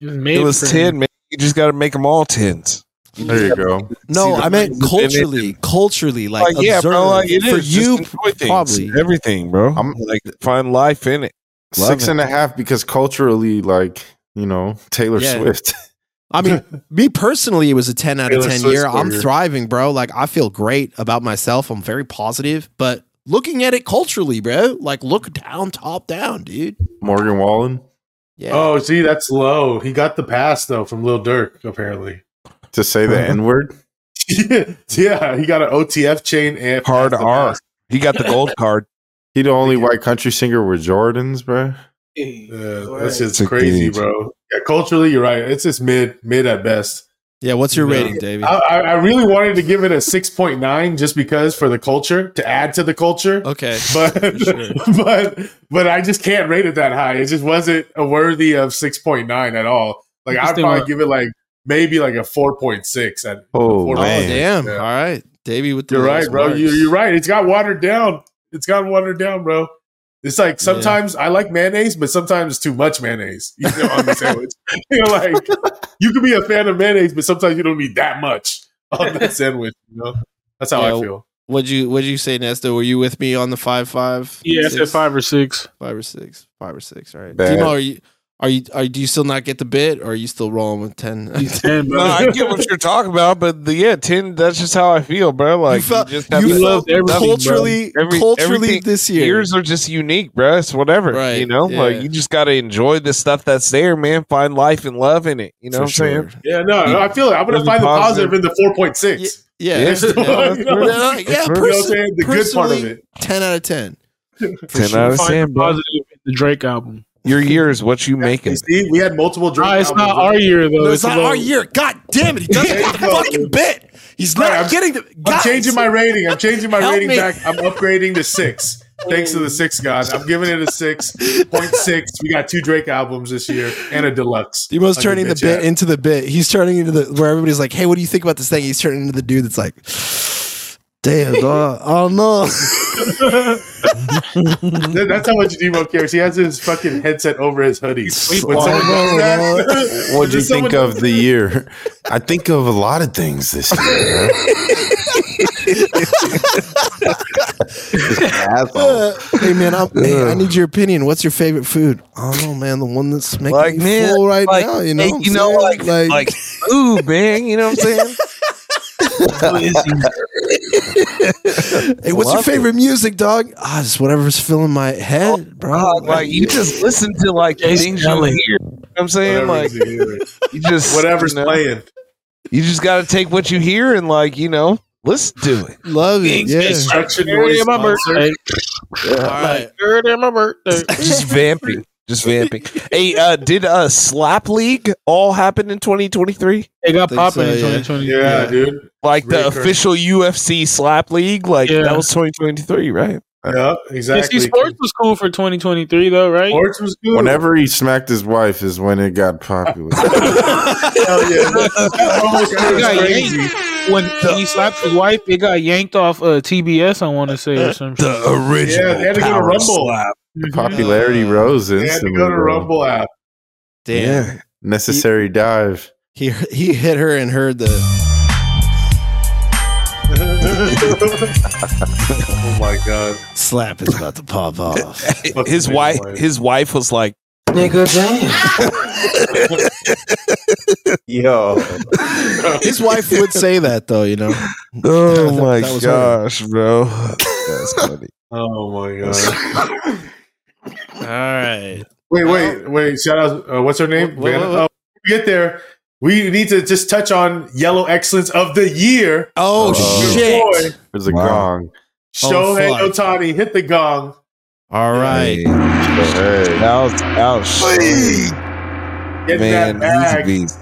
Speaker 5: was,
Speaker 4: It
Speaker 5: made
Speaker 4: was
Speaker 5: for-
Speaker 4: ten, man. You just got to make them all tens.
Speaker 2: There you go.
Speaker 3: No,
Speaker 4: See the
Speaker 3: I meant
Speaker 4: things within it.
Speaker 3: culturally. Culturally, like,
Speaker 4: Like, yeah, bro.
Speaker 3: observe.
Speaker 4: Like it is
Speaker 3: for you.
Speaker 4: Just enjoy things,
Speaker 3: probably.
Speaker 4: everything, bro.
Speaker 2: I'm-
Speaker 4: I'm like find life in it. Love
Speaker 2: Six
Speaker 4: it.
Speaker 2: and a half because culturally, like you know, Taylor
Speaker 3: Yeah.
Speaker 2: Swift. *laughs*
Speaker 3: I mean, me personally, it was a 10 out of
Speaker 1: Taylor
Speaker 3: 10
Speaker 1: Swift's
Speaker 3: year. I'm
Speaker 1: career.
Speaker 3: thriving, bro. Like, I feel great about myself. I'm very positive, but looking at it culturally, bro, like, look down, top down, dude.
Speaker 2: Morgan Wallen
Speaker 3: Yeah.
Speaker 1: Oh, see, that's low. He got the pass though from Lil Durk apparently.
Speaker 2: to
Speaker 1: *laughs*
Speaker 2: say the N word.
Speaker 1: yeah, he got an OTF chain and
Speaker 4: Hard
Speaker 1: passed the
Speaker 4: R.
Speaker 1: pass.
Speaker 4: He got the gold card.
Speaker 5: *laughs*
Speaker 2: He the only white country singer with Jordans, bruh.
Speaker 1: Yeah, that's just
Speaker 4: It's a
Speaker 1: crazy,
Speaker 4: gauge.
Speaker 1: bro. Yeah, culturally, you're right. It's just mid, mid at best.
Speaker 3: yeah. What's your
Speaker 1: Yeah. Oh,
Speaker 3: rating, Davey?
Speaker 1: I, I I really wanted to give it a 6.9 just because for the culture to add to the culture.
Speaker 3: okay.
Speaker 1: *laughs* But,
Speaker 3: Oh, For sure.
Speaker 1: *laughs* but but I just can't rate it that high. It just wasn't a worthy of 6.9 at all. Like I'd
Speaker 5: Interesting
Speaker 1: probably
Speaker 5: one.
Speaker 1: give it like maybe like a 4.6 at
Speaker 2: Oh
Speaker 3: Oh,
Speaker 1: Man.
Speaker 3: damn.
Speaker 1: Yeah.
Speaker 3: All right. Davey with the
Speaker 1: You're
Speaker 3: lowest
Speaker 1: right, bro. You,
Speaker 3: marks.
Speaker 1: you're right. It's got watered down. It's got watered down, bro. It's like sometimes I like mayonnaise, but sometimes it's too much mayonnaise you know, on the sandwich. *laughs* you know, like you could be a fan of mayonnaise, but sometimes you don't need that much on that sandwich. You know, that's how
Speaker 3: Yeah.
Speaker 1: I feel.
Speaker 3: What'd you, what'd you say, Nesta? Were you with me on the 5 5?
Speaker 5: Yeah, I said five or six.
Speaker 3: Five or six. Five or six. All right.
Speaker 2: Bad.
Speaker 3: Demo, are you, are you, are, do you still not get the bit or are you still rolling with 10?
Speaker 5: Ten,
Speaker 4: No,
Speaker 5: bro.
Speaker 4: I get
Speaker 5: *laughs*
Speaker 4: what you're talking about, but the, yeah, ten. That's just how I feel, bro. Like you,
Speaker 3: felt-
Speaker 4: just have
Speaker 3: you
Speaker 4: to-
Speaker 5: love
Speaker 3: felt *laughs*
Speaker 5: everything, bro.
Speaker 3: culturally,
Speaker 4: Every-
Speaker 3: culturally
Speaker 4: everything-
Speaker 3: this year.
Speaker 4: years are just unique, bro. It's whatever,
Speaker 3: Right,
Speaker 4: you know.
Speaker 3: yeah.
Speaker 4: Like you just gotta enjoy the stuff that's there, man. Find life and love in it. You know
Speaker 3: for
Speaker 4: what I'm saying?
Speaker 3: sure.
Speaker 1: Yeah, no, no, I feel it. I'm gonna
Speaker 4: Really
Speaker 1: find the
Speaker 4: positive.
Speaker 1: positive in the 4.6.
Speaker 3: Yeah.
Speaker 4: Yeah.
Speaker 1: That's *laughs* the
Speaker 4: Yeah,
Speaker 1: one, you
Speaker 4: that's
Speaker 1: know?
Speaker 4: true.
Speaker 3: Yeah, yeah,
Speaker 1: You know what I'm
Speaker 3: person-
Speaker 1: saying? The good part of
Speaker 3: personally-
Speaker 1: it.
Speaker 3: 10 out of 10. For
Speaker 4: Ten
Speaker 3: sure.
Speaker 4: out of
Speaker 5: Find
Speaker 4: ten,
Speaker 5: the
Speaker 4: bro.
Speaker 5: positive in the Drake album.
Speaker 4: Your year is what you make
Speaker 1: You
Speaker 4: it.
Speaker 1: see, we had multiple drinks.
Speaker 5: Nah, Uh, it's not our year though.
Speaker 3: No, it's not
Speaker 5: a
Speaker 3: our
Speaker 5: little-
Speaker 3: year. God damn it. He doesn't get the
Speaker 1: Yeah, no.
Speaker 3: fucking bit. He's
Speaker 1: Right,
Speaker 3: not
Speaker 1: I'm-
Speaker 3: getting the.
Speaker 1: I'm
Speaker 3: Guys,
Speaker 1: changing my rating. I'm changing my
Speaker 3: Help
Speaker 1: rating
Speaker 3: me.
Speaker 1: back. I'm upgrading to six. Thanks to the six god. I'm giving it a six point six. We got two Drake albums this year and a deluxe.
Speaker 3: Demo's
Speaker 1: Like a
Speaker 3: turning the
Speaker 1: bitch
Speaker 3: bit
Speaker 1: ass.
Speaker 3: into the bit. He's turning into the where everybody's like, "Hey, what do you think about this thing?" He's turning into the dude that's like, "Damn, dog, I don't know." *laughs*
Speaker 1: That- That's how much Demo cares. He has his fucking headset over his hoodie. When someone does
Speaker 2: *laughs*
Speaker 1: that- *laughs*
Speaker 2: What do you
Speaker 1: Does someone-
Speaker 2: think of the year? *laughs* I think of a lot of things this year.
Speaker 1: *laughs*
Speaker 2: bro.
Speaker 3: hey man, I'm, hey, I need your opinion. What's your favorite food? I don't know, man. The one that's making
Speaker 4: Like,
Speaker 3: me
Speaker 4: man,
Speaker 3: full right
Speaker 4: like,
Speaker 3: now. You know,
Speaker 4: Hey,
Speaker 3: what
Speaker 4: you
Speaker 3: I'm
Speaker 4: know,
Speaker 3: saying?
Speaker 4: like, like, *laughs* ooh, man. You know what I'm saying?
Speaker 3: hey, what's your
Speaker 4: love it.
Speaker 3: favorite music, dog? Ah, just whatever's filling my head, bro.
Speaker 4: Dog, like you just listen to like
Speaker 5: Jason
Speaker 4: things you
Speaker 5: Elliott.
Speaker 4: hear. You know what I'm saying?
Speaker 1: Whatever's in
Speaker 4: like
Speaker 1: here.
Speaker 4: you just
Speaker 1: Whatever's
Speaker 4: you know,
Speaker 1: playing.
Speaker 4: You just gotta take what you hear and like you know listen to
Speaker 3: *laughs*
Speaker 4: it.
Speaker 3: love it. Yeah.
Speaker 1: Instruction
Speaker 5: Thirty
Speaker 1: noise
Speaker 5: of my
Speaker 1: sponsor.
Speaker 5: birthday. Thirty of my birthday.
Speaker 4: just vamping just vamping hey uh did uh slap league all happen in 2023
Speaker 5: It got
Speaker 3: Think so,
Speaker 5: popping in
Speaker 3: yeah.
Speaker 5: 2020.
Speaker 1: Yeah, dude.
Speaker 4: like the
Speaker 1: Reoccurring.
Speaker 4: official ufc slap league like
Speaker 1: *laughs*
Speaker 5: Yeah.
Speaker 4: that was 2023 right
Speaker 1: Yeah, exactly.
Speaker 5: See, sports was cool for 2023 though, right?
Speaker 1: Sports was good.
Speaker 2: Whenever he smacked his wife is when it
Speaker 1: *laughs*
Speaker 2: got popular.
Speaker 1: Hell yeah. That almost
Speaker 5: It
Speaker 1: was
Speaker 5: got
Speaker 1: crazy.
Speaker 5: yanked. When, when he slapped his wife, it got yanked off uh, TBS. I want to say or some shit.
Speaker 1: Yeah, they had to go to
Speaker 4: Power
Speaker 1: Rumble.
Speaker 5: Mhm.
Speaker 2: Popularity rose
Speaker 1: They had to
Speaker 2: instantly.
Speaker 1: go to
Speaker 2: bro.
Speaker 1: Rumble app.
Speaker 3: Damn.
Speaker 2: Yeah, necessary dive.
Speaker 3: He he hit her and heard the
Speaker 1: oh my god.
Speaker 3: slap is about to pop off.
Speaker 5: *laughs*
Speaker 1: Fucking
Speaker 4: His
Speaker 1: big
Speaker 4: wife,
Speaker 1: boy.
Speaker 4: his wife was like,
Speaker 2: Yo,
Speaker 3: His wife would say that though, you know.
Speaker 4: "Oh
Speaker 3: my
Speaker 4: gosh, bro, that's funny."
Speaker 1: Oh my god.
Speaker 3: All right.
Speaker 1: Wait, wait, wait. Shout out. Uh, what's her name?
Speaker 3: Wha- wha-
Speaker 1: Vanna?
Speaker 3: wha-
Speaker 1: Oh, we get there. We need to just touch on Yellow Excellence of the Year.
Speaker 3: Oh,
Speaker 2: Uh-oh.
Speaker 3: shit.
Speaker 1: Your boy,
Speaker 2: there's a
Speaker 4: Wow.
Speaker 2: gong.
Speaker 3: Oh,
Speaker 1: Shohei
Speaker 3: fuck.
Speaker 1: Otani hit the gong.
Speaker 3: All right.
Speaker 2: Hey,
Speaker 4: Ouch, ouch,
Speaker 1: Get that
Speaker 4: man, easy
Speaker 1: bag
Speaker 4: beats.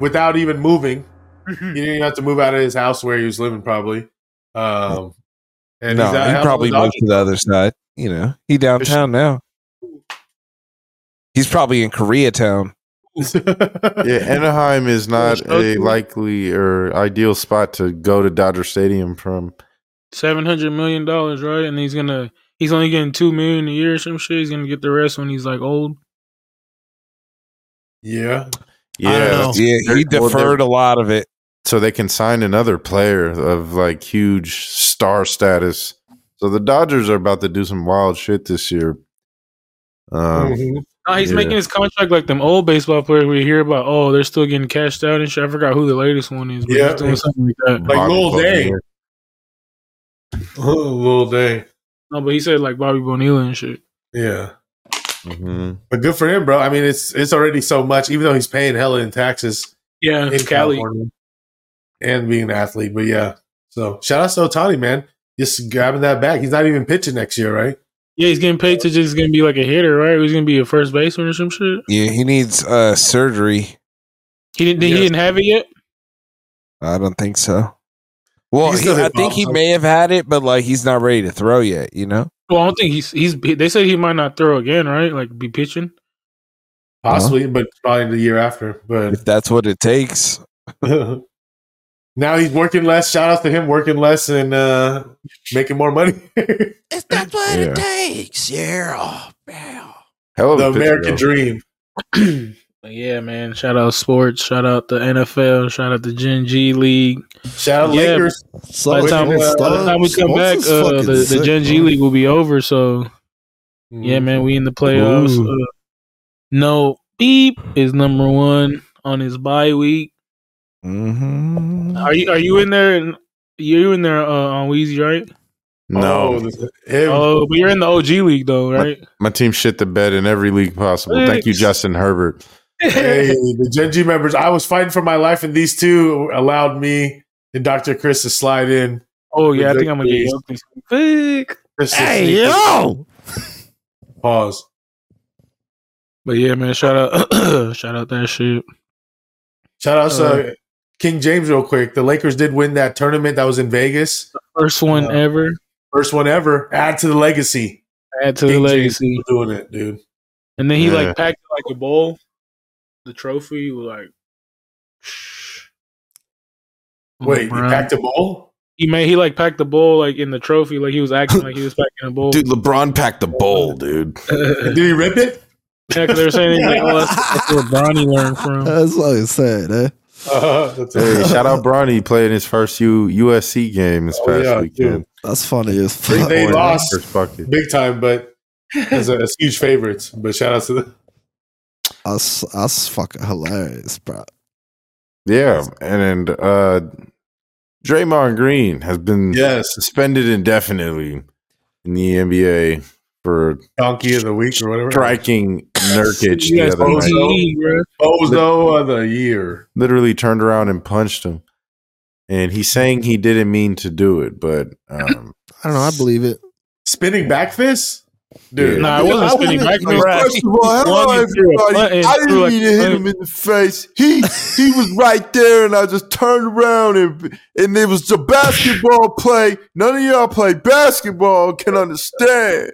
Speaker 1: without even moving. he didn't even have to move out of his house where he was living, probably. Um, and
Speaker 4: No,
Speaker 1: he's out-
Speaker 4: he
Speaker 1: out
Speaker 4: probably
Speaker 1: with
Speaker 4: moved to the other side. You know, he downtown now. He's probably in Koreatown.
Speaker 1: *laughs* doggy.
Speaker 2: Yeah, Anaheim
Speaker 1: *laughs*
Speaker 2: is not a likely or ideal spot to go to Dodger Stadium from.
Speaker 5: seven hundred million dollars, right? And he's gonna he's only getting two million a year or some shit. He's gonna get the rest when he's like old.
Speaker 1: yeah.
Speaker 2: Yeah,
Speaker 3: don't know.
Speaker 4: Yeah, he
Speaker 2: Well, they're-
Speaker 4: deferred a lot of it.
Speaker 2: so they can sign another player of like huge star status. So the Dodgers are about to do some wild shit this year. Um,
Speaker 1: Mhm.
Speaker 5: Nah, he's
Speaker 2: Yeah.
Speaker 5: making his contract like them old baseball players we hear about. Oh, they're still getting cashed out and shit. I forgot who the latest one is, but
Speaker 1: Yeah.
Speaker 5: he's doing something like that.
Speaker 1: Mm-hmm. Like
Speaker 2: Bobby
Speaker 1: Lil
Speaker 2: Bonilla.
Speaker 1: Day. *laughs* Little day.
Speaker 5: No, but he said like Bobby Bonilla and shit.
Speaker 1: Yeah.
Speaker 2: Mhm.
Speaker 1: But good for him, bro. I mean, it's it's already so much, even though he's paying hella in taxes
Speaker 5: Yeah,
Speaker 1: in
Speaker 5: Cali.
Speaker 1: California and being an athlete. But yeah, so shout out to Otani, man. Just grabbing that back. He's not even pitching next year, right?
Speaker 5: Yeah, he's getting paid to just gonna be like a hitter, right? He's gonna be a first baseman or some shit.
Speaker 4: Yeah, he needs uh, surgery.
Speaker 5: He didn't.
Speaker 1: Yeah.
Speaker 5: He didn't have it yet.
Speaker 4: I don't think so. Well,
Speaker 1: He's
Speaker 4: he,
Speaker 1: still
Speaker 4: I
Speaker 1: hit
Speaker 4: think he
Speaker 1: balls.
Speaker 4: may have had it, but like he's not ready to throw yet. You know,
Speaker 5: Well, I don't think he's. He's. They said he might not throw again, right? Like be pitching.
Speaker 2: Uh-huh.
Speaker 1: Possibly, but probably the year after. But *laughs*
Speaker 4: if that's what it takes.
Speaker 1: now he's working less. Shout out to him working less and uh, making more money. *laughs* the
Speaker 6: It's that's what
Speaker 2: Yeah.
Speaker 6: it takes. Yeah. Oh, wow.
Speaker 2: Hell of a pitcher,
Speaker 1: American
Speaker 2: though.
Speaker 1: dream.
Speaker 5: But yeah, man. Shout out sports. Shout out the NFL. Shout out the Gen G League.
Speaker 1: Shout out
Speaker 5: Yeah.
Speaker 1: Lakers.
Speaker 5: By the time,
Speaker 1: Wait, uh,
Speaker 5: by the time we come back, uh, the, the Gen G League will be over. So yeah, man, we in the playoffs.
Speaker 4: Ooh.
Speaker 5: Uh, no beep is number one on his bye week.
Speaker 4: Mm-hmm.
Speaker 5: Are you? Are you in there? And you in there uh, on Wheezy, right?
Speaker 2: No,
Speaker 1: Oh, this- him.
Speaker 5: Oh, but you're in the OG league though, right?
Speaker 2: my team shit the bed in every league possible. Thank you, Justin Herbert.
Speaker 6: *laughs*
Speaker 1: hey, the Gen G members, I was fighting for my life, and these two allowed me and Dr. Chris to slide in.
Speaker 5: oh yeah, I think I'm gonna get yoked this week.
Speaker 1: Chris to sneak
Speaker 6: Hey,
Speaker 1: in.
Speaker 6: yo.
Speaker 1: Pause.
Speaker 5: But yeah, man, shout out, *clears throat* shout out that shit.
Speaker 1: Shout out to
Speaker 5: Uh,
Speaker 1: King James real quick. The Lakers did win that tournament that was in Vegas.
Speaker 5: First one
Speaker 1: Uh,
Speaker 5: ever.
Speaker 1: First one ever. Add to the legacy.
Speaker 5: Add to the
Speaker 1: King James
Speaker 5: legacy.
Speaker 1: for doing it, dude.
Speaker 5: And then he
Speaker 2: Yeah.
Speaker 5: like packed it like a bowl. The trophy was like.
Speaker 1: Wait,
Speaker 5: LeBron.
Speaker 1: you packed a bowl?
Speaker 5: he made he like packed the bowl like in the trophy, like he was acting like he was packing a bowl.
Speaker 4: *laughs*
Speaker 2: Dude, LeBron packed the bowl, dude.
Speaker 5: yeah,
Speaker 1: Did he rip it? *laughs*
Speaker 5: 'cause they were saying he's like, oh, that's, that's where Bronny
Speaker 3: *laughs*
Speaker 5: learned from.
Speaker 3: That's what I said. Eh?
Speaker 1: Uh, that's *laughs*
Speaker 2: Hey,
Speaker 1: it.
Speaker 2: shout out Bronny playing his first U- USC game this
Speaker 1: Oh,
Speaker 2: past
Speaker 1: yeah,
Speaker 2: weekend.
Speaker 3: That's funny as
Speaker 1: They,
Speaker 3: fuck.
Speaker 1: they
Speaker 2: Orange
Speaker 1: lost
Speaker 2: first bucket.
Speaker 1: big time, but as a, as huge favorites. But shout out
Speaker 6: *laughs*
Speaker 1: to the
Speaker 3: That's, that's fucking hilarious, bro.
Speaker 2: Yeah, and, and uh, Draymond Green has been
Speaker 1: yes
Speaker 2: suspended indefinitely in the NBA for
Speaker 1: donkey of the week or whatever.
Speaker 2: striking Nurkic the
Speaker 5: You guys
Speaker 2: other
Speaker 1: both
Speaker 2: night.
Speaker 1: know.
Speaker 5: OGE, bro.
Speaker 1: Bozo of the year.
Speaker 2: Literally turned around and punched him, and he's saying he didn't mean to do it, but um,
Speaker 3: I don't know. I believe it.
Speaker 1: Spinning back fist? dude.
Speaker 5: Nah, it wasn't a spinning back
Speaker 2: you know,
Speaker 5: race.
Speaker 2: First of all, hello
Speaker 5: One, he threw a punt
Speaker 2: everybody.
Speaker 5: and
Speaker 2: I didn't
Speaker 5: threw a
Speaker 2: mean to hit
Speaker 5: punt.
Speaker 2: him in the face. He he was right there, and I just turned around and and it was a basketball play. None of y'all play basketball can understand.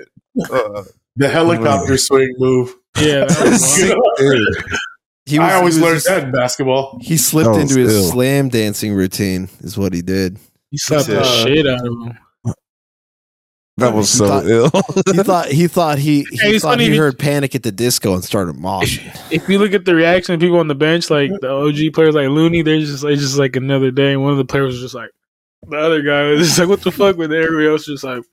Speaker 2: Uh,
Speaker 1: The helicopter swing move.
Speaker 5: Yeah, that
Speaker 1: *laughs*
Speaker 5: was wild.
Speaker 3: He
Speaker 1: I always
Speaker 3: he
Speaker 1: learned
Speaker 3: just-
Speaker 1: that in basketball.
Speaker 3: He slipped
Speaker 2: That was
Speaker 3: into his
Speaker 2: ill.
Speaker 3: slam dancing routine, is what he did.
Speaker 5: he slapped the
Speaker 1: Uh,
Speaker 5: shit out of him.
Speaker 4: That was
Speaker 3: He
Speaker 4: so
Speaker 3: thought-
Speaker 4: ill.
Speaker 2: *laughs*
Speaker 3: He thought he thought he, he
Speaker 5: Hey, it's
Speaker 3: thought
Speaker 5: funny
Speaker 3: he
Speaker 5: if you-
Speaker 3: heard panic at the disco and started moshing.
Speaker 5: If you look at the reaction of people on the bench, like the OG players, like Looney, they're just like just like another day. And one of the players was just like, the other guy was just like, what the fuck? But everybody else was just like,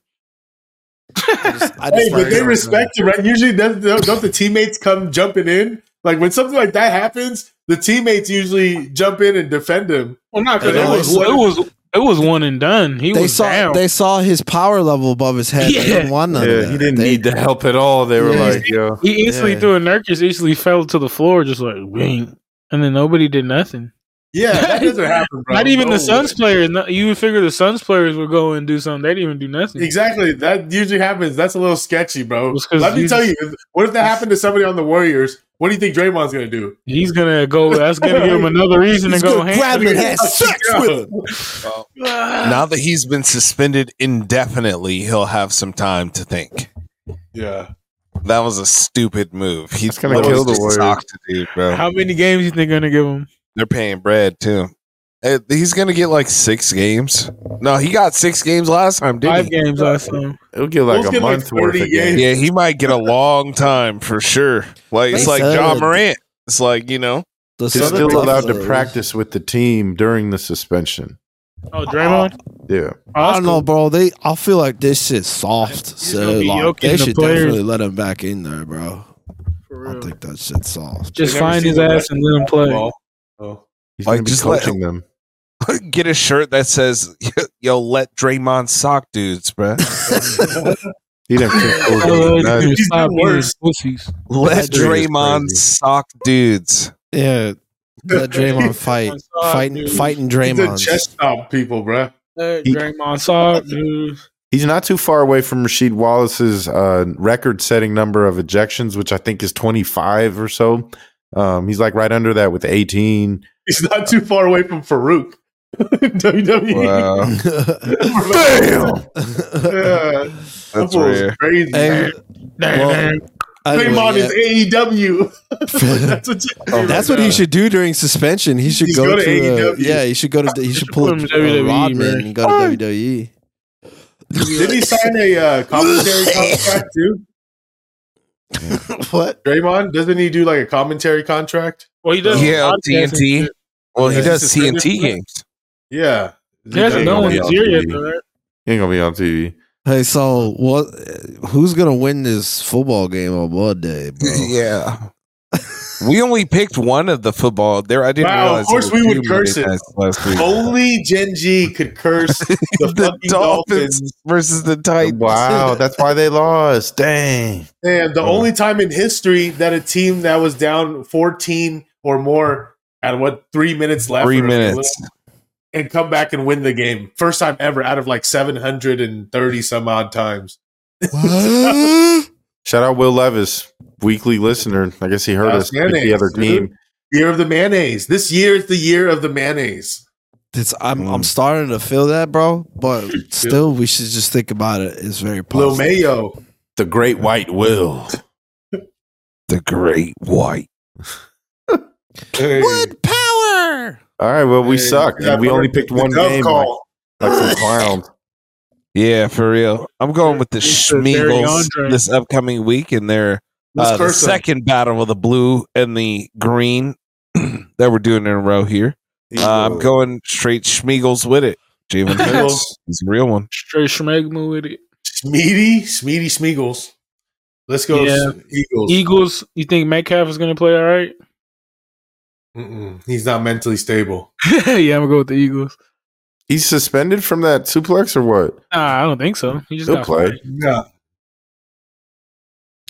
Speaker 3: I just- I just
Speaker 1: Hey, but
Speaker 3: fired
Speaker 1: they
Speaker 3: up.
Speaker 1: respect him, right? Usually, don't, don't don't the teammates come jumping in? Like when something like that happens, the teammates usually jump in and defend him.
Speaker 5: well, not because
Speaker 1: They
Speaker 5: it was
Speaker 1: always-
Speaker 5: it was it was one and done. He
Speaker 3: They
Speaker 5: was
Speaker 3: saw
Speaker 5: down.
Speaker 3: they saw his power level above his head. They
Speaker 5: Yeah.
Speaker 3: didn't want none of that. They-
Speaker 2: the help at all. They
Speaker 3: Yeah.
Speaker 2: yo,
Speaker 5: he instantly
Speaker 3: Yeah.
Speaker 5: threw a Nurkic, instantly fell to the floor, just like wing, and then nobody did nothing.
Speaker 1: Yeah,
Speaker 5: *laughs*
Speaker 1: that doesn't happen, bro.
Speaker 5: Not even
Speaker 1: No
Speaker 5: the Suns
Speaker 1: way.
Speaker 5: players. No, you would figure the Suns players would go and do something. They didn't even do nothing.
Speaker 1: Exactly. That usually happens. That's a little sketchy, bro.
Speaker 5: It's 'cause
Speaker 1: Let me
Speaker 5: you-
Speaker 1: tell you, if- what if that happened to somebody on the Warriors? What do you think Draymond's gonna do?
Speaker 5: He's gonna go. That's gonna give him another reason to
Speaker 6: He's
Speaker 5: go
Speaker 6: gonna
Speaker 5: ham. *laughs*
Speaker 6: grab him and have sex with him.
Speaker 5: Ah.
Speaker 4: now that he's been suspended indefinitely, he'll have some time to think.
Speaker 1: Yeah.
Speaker 4: That was a stupid move. He's
Speaker 2: That's gonna kill the Warriors.
Speaker 4: dude, bro.
Speaker 5: How many games you think gonna give him?
Speaker 4: They're paying bread too. Eh, He's gonna get like six games. No, he got six games last time, didn't
Speaker 5: Five
Speaker 4: he?
Speaker 5: games last time.
Speaker 2: it'll get
Speaker 1: Bulls
Speaker 2: like a
Speaker 1: get, like,
Speaker 2: month worth
Speaker 1: 30
Speaker 2: of games.
Speaker 4: Yeah, he might get a long time for sure. Like it's
Speaker 3: They
Speaker 4: like John
Speaker 3: said-
Speaker 4: Morant. It's like you know,
Speaker 3: the
Speaker 2: He's
Speaker 3: Southern
Speaker 2: still allowed to
Speaker 3: Buffaloes-
Speaker 2: practice with the team during the suspension.
Speaker 5: Oh, Draymond.
Speaker 2: Yeah,
Speaker 3: Oh, I don't know, bro. They I feel like this shit's soft.
Speaker 5: He's
Speaker 3: so
Speaker 5: gonna be
Speaker 3: like,
Speaker 5: yoking
Speaker 3: they
Speaker 5: the
Speaker 3: should
Speaker 5: players.
Speaker 3: definitely let him back in there, bro.
Speaker 5: For
Speaker 3: I
Speaker 5: real.
Speaker 3: think that shit's soft.
Speaker 5: Just
Speaker 1: I've never
Speaker 5: find
Speaker 1: seen
Speaker 5: his
Speaker 1: him
Speaker 5: ass and let him play.
Speaker 1: Well, oh.
Speaker 2: he's
Speaker 4: Like,
Speaker 2: gonna be
Speaker 4: just let-
Speaker 2: coaching them.
Speaker 4: get a shirt that says *laughs* "Yo, let Draymond sock
Speaker 2: *laughs*
Speaker 4: dudes, bro.
Speaker 2: He didn't
Speaker 4: *laughs*
Speaker 2: feel
Speaker 5: Oh,
Speaker 2: cool. That-
Speaker 5: dude,
Speaker 1: he's
Speaker 5: stop
Speaker 1: the
Speaker 5: being
Speaker 1: worst.
Speaker 5: pussies.
Speaker 4: Let
Speaker 3: That dude
Speaker 2: is
Speaker 4: Draymond
Speaker 2: crazy.
Speaker 4: sock dudes."
Speaker 3: Yeah, let
Speaker 5: *laughs*
Speaker 3: Draymond fight,
Speaker 5: Sock,
Speaker 3: fighting,
Speaker 5: Oh, dude.
Speaker 3: fighting
Speaker 1: He's a
Speaker 3: Draymond. *laughs*
Speaker 1: chest stomp, people, bro.
Speaker 5: Let
Speaker 2: He-
Speaker 5: Draymond saw it, dude.
Speaker 2: He's not too far away from Rasheed Wallace's uh, record-setting number of ejections, which I think is 25 or so. Um, he's like right under that with 18.
Speaker 1: *laughs* He's not too far away from Farouk. *laughs* E. WWE. *laughs*
Speaker 3: *laughs*
Speaker 2: Damn,
Speaker 1: Yeah. That
Speaker 4: that's
Speaker 1: fool's
Speaker 4: rare.
Speaker 1: crazy.
Speaker 3: Hey, well, anyway,
Speaker 1: Draymond
Speaker 3: yeah.
Speaker 1: is
Speaker 3: *laughs*
Speaker 1: AEW. *laughs* that's what, you
Speaker 4: Oh,
Speaker 1: do
Speaker 3: That's
Speaker 1: right
Speaker 3: what he
Speaker 1: now.
Speaker 3: should do during suspension. He should
Speaker 1: He's E go
Speaker 3: go, to,
Speaker 1: to AEW.
Speaker 3: uh, yeah. He
Speaker 1: *laughs*
Speaker 3: should go to he should pull a,
Speaker 5: put him in
Speaker 1: E
Speaker 3: a
Speaker 5: WWE,
Speaker 3: Rodman
Speaker 5: bro.
Speaker 3: and go to E. WWE.
Speaker 1: Did he sign a uh,
Speaker 3: *laughs*
Speaker 1: commentary contract too?
Speaker 3: what?
Speaker 1: Draymond doesn't he do like a commentary contract?
Speaker 5: Well, he does.
Speaker 4: Yeah, on
Speaker 5: podcasts and
Speaker 4: TNT.
Speaker 5: shit.
Speaker 4: Well, he
Speaker 1: Yeah,
Speaker 4: does
Speaker 1: he's suspended
Speaker 4: TNT
Speaker 1: for that.
Speaker 4: games.
Speaker 1: Yeah,
Speaker 5: He hasn't
Speaker 2: Yeah,
Speaker 5: done one
Speaker 2: yeah.
Speaker 5: this year yet, though, right?
Speaker 2: he ain't gonna be on TV.
Speaker 3: Hey, so what? Who's gonna win this football game on
Speaker 1: *laughs*
Speaker 3: Monday, bro?
Speaker 4: *laughs* Yeah. we only picked one of the football there. I didn't
Speaker 1: Wow,
Speaker 4: realize.
Speaker 1: of course
Speaker 4: there were
Speaker 1: we
Speaker 4: two
Speaker 1: would curse
Speaker 4: Monday
Speaker 1: it.
Speaker 4: nights Last *laughs* week.
Speaker 1: Only Gen G could
Speaker 3: *laughs*
Speaker 1: curse the,
Speaker 4: the,
Speaker 1: fucking
Speaker 4: Dolphins,
Speaker 1: Dolphins.
Speaker 4: versus the
Speaker 1: *laughs*
Speaker 4: Titans.
Speaker 2: Wow, that's why they lost. Dang.
Speaker 1: And
Speaker 4: Oh.
Speaker 1: the only time in history that a team that was down 14 or more at what three minutes left,
Speaker 4: Three
Speaker 1: or-
Speaker 4: minutes.
Speaker 1: and come back and win the game. First time ever out of like 730 some odd times.
Speaker 2: Shout out Will Levis, weekly listener. I guess he heard us with
Speaker 1: Outstanding,
Speaker 2: the other
Speaker 1: dude.
Speaker 2: team.
Speaker 1: Year of the mayonnaise. This year is the year of the mayonnaise.
Speaker 3: *laughs* It's, I'm
Speaker 1: Mm.
Speaker 3: I'm starting to feel that, bro.
Speaker 1: *laughs*
Speaker 3: But still, we should just think about it. It's very
Speaker 1: Lil
Speaker 3: positive.
Speaker 1: Mayo.
Speaker 2: The Great White Will.
Speaker 4: The Great White.
Speaker 1: Hey.
Speaker 3: Wood power.
Speaker 2: All right, well, we
Speaker 1: Hey,
Speaker 2: suck.
Speaker 1: yeah,
Speaker 2: and we
Speaker 1: but
Speaker 2: only
Speaker 1: the-
Speaker 2: picked
Speaker 1: the
Speaker 2: one
Speaker 1: dove
Speaker 2: game. Like,
Speaker 1: call.
Speaker 2: like some clown.
Speaker 4: Yeah, for real. I'm going with the
Speaker 5: It's the Barry
Speaker 4: Schmeagles
Speaker 5: Andre.
Speaker 4: this upcoming week in their
Speaker 1: Let's
Speaker 4: uh, the
Speaker 1: curse him.
Speaker 4: second battle of the blue and the green *clears throat* that we're doing in a row here. Uh,
Speaker 2: um,
Speaker 4: I'm going straight Schmeagles with it. Jalen Hurts. He's a real one.
Speaker 5: Straight schmegma with it.
Speaker 1: Smeedy, Smeedy Smeagles. Let's go
Speaker 5: Yeah.
Speaker 1: Eagles.
Speaker 5: Eagles. You think Metcalf is gonna play all right?
Speaker 1: Mm-mm. He's not mentally
Speaker 2: *laughs*
Speaker 1: stable.
Speaker 5: *laughs* yeah, I'm gonna go with the Eagles.
Speaker 2: He's suspended from that suplex or what?
Speaker 5: Nah, I don't think so. He just
Speaker 2: He'll
Speaker 5: got
Speaker 2: play.
Speaker 5: fired.
Speaker 1: Yeah.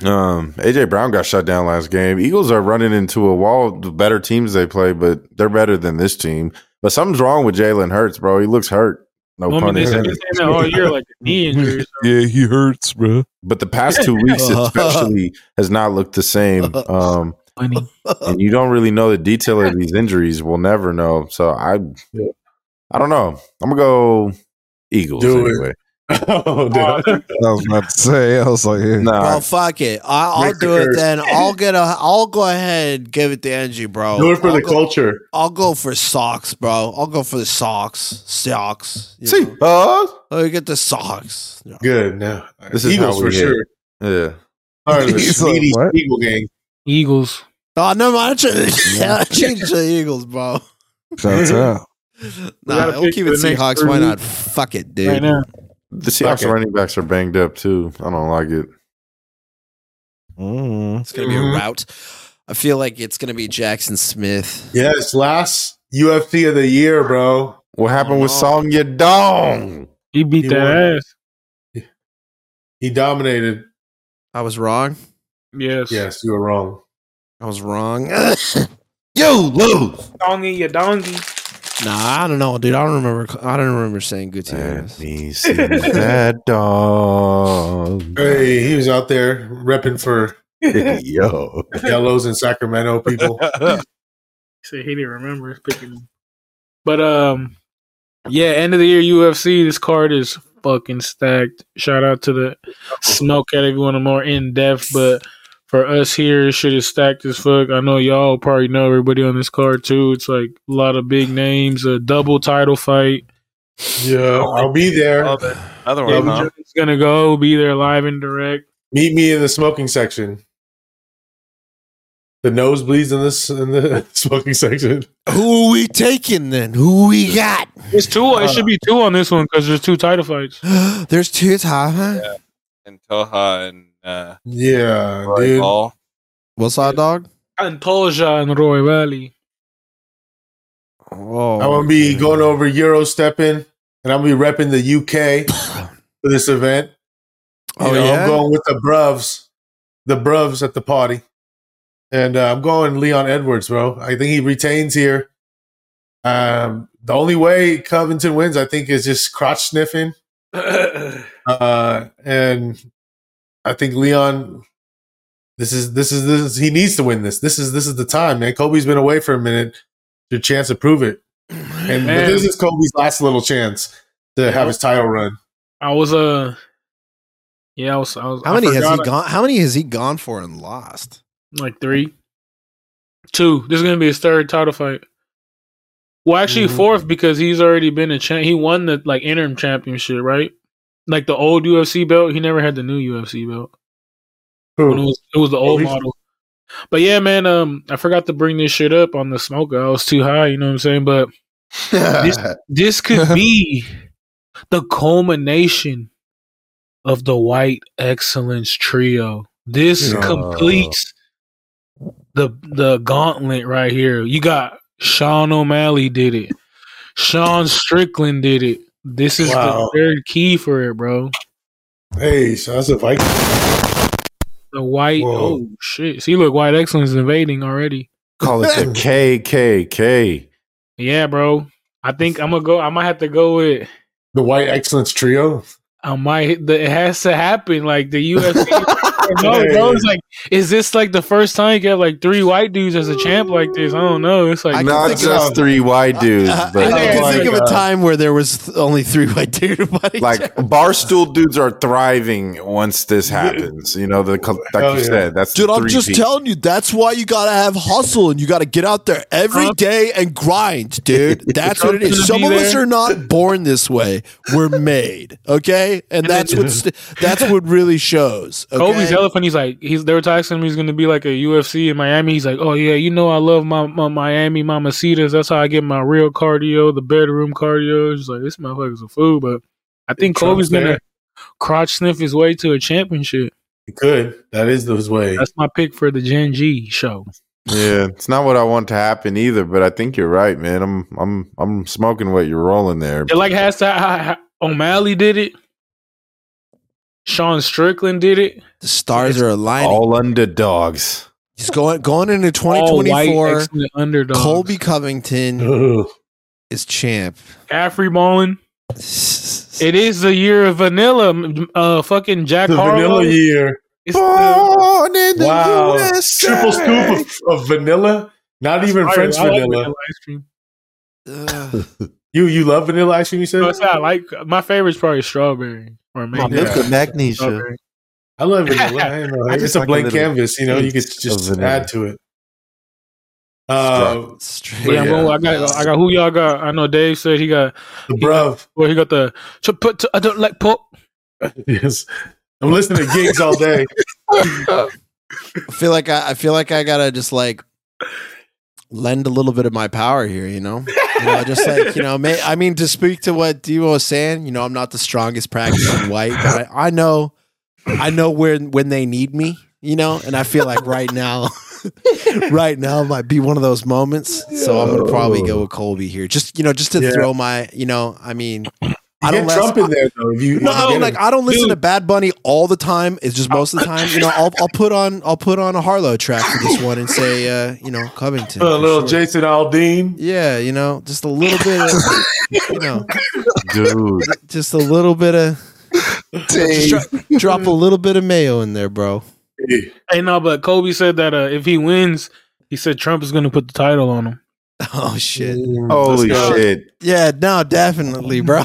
Speaker 2: Um, AJ Brown got shut down last game. Eagles are running into a wall. The better teams they play, but they're better than this team. But something's wrong with Jalen Hurts, bro. He looks hurt. No
Speaker 5: Well, I mean,
Speaker 2: pun
Speaker 5: they said
Speaker 2: intended.
Speaker 5: they're saying that all year, like a *laughs* knee injury. So.
Speaker 4: Yeah, he hurts, bro.
Speaker 2: But the past two weeks, especially, has not looked the same. Um,
Speaker 5: Funny.
Speaker 2: and you don't really know the detail of these injuries. We'll never know. So I, I don't know. I'm gonna go Eagles
Speaker 1: Do it.
Speaker 2: anyway.
Speaker 1: oh, dude.
Speaker 4: I was about to say. I was like, yeah.
Speaker 2: Nah,
Speaker 3: Well, fuck it. I, I'll
Speaker 1: Make the
Speaker 3: do it
Speaker 1: curse.
Speaker 3: then. I'll get a. I'll go ahead and give it to Angie, bro.
Speaker 1: Do it for
Speaker 3: I'll
Speaker 1: the
Speaker 3: go-
Speaker 1: culture.
Speaker 3: I'll go for socks, bro. I'll go for the socks. Socks. you
Speaker 2: see,
Speaker 3: know.
Speaker 2: uh,
Speaker 3: Oh, you get the socks.
Speaker 1: Good. No,
Speaker 2: This is
Speaker 1: Eagles
Speaker 2: how
Speaker 1: for
Speaker 2: we hit.
Speaker 1: sure.
Speaker 2: yeah.
Speaker 1: Part
Speaker 2: *laughs*
Speaker 1: of the
Speaker 4: He's like,
Speaker 1: Schmeedy
Speaker 4: what?
Speaker 1: Eagle gang.
Speaker 5: Eagles.
Speaker 3: Oh, never mind. I changed, I changed the *laughs* Eagles, bro.
Speaker 4: Shouts out.
Speaker 3: Nah,
Speaker 5: gotta
Speaker 3: we'll
Speaker 5: pick
Speaker 3: keep
Speaker 5: for
Speaker 3: it
Speaker 5: the next
Speaker 3: Seahawks.
Speaker 5: three
Speaker 3: Why not? Fuck it, dude.
Speaker 5: Right now.
Speaker 2: The Seahawks
Speaker 1: it.
Speaker 2: running backs are banged up too. I don't like it.
Speaker 4: Mm.
Speaker 3: Mm-hmm. It's gonna be a
Speaker 5: Mm-hmm.
Speaker 1: Mhm.
Speaker 3: route. I feel like it's gonna be Jackson Smith.
Speaker 1: Yes, last UFC of the year, bro.
Speaker 2: What happened with
Speaker 3: no.
Speaker 2: Song Yadong?
Speaker 5: He beat
Speaker 1: He
Speaker 5: that
Speaker 1: won.
Speaker 5: ass.
Speaker 1: He dominated.
Speaker 3: I was wrong.
Speaker 5: Yes.
Speaker 1: Yes, you were wrong.
Speaker 3: I was wrong. *laughs* you lose.
Speaker 5: Dongy, your donkey.
Speaker 3: Nah, I don't know, dude. I don't remember. I don't remember saying
Speaker 2: Let
Speaker 3: Gutierrez.
Speaker 2: me see that
Speaker 1: *laughs*
Speaker 2: dog.
Speaker 1: Hey, he was out there repping for
Speaker 2: Yo,
Speaker 1: yellows in Sacramento people.
Speaker 5: So he didn't remember his picking him. But um yeah, end of the year UFC, this card is fucking stacked. Shout out to the smoke at if you want a more in depth, but for us here, shit is stacked as fuck. I know y'all probably know everybody on this card too. It's like a lot of big names, a double title fight.
Speaker 1: Yeah, I'll be there.
Speaker 4: Other
Speaker 1: Yeah,
Speaker 4: one,
Speaker 1: we
Speaker 4: huh?
Speaker 1: just-
Speaker 5: It's gonna go, be there live and direct.
Speaker 1: Meet me in the smoking section. The nosebleeds in this in the *laughs* smoking section.
Speaker 3: Who are we taking then? Who we got? *gasps*
Speaker 5: It's two. it should be two on this one because there's two title fights.
Speaker 3: There's two top, huh?
Speaker 4: Yeah. and Toha and uh,
Speaker 1: Yeah,
Speaker 4: Roy
Speaker 1: dude.
Speaker 4: Hall.
Speaker 3: What's our dog?
Speaker 5: Antoja and Roy Valley. *laughs*
Speaker 1: I'm
Speaker 3: Oh,
Speaker 4: *laughs*
Speaker 1: gonna be going over Euro stepping, and I'm gonna be repping the
Speaker 3: *laughs*
Speaker 1: UK for this event. You
Speaker 3: Oh,
Speaker 1: know,
Speaker 3: yeah?
Speaker 1: I'm going with the Bruvs, the Bruvs at the party, and uh, I'm going Leon Edwards, bro. I think he retains here. Um, the only way Covington wins, I think, is just crotch sniffing, uh, and I think Leon. This is this is this is, he needs to win this. This is this is the time, man. Kobe's been away for a minute. Your chance to prove
Speaker 5: *clears throat*
Speaker 1: it. And but
Speaker 5: Man.
Speaker 1: this is Kobe's last little chance to have his title run.
Speaker 5: I was uh yeah, I was. I was
Speaker 3: How
Speaker 5: I
Speaker 3: many has
Speaker 5: forgot
Speaker 3: he gone? How many has he gone for and lost?
Speaker 5: Like three, two. This is gonna be his third title fight. Well, actually
Speaker 3: Mm-hmm.
Speaker 1: Mhm.
Speaker 5: fourth because he's already been a champ. He won the like interim championship, right? Like the old UFC belt. He never had the new UFC belt. When it was it was the old
Speaker 1: he's-
Speaker 5: model. But yeah, man. Um, I forgot to bring this shit up on the smoker. I was too high. You know what I'm saying? But this this could be the culmination of the white excellence trio. This
Speaker 1: No.
Speaker 5: completes the the gauntlet right here. You got Sean O'Malley did it. Sean Strickland did it. This is
Speaker 1: Wow.
Speaker 5: the third key for it, bro.
Speaker 1: Hey, so that's a Viking.
Speaker 5: The white
Speaker 1: Whoa.
Speaker 5: oh shit. See look, white excellence is invading already.
Speaker 2: call it the KKK.
Speaker 5: Yeah, bro. I think I'm gonna go I might have to go with
Speaker 1: The White Excellence Trio.
Speaker 5: I might. The, it has to happen. Like the UFC. no, bro. It's like, is this like the first time you get like three white dudes as a champ like this? I don't know. It's like
Speaker 3: I
Speaker 2: Not
Speaker 3: think
Speaker 2: just
Speaker 1: of-
Speaker 2: three white dudes,
Speaker 3: I,
Speaker 2: but
Speaker 1: I
Speaker 3: can
Speaker 1: Oh my
Speaker 3: think of
Speaker 1: God.
Speaker 3: a time where there was th- only three white *laughs* dude fights.
Speaker 2: *laughs* like barstool dudes are thriving once this happens. You know, the co- like
Speaker 1: Hell
Speaker 2: you
Speaker 1: yeah.
Speaker 2: said, that's
Speaker 3: Dude,
Speaker 2: the
Speaker 3: I'm just
Speaker 2: three-peat.
Speaker 3: telling you, that's why you gotta have hustle and you gotta get out there every
Speaker 5: Huh?
Speaker 3: day and grind,
Speaker 2: *laughs*
Speaker 3: dude. That's what it
Speaker 5: Trump's
Speaker 3: is.
Speaker 5: gonna
Speaker 3: Some
Speaker 5: be
Speaker 3: of us
Speaker 5: there.
Speaker 3: are not born this way. We're made, okay? And that's *laughs* what st- that's what really shows. Okay?
Speaker 5: Kobe's elephant. He's like, he's they were taxing him. He's gonna be like a UFC in Miami. He's like, oh yeah, you know I love my, my Miami mamacitas. That's how I get my real cardio, the bedroom cardio. It's just like this motherfucker's a fool, but I think
Speaker 1: Trump's
Speaker 5: Kobe's gonna
Speaker 1: there.
Speaker 5: crotch sniff his way to a championship.
Speaker 1: He could. That is his way. *laughs*
Speaker 5: That's my pick for the Gen G show.
Speaker 2: Yeah, it's not what I want to happen either. But I think you're right, man. I'm I'm I'm smoking what you're rolling there.
Speaker 5: It like has to. How, how O'Malley did it. Sean Strickland did it.
Speaker 3: The stars are aligning.
Speaker 2: All underdogs.
Speaker 3: He's going going into
Speaker 5: All white
Speaker 3: 2024.
Speaker 5: excellent underdog.
Speaker 3: Colby Covington
Speaker 1: Ugh.
Speaker 3: is champ.
Speaker 5: Caffrey Ballin.
Speaker 3: *sighs*
Speaker 5: It is the year of vanilla. m- Uh, fucking Jack
Speaker 1: The
Speaker 5: Harlow.
Speaker 1: vanilla year.
Speaker 5: It's the-
Speaker 2: in
Speaker 1: Wow. Triple scoop of, of vanilla. Not even
Speaker 5: I-
Speaker 1: French
Speaker 5: I like
Speaker 1: vanilla.
Speaker 5: ice cream.
Speaker 1: You you love vanilla ice cream? You said
Speaker 5: No, it's not, I like my favorite's probably strawberry
Speaker 2: Oh,
Speaker 5: or
Speaker 7: Come on,
Speaker 5: mango.
Speaker 1: Yeah.
Speaker 7: look at magnesia.
Speaker 5: Strawberry.
Speaker 1: I love vanilla. I don't know.
Speaker 2: I
Speaker 1: it's
Speaker 2: just
Speaker 1: a
Speaker 2: like a
Speaker 1: blank
Speaker 2: little
Speaker 1: canvas. You know, you could
Speaker 2: of
Speaker 1: just
Speaker 2: vanilla.
Speaker 1: add to it. Uh,
Speaker 7: Straight
Speaker 5: But yeah,
Speaker 1: Yeah.
Speaker 5: well, I got I got who y'all got. I know Dave said he got
Speaker 1: bruv. *laughs*
Speaker 5: well he got the "Ch- put I don't like pork.
Speaker 1: Yes. I'm listening to gigs all day.
Speaker 3: I feel like I, I feel like I gotta just like lend a little bit of my power here, you know. You know, just like you know, may, I mean, to speak to what Devo was saying, you know, I'm not the strongest practicing white, but I, I know, I know when when they need me, you know, and I feel like right now, *laughs* right now might be one of those moments. So I'm gonna probably go with Colby here, just you know, just to
Speaker 1: Yeah.
Speaker 3: throw my, you know, I mean, I
Speaker 1: I
Speaker 3: don't
Speaker 1: get
Speaker 3: last-
Speaker 1: Trump in there though. If you,
Speaker 3: no,
Speaker 1: if you
Speaker 3: I don't
Speaker 1: get
Speaker 3: like
Speaker 1: him.
Speaker 3: I don't listen
Speaker 5: Dude.
Speaker 3: to Bad Bunny all the time. It's
Speaker 1: Oh.
Speaker 3: just most of the time, you know, I'll I'll put on I'll put on a Harlow track for this one and say, uh, you know, Covington.
Speaker 1: a
Speaker 3: for
Speaker 1: little
Speaker 3: sure.
Speaker 1: Jason Aldean.
Speaker 3: Yeah, you know, just a little bit of you know,
Speaker 2: dude.
Speaker 3: *laughs* just a little bit of just dro- drop a little bit of mayo in there, bro.
Speaker 1: Hey,
Speaker 5: Hey, no, but Kobe said that uh, if he wins, he said Trump is going to put the title on him.
Speaker 3: *laughs* Oh shit.
Speaker 2: Holy
Speaker 1: Let's go.
Speaker 2: shit!
Speaker 3: Yeah, no, definitely, bro. *laughs*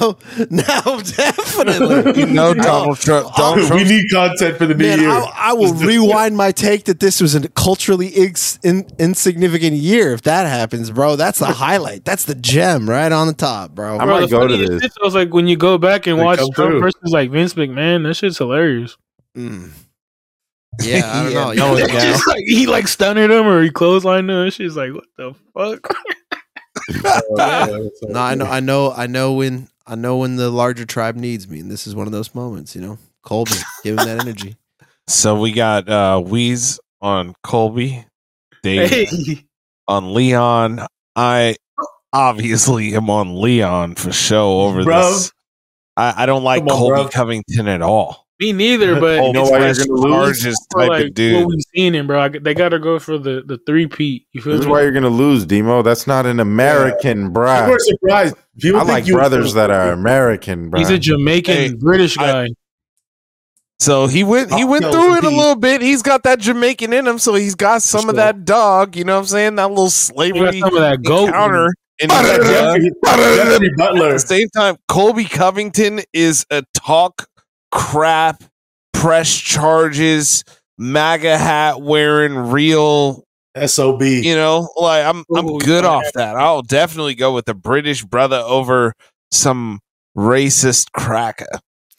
Speaker 3: No, definitely.
Speaker 4: You know Donald *laughs* Trump.
Speaker 1: *laughs*
Speaker 4: Donald
Speaker 1: we
Speaker 4: Trump.
Speaker 1: need content for the new
Speaker 3: Man,
Speaker 1: year. *laughs*
Speaker 3: I, I will rewind my take that this was a culturally ex- in, insignificant year. If that happens, bro, that's the highlight. That's the gem right on the top, bro.
Speaker 2: I might
Speaker 5: the
Speaker 2: go to
Speaker 5: funniest
Speaker 2: this.
Speaker 5: shit was like when you go back and
Speaker 1: They
Speaker 5: watch
Speaker 1: come
Speaker 5: Trump
Speaker 1: through.
Speaker 5: versus like Vince McMahon. That
Speaker 2: *laughs*
Speaker 5: shit's hilarious.
Speaker 3: Mm. *laughs* Yeah, I don't
Speaker 7: Yeah,
Speaker 3: know. You
Speaker 5: *laughs*
Speaker 3: know.
Speaker 5: It's just like he like stunned him or he clotheslined him. That shit's like what the fuck.
Speaker 3: No, I know, I know, I know when I know when the larger tribe needs me, and this is one of those moments. You know, Colby, give him that *laughs* energy.
Speaker 4: So we got uh Wheeze on Colby, Dave
Speaker 5: *laughs* Hey,
Speaker 4: on Leon. I obviously am on Leon for show over
Speaker 1: Bruv.
Speaker 4: this. I, I don't like
Speaker 1: Come on,
Speaker 4: Colby
Speaker 1: bruv.
Speaker 4: Covington at all.
Speaker 2: *laughs*
Speaker 5: me neither. But
Speaker 2: Oh,
Speaker 4: You know
Speaker 5: it's
Speaker 4: why
Speaker 5: like,
Speaker 4: you're gonna lose? Largest
Speaker 5: for,
Speaker 4: type
Speaker 5: like,
Speaker 4: of dude.
Speaker 5: what we've seen him, bro. I, they got to go for the the three peat. You feel
Speaker 2: This is
Speaker 5: me?
Speaker 2: why you're gonna lose, Demo. That's not an American,
Speaker 1: You
Speaker 2: bro.
Speaker 1: were surprised. People
Speaker 2: I
Speaker 1: think
Speaker 2: like
Speaker 1: you-
Speaker 2: brothers that are American, bro.
Speaker 5: He's a Jamaican
Speaker 4: Hey,
Speaker 5: British guy.
Speaker 4: I- So he went he
Speaker 1: Oh,
Speaker 4: went
Speaker 1: no,
Speaker 4: through it a
Speaker 1: he-
Speaker 4: little bit. He's got that Jamaican in him, so he's got some of
Speaker 1: sure.
Speaker 4: that dog, you know what I'm saying? That little
Speaker 5: He got
Speaker 4: slavery
Speaker 5: some of that goat. in him.
Speaker 4: encounter. in his *laughs*
Speaker 1: *laughs*
Speaker 4: blood.
Speaker 1: Jeffrey, Jeffrey
Speaker 4: At
Speaker 1: Butler.
Speaker 4: the same time, Colby Covington is a talk crap, press charges, MAGA hat wearing real.
Speaker 1: SOB.
Speaker 4: You know, like I'm I'm
Speaker 5: Ooh,
Speaker 4: good
Speaker 5: yeah.
Speaker 4: off that. I'll definitely go with the British brother over some racist cracker.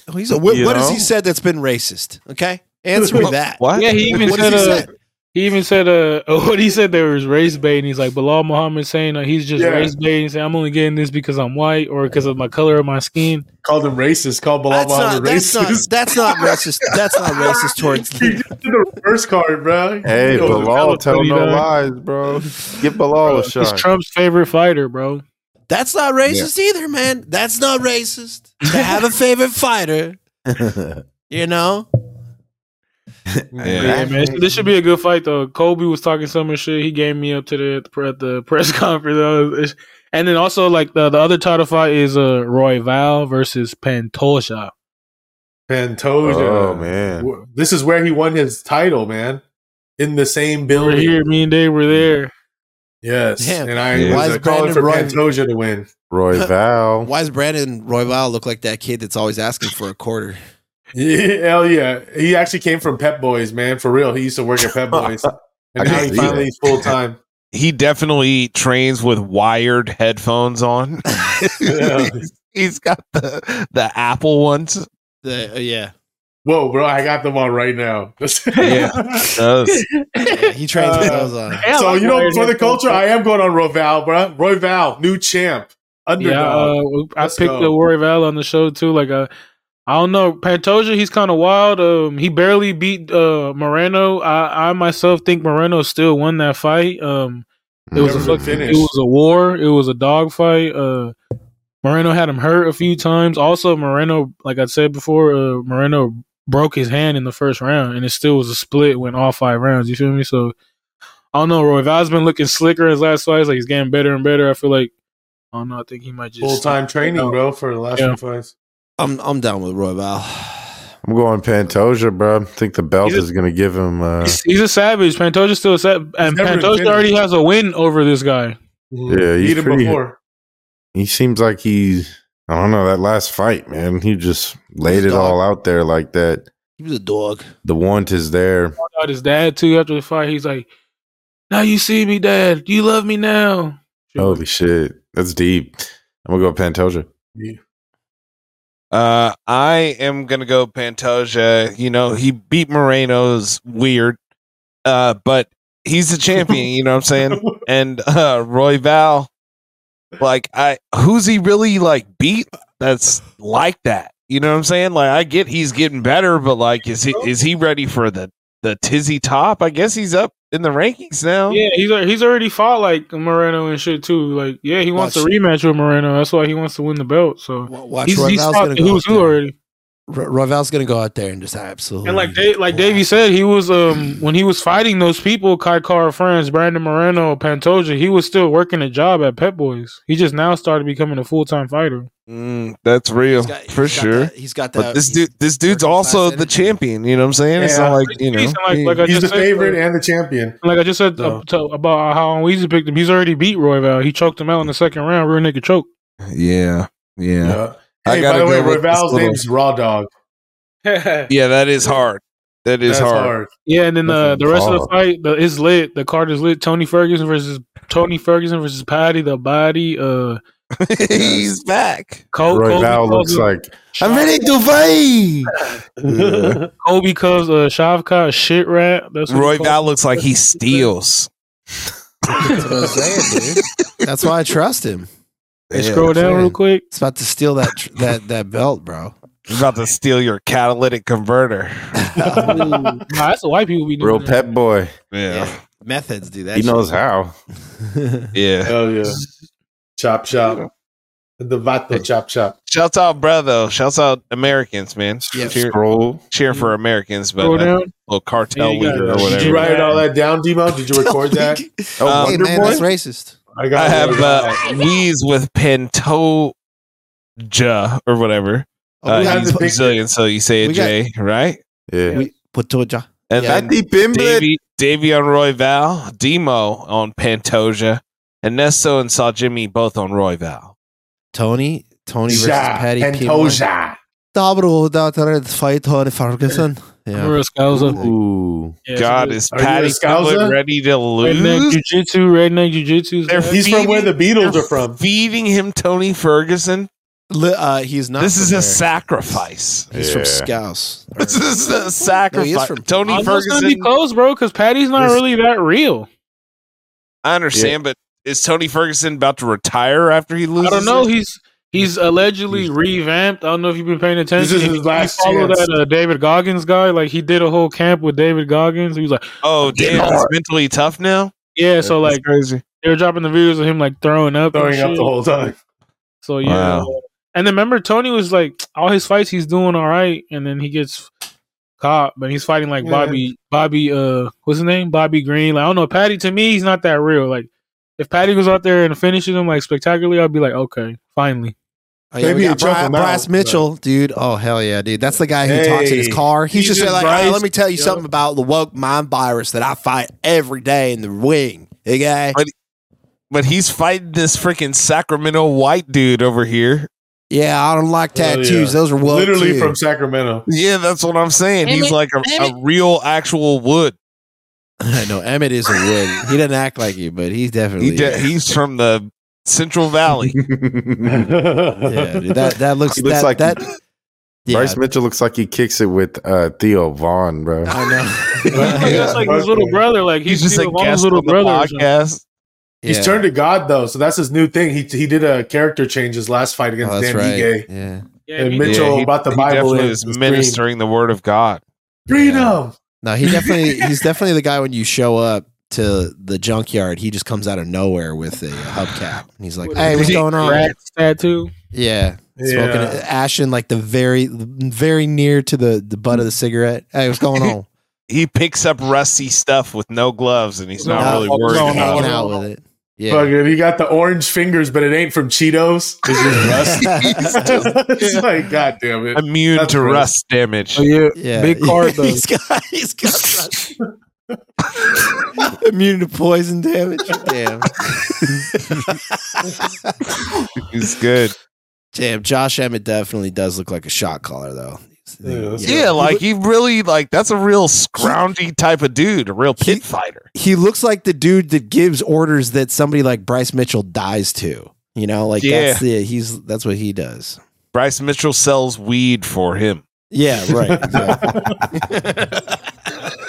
Speaker 3: Oh, he's a, what,
Speaker 4: You
Speaker 3: what has
Speaker 4: know?
Speaker 3: he said that's been racist? Okay, answer me
Speaker 5: *laughs*
Speaker 3: that.
Speaker 4: What?
Speaker 5: Yeah, he even
Speaker 3: What
Speaker 5: said,
Speaker 3: has he
Speaker 5: uh,
Speaker 3: said?
Speaker 5: He even said, uh, *laughs* what he said there was race baiting. He's like, Bilal Muhammad saying uh, he's just
Speaker 1: Yeah.
Speaker 5: race baiting. Saying, I'm only getting this because I'm white or because of my color of my skin.
Speaker 1: Called him racist. Called Bilal
Speaker 3: That's not,
Speaker 1: Muhammad
Speaker 3: that's not *laughs*
Speaker 1: racist. *laughs*
Speaker 3: that's not racist. That's not racist
Speaker 5: *laughs*
Speaker 3: towards.
Speaker 1: He just did the reverse card, bro.
Speaker 2: Hey,
Speaker 1: You know,
Speaker 2: Bilal, tell
Speaker 5: funny,
Speaker 2: no
Speaker 5: dog.
Speaker 2: lies, bro. Give
Speaker 4: Oh,
Speaker 2: Bilal a
Speaker 5: He's
Speaker 2: shot. *laughs*
Speaker 5: Trump's favorite fighter, bro.
Speaker 3: That's not racist either, man. That's not racist. To have a favorite fighter, you know?
Speaker 5: Yeah, man. This should be a good fight though. Kobe was talking some of the shit. He gave me up to the at the, pre- at the *laughs* press conference. I was- it's- And then also like the, the other title fight is uh Roy Val versus Pantoja.
Speaker 1: Pantoja.
Speaker 2: oh man,
Speaker 1: W- This is where he won his title, man. In the same
Speaker 5: We were
Speaker 1: building.
Speaker 5: here, me and Dave were there.
Speaker 1: Yes.
Speaker 3: Damn.
Speaker 1: And I was
Speaker 4: Yeah.
Speaker 3: Why
Speaker 1: uh,
Speaker 3: is
Speaker 1: calling
Speaker 3: Brandon
Speaker 1: for
Speaker 3: Roy-
Speaker 1: Pantoja to win. *laughs*
Speaker 2: Roy Val.
Speaker 3: Why does Brandon Royval look like that kid that's always asking for a quarter?
Speaker 1: Yeah, hell yeah. He actually came from Pep Boys, man. For real. He used to work at
Speaker 2: *laughs*
Speaker 1: Pep Boys. And now
Speaker 2: I can
Speaker 1: he
Speaker 2: see
Speaker 1: finally
Speaker 2: that.
Speaker 1: is full
Speaker 2: *laughs*
Speaker 1: time.
Speaker 4: He definitely trains with wired headphones on.
Speaker 1: Yeah.
Speaker 4: *laughs* He's got the the Apple ones.
Speaker 3: The, uh, yeah.
Speaker 1: *laughs*
Speaker 3: *laughs*
Speaker 1: Whoa, bro. I got them on right now. *laughs*
Speaker 4: Yeah. Those.
Speaker 3: Yeah, he trains with
Speaker 1: Uh,
Speaker 3: those on.
Speaker 5: Hey, I
Speaker 1: so
Speaker 5: like
Speaker 1: you know
Speaker 5: Roy
Speaker 1: for the
Speaker 5: Val.
Speaker 1: culture, I am going on Roval, bro. Roval, new champ,
Speaker 5: Yeah,
Speaker 1: underdog.
Speaker 5: uh, I
Speaker 1: Let's
Speaker 5: picked
Speaker 1: go.
Speaker 5: the Roy Val on the show too. Like, uh, I don't know, Pantoja. He's kind of wild. Um, he barely beat uh Moreno. I, I myself think Moreno still won that fight. Um, it was a
Speaker 2: Mm.
Speaker 1: Remember the
Speaker 5: fucking, it
Speaker 1: finish.
Speaker 5: was a war. It was a dog fight. Uh, Moreno had him hurt a few times. Also, Moreno, like I said before, uh, Moreno broke his hand in the first round, and it still was a split. Went all five rounds. You feel me? So. I don't know, Roy Val's been looking slicker in his last fights. Like he's getting better and better. I feel like I don't know. I think he might uh, just
Speaker 1: Full time training, bro, for the last
Speaker 5: Yeah.
Speaker 1: few fights.
Speaker 8: I'm I'm down with Roy Val.
Speaker 2: I'm going Pantoja, bro. I think the belt
Speaker 5: He's a-
Speaker 2: is going to give him. Uh,
Speaker 5: He's, he's a savage. Pantoja's still a savage, and
Speaker 1: never been
Speaker 5: Pantoja
Speaker 1: finished.
Speaker 5: already has a win over this guy.
Speaker 2: Yeah, he's
Speaker 1: beat him
Speaker 2: pretty-
Speaker 1: before.
Speaker 2: he seems like he. I don't know that last fight, man. He just laid it all out there like that.
Speaker 3: He was a dog.
Speaker 2: The want is there.
Speaker 5: Found out his dad too after the fight. He's like, "Now you see me, Dad. You love me now."
Speaker 2: Holy shit, that's deep. I'm gonna go Pantoja.
Speaker 4: Uh, I am gonna go Pantoja. You know, he beat Moreno's weird, uh, but he's the champion. you know what I'm
Speaker 1: *laughs*
Speaker 5: *laughs*
Speaker 4: saying? And uh, Roy Val, like, I who's he really like beat? That's like that. You know what I'm saying? Like, I get he's getting better, but like, is he is he ready for the the tizzy top? I guess he's up in the rankings now.
Speaker 5: Yeah, he's al- he's already fought like Moreno and shit too. Like, yeah, he wants
Speaker 3: Watch.
Speaker 5: a rematch with Moreno. That's why he wants to win the belt. So
Speaker 3: Wa- Watch
Speaker 5: he's,
Speaker 3: Roy
Speaker 5: he's
Speaker 3: Val's
Speaker 5: fought
Speaker 3: gonna
Speaker 5: the
Speaker 3: go.
Speaker 5: who's
Speaker 3: out
Speaker 5: who
Speaker 3: there.
Speaker 5: already.
Speaker 3: Ro- Roy Val's gonna go out there and just absolutely.
Speaker 5: And like Da- like Davey said, he was um when he was fighting those people, Kai Car friends, Brandon Moreno, Pantoja, he was still working a job at Pet Boys. He just now started becoming a full time fighter.
Speaker 4: Mm, that's real
Speaker 3: He's got-
Speaker 4: for
Speaker 3: he's got
Speaker 4: sure.
Speaker 3: that- he's got that.
Speaker 4: But this
Speaker 3: he's-
Speaker 4: dude, this dude's
Speaker 3: working
Speaker 4: also
Speaker 3: class
Speaker 4: the
Speaker 3: energy.
Speaker 4: champion. You know what I'm saying? It's
Speaker 1: Yeah.
Speaker 4: not like you know.
Speaker 5: He's like- like I
Speaker 1: He's
Speaker 5: just
Speaker 1: the
Speaker 5: said,
Speaker 1: favorite and the champion.
Speaker 5: Like I just said
Speaker 1: No.
Speaker 5: uh, to- about how on Weezy picked him, he's already beat Roy Val. He choked him out in the second round, real
Speaker 1: *laughs*
Speaker 5: nigga choke.
Speaker 4: yeah, yeah.
Speaker 1: Yeah.
Speaker 4: I
Speaker 1: Hey, by
Speaker 4: gotta
Speaker 1: the way,
Speaker 4: go with
Speaker 1: Raval's
Speaker 4: this little-
Speaker 1: name's Raw Dog.
Speaker 5: yeah,
Speaker 4: Yeah, that is hard. That is
Speaker 1: That's
Speaker 4: hard.
Speaker 1: hard.
Speaker 5: and then uh, the rest of the
Speaker 2: Hard.
Speaker 5: fight, the is lit. The card is lit. Tony Ferguson versus Tony Ferguson versus Patty the Body. Uh,
Speaker 4: *laughs* He's back.
Speaker 5: Col-
Speaker 2: Roy
Speaker 5: Colby
Speaker 2: Val looks
Speaker 5: Covey-
Speaker 2: like
Speaker 5: Shot-
Speaker 2: I'm ready to fight. Yeah.
Speaker 5: Kobe Cubs, uh, Shavka, shit rat. That's what
Speaker 4: Roy
Speaker 5: he
Speaker 4: Val
Speaker 5: called
Speaker 4: looks like he steals.
Speaker 3: That's what I'm saying, dude. That's why I trust him.
Speaker 5: him. Hey, scroll down real quick.
Speaker 3: It's about to steal that tr- that that belt, bro.
Speaker 4: He's about to steal your catalytic converter.
Speaker 5: nah, that's what white people be doing.
Speaker 2: Real
Speaker 5: that.
Speaker 2: pep boy.
Speaker 4: Yeah,
Speaker 3: Methods do that.
Speaker 2: He knows
Speaker 3: shit.
Speaker 2: how. *laughs*
Speaker 4: yeah.
Speaker 1: Oh
Speaker 4: *laughs*
Speaker 1: yeah. Chop shop. The Vato chop shop.
Speaker 4: Shouts out, brother. Shouts out, Americans, man.
Speaker 3: Yeah.
Speaker 4: Cheer,
Speaker 3: Um,
Speaker 2: Scroll.
Speaker 4: cheer for Americans, but
Speaker 5: Scroll
Speaker 4: a
Speaker 5: down.
Speaker 4: little cartel
Speaker 5: Yeah, you got
Speaker 4: leader
Speaker 5: it.
Speaker 4: or
Speaker 1: Did you
Speaker 4: whatever.
Speaker 1: write all that down, Demo? Did
Speaker 4: *laughs*
Speaker 1: you record that?
Speaker 2: Oh,
Speaker 4: Um,
Speaker 3: Hey
Speaker 2: Wonder
Speaker 3: man,
Speaker 2: Boy?
Speaker 3: that's racist.
Speaker 4: I
Speaker 1: got
Speaker 4: have
Speaker 1: it.
Speaker 4: uh, Wheeze with Pantoja or whatever.
Speaker 3: Oh, we
Speaker 4: uh,
Speaker 3: got
Speaker 4: he's
Speaker 3: the pic-
Speaker 4: Brazilian, so you say a
Speaker 3: We got-
Speaker 4: J, right?
Speaker 2: yeah.
Speaker 3: we- Patoja.
Speaker 4: And
Speaker 3: Yeah.
Speaker 4: then
Speaker 2: Happy Bimblet.
Speaker 4: Davy, Davy on Roy Val, Demo on Pantoja, and Nesto and Saw Jimmy both on Roy Val.
Speaker 3: Tony. Tony versus
Speaker 1: Ja,
Speaker 3: Patty P1.
Speaker 1: Pantoja.
Speaker 3: Dobro, dat er het fight Tony Ferguson. Yeah.
Speaker 5: Real scowls up.
Speaker 3: *laughs*
Speaker 2: Ooh.
Speaker 5: Yeah,
Speaker 4: God,
Speaker 5: so
Speaker 4: is
Speaker 1: Are you a
Speaker 4: Patty
Speaker 1: Scouser?
Speaker 4: Quinlan ready to
Speaker 5: redneck
Speaker 4: lose?
Speaker 5: jujitsu, redneck jujitsu.
Speaker 4: They're
Speaker 5: back.
Speaker 1: He's from where the Beatles
Speaker 4: They're
Speaker 1: are from.
Speaker 4: Feeding him Tony Ferguson.
Speaker 3: Li- uh, he's not.
Speaker 4: this
Speaker 3: from
Speaker 4: is
Speaker 3: there.
Speaker 4: a
Speaker 5: *laughs*
Speaker 4: sacrifice.
Speaker 3: He's from
Speaker 1: *laughs*
Speaker 2: Yeah.
Speaker 3: Scouse.
Speaker 4: This is a
Speaker 3: No, he
Speaker 4: sacrifice.
Speaker 3: is from-
Speaker 4: Tony
Speaker 5: I'm just gonna
Speaker 4: Ferguson.
Speaker 5: be close, bro, because Patty's not
Speaker 1: This-
Speaker 5: really that real.
Speaker 4: I understand, but is Tony Ferguson about to retire after he
Speaker 5: I
Speaker 4: loses?
Speaker 5: don't know.
Speaker 4: it?
Speaker 5: He's he's allegedly revamped. I don't know if you've been paying attention.
Speaker 1: This is
Speaker 5: If
Speaker 1: his
Speaker 5: you
Speaker 1: last
Speaker 5: follow
Speaker 1: chance.
Speaker 5: that uh, David Goggins guy. Like he did a whole camp with David Goggins. He was like,
Speaker 4: Oh, damn. He's mentally tough now?
Speaker 5: yeah. So
Speaker 4: That's
Speaker 5: like
Speaker 4: crazy.
Speaker 5: they were dropping the videos of him like throwing up, and
Speaker 1: Throwing up
Speaker 5: shit.
Speaker 1: the whole time.
Speaker 5: So yeah.
Speaker 4: Wow.
Speaker 5: And then remember, Tony was like, all his fights he's doing all right, and then he gets caught, but he's fighting like
Speaker 1: Yeah.
Speaker 5: Bobby, Bobby, uh, what's his name, Bobby Green. Like I don't know, Patty. To me, he's not that real. Like if Patty goes out there and finishes him like spectacularly, I'd be like, okay, finally.
Speaker 3: Oh, yeah,
Speaker 1: Maybe
Speaker 3: we
Speaker 1: you
Speaker 3: got
Speaker 1: choke
Speaker 3: Bri-
Speaker 1: him
Speaker 3: Bryce
Speaker 1: out,
Speaker 3: Mitchell, dude. Oh hell yeah, dude. That's the guy who talks in his
Speaker 1: Hey,
Speaker 3: car. He's,
Speaker 1: he's
Speaker 3: just,
Speaker 1: just
Speaker 3: like,
Speaker 1: Bryce,
Speaker 3: hey, let me tell you
Speaker 1: yo.
Speaker 3: something about the woke mind virus that I fight every day in the ring. Hey guy.
Speaker 4: But he's fighting this freaking Sacramento white dude over here.
Speaker 3: Yeah, I don't like
Speaker 1: Hell
Speaker 3: tattoos.
Speaker 1: yeah.
Speaker 3: Those are woke.
Speaker 1: Literally
Speaker 3: too.
Speaker 1: from Sacramento.
Speaker 4: Yeah, that's what I'm saying. He's like a, a real, actual wood.
Speaker 3: no, Emmett is a wood. He doesn't act like you, but he's definitely.
Speaker 2: *laughs*
Speaker 4: He de- he's from the Central Valley.
Speaker 1: *laughs*
Speaker 3: yeah, dude, that that looks,
Speaker 2: He looks
Speaker 3: that,
Speaker 2: like-
Speaker 3: that. Yeah,
Speaker 2: Bryce Mitchell looks like he kicks it with uh, Theo Vaughn, bro.
Speaker 3: I know.
Speaker 4: *laughs*
Speaker 5: Like, that's like his little brother. Like
Speaker 4: He's,
Speaker 5: he's,
Speaker 4: just a
Speaker 5: Steve Lamont's
Speaker 4: guest
Speaker 5: little
Speaker 4: on the
Speaker 5: brother. or something.
Speaker 4: podcast.
Speaker 1: He's
Speaker 3: Yeah.
Speaker 1: turned to God though, so that's his new thing. He he did a character change his last fight
Speaker 3: Oh,
Speaker 1: against
Speaker 3: that's
Speaker 1: Dan
Speaker 3: right.
Speaker 1: Ige.
Speaker 3: Yeah.
Speaker 5: Yeah,
Speaker 1: And
Speaker 5: he-
Speaker 1: Mitchell brought the Bible
Speaker 4: definitely
Speaker 1: in
Speaker 4: was
Speaker 1: and screamed.
Speaker 4: ministering the word of God.
Speaker 1: Freedom.
Speaker 3: No, he definitely he's definitely the guy when you show up to the junkyard, he just comes out of nowhere with a hubcap. And he's like,
Speaker 5: With
Speaker 3: Hey,
Speaker 5: a
Speaker 3: what's
Speaker 5: big
Speaker 3: going on?
Speaker 5: Rat's tattoo.
Speaker 3: Yeah. Smoking
Speaker 1: Yeah.
Speaker 3: ashen like the very very near to the, the butt of the cigarette. Hey, what's going on?
Speaker 4: He picks up rusty stuff with no gloves, and he's *laughs* not
Speaker 3: No,
Speaker 4: really worried
Speaker 3: just
Speaker 1: no,
Speaker 4: about
Speaker 3: hanging
Speaker 4: it.
Speaker 3: out with it. Yeah.
Speaker 1: Fucking, he got the orange fingers, but it ain't from Cheetos. It's
Speaker 4: *laughs*
Speaker 1: just
Speaker 3: *laughs*
Speaker 1: rust. it's like, God damn it.
Speaker 4: Immune
Speaker 1: That's
Speaker 4: to
Speaker 1: gross.
Speaker 4: rust damage.
Speaker 5: Oh, yeah.
Speaker 3: Yeah. *laughs*
Speaker 5: Big card, though.
Speaker 3: he's got he's got *laughs* immune to poison
Speaker 5: *laughs*
Speaker 3: damage. Damn.
Speaker 4: It's good.
Speaker 3: Damn, Josh Emmett definitely does look like a shot caller though.
Speaker 1: Yeah, that's
Speaker 4: Yeah, like he really like that's a real scroungy type of dude, a real pit
Speaker 3: He-
Speaker 4: fighter.
Speaker 3: He looks like the dude that gives orders that somebody like Bryce Mitchell dies to. You know, like that's the he's that's what he does.
Speaker 4: Bryce Mitchell sells weed for him.
Speaker 3: Yeah,
Speaker 5: *laughs*
Speaker 3: right.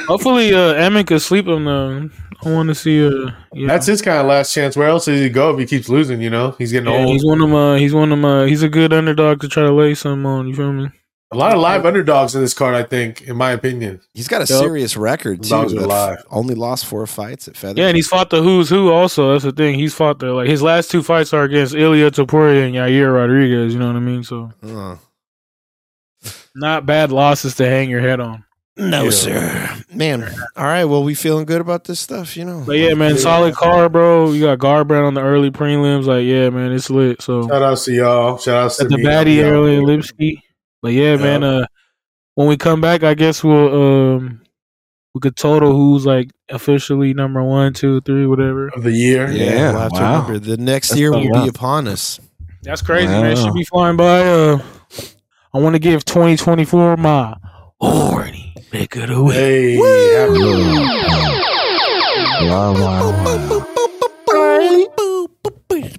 Speaker 5: Hopefully, uh, Emmett could sleep him, though. I want to see. Uh, yeah.
Speaker 1: That's his kind of last chance. Where else does he go if he keeps losing? You know, he's getting
Speaker 5: Yeah,
Speaker 1: old.
Speaker 5: he's one of my. He's one of my. He's a good underdog to try to lay some on. You feel me?
Speaker 1: A lot of live underdogs in this card, I think, in my opinion.
Speaker 3: he's got a
Speaker 5: Yup.
Speaker 3: serious record
Speaker 1: As
Speaker 3: too.
Speaker 1: long as we're
Speaker 3: with
Speaker 1: alive.
Speaker 3: Only lost four fights at feather.
Speaker 5: Yeah, and he's fought the who's who. Also, that's the thing. He's fought the like his last two fights are against Ilya Taporia and Yair Rodriguez. You know what I mean? So
Speaker 3: Uh,
Speaker 5: not bad losses to hang your head on.
Speaker 3: no, sir. Man. All right. Well, we feeling good about this stuff, you know.
Speaker 5: But yeah, man, solid car, bro. You got Garbrandt on the early prelims. Like, yeah, man, it's lit. So
Speaker 1: Shout out to y'all. Shout out to
Speaker 5: at the
Speaker 1: me.
Speaker 5: baddie
Speaker 1: Y'all.
Speaker 5: early Lipsky. But yeah, man. Uh, when we come back, I guess we'll um we could total who's like officially number one, two, three, whatever.
Speaker 1: of the year.
Speaker 4: Yeah,
Speaker 3: we'll have
Speaker 4: wow.
Speaker 3: to remember the next year
Speaker 5: fucked
Speaker 3: will
Speaker 5: up.
Speaker 3: be upon us.
Speaker 5: That's crazy, man.
Speaker 4: Wow.
Speaker 5: Should be flying by. Uh, I want to give 2024 my horny make it away.
Speaker 1: Hey, happy-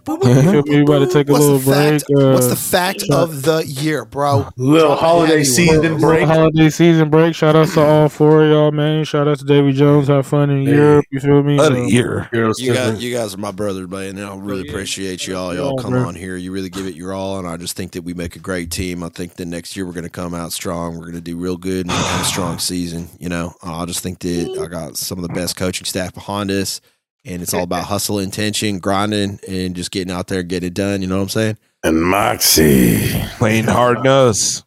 Speaker 5: Feel me? We about to take a
Speaker 3: What's
Speaker 5: little
Speaker 3: the
Speaker 5: break.
Speaker 3: fact?
Speaker 5: Uh,
Speaker 3: What's the fact of the year, bro?
Speaker 1: little holiday
Speaker 3: Happy
Speaker 1: season
Speaker 3: one.
Speaker 1: break.
Speaker 5: holiday season break? Shout out to all four of y'all, man. Shout out to Davy Jones. Have fun in
Speaker 1: Hey.
Speaker 5: Europe. You feel me?
Speaker 4: What a
Speaker 5: Uh,
Speaker 4: year.
Speaker 1: Heroes
Speaker 3: You guys,
Speaker 1: different.
Speaker 3: you guys are my brothers, man, and I really
Speaker 5: Yeah.
Speaker 3: appreciate you all.
Speaker 5: Yeah,
Speaker 3: Y'all come
Speaker 5: bro.
Speaker 3: on here. You really give it your all, and I just think that we make a great team. I think that next year we're going to come out strong. We're going to do real good and have a *sighs* strong season. You know, Uh, I just think that I got some of the best coaching staff behind us, and it's all about hustle, intention, grinding, and just getting out there and getting it done. You know what I'm saying?
Speaker 2: and Moxie.
Speaker 4: Playing hard nose.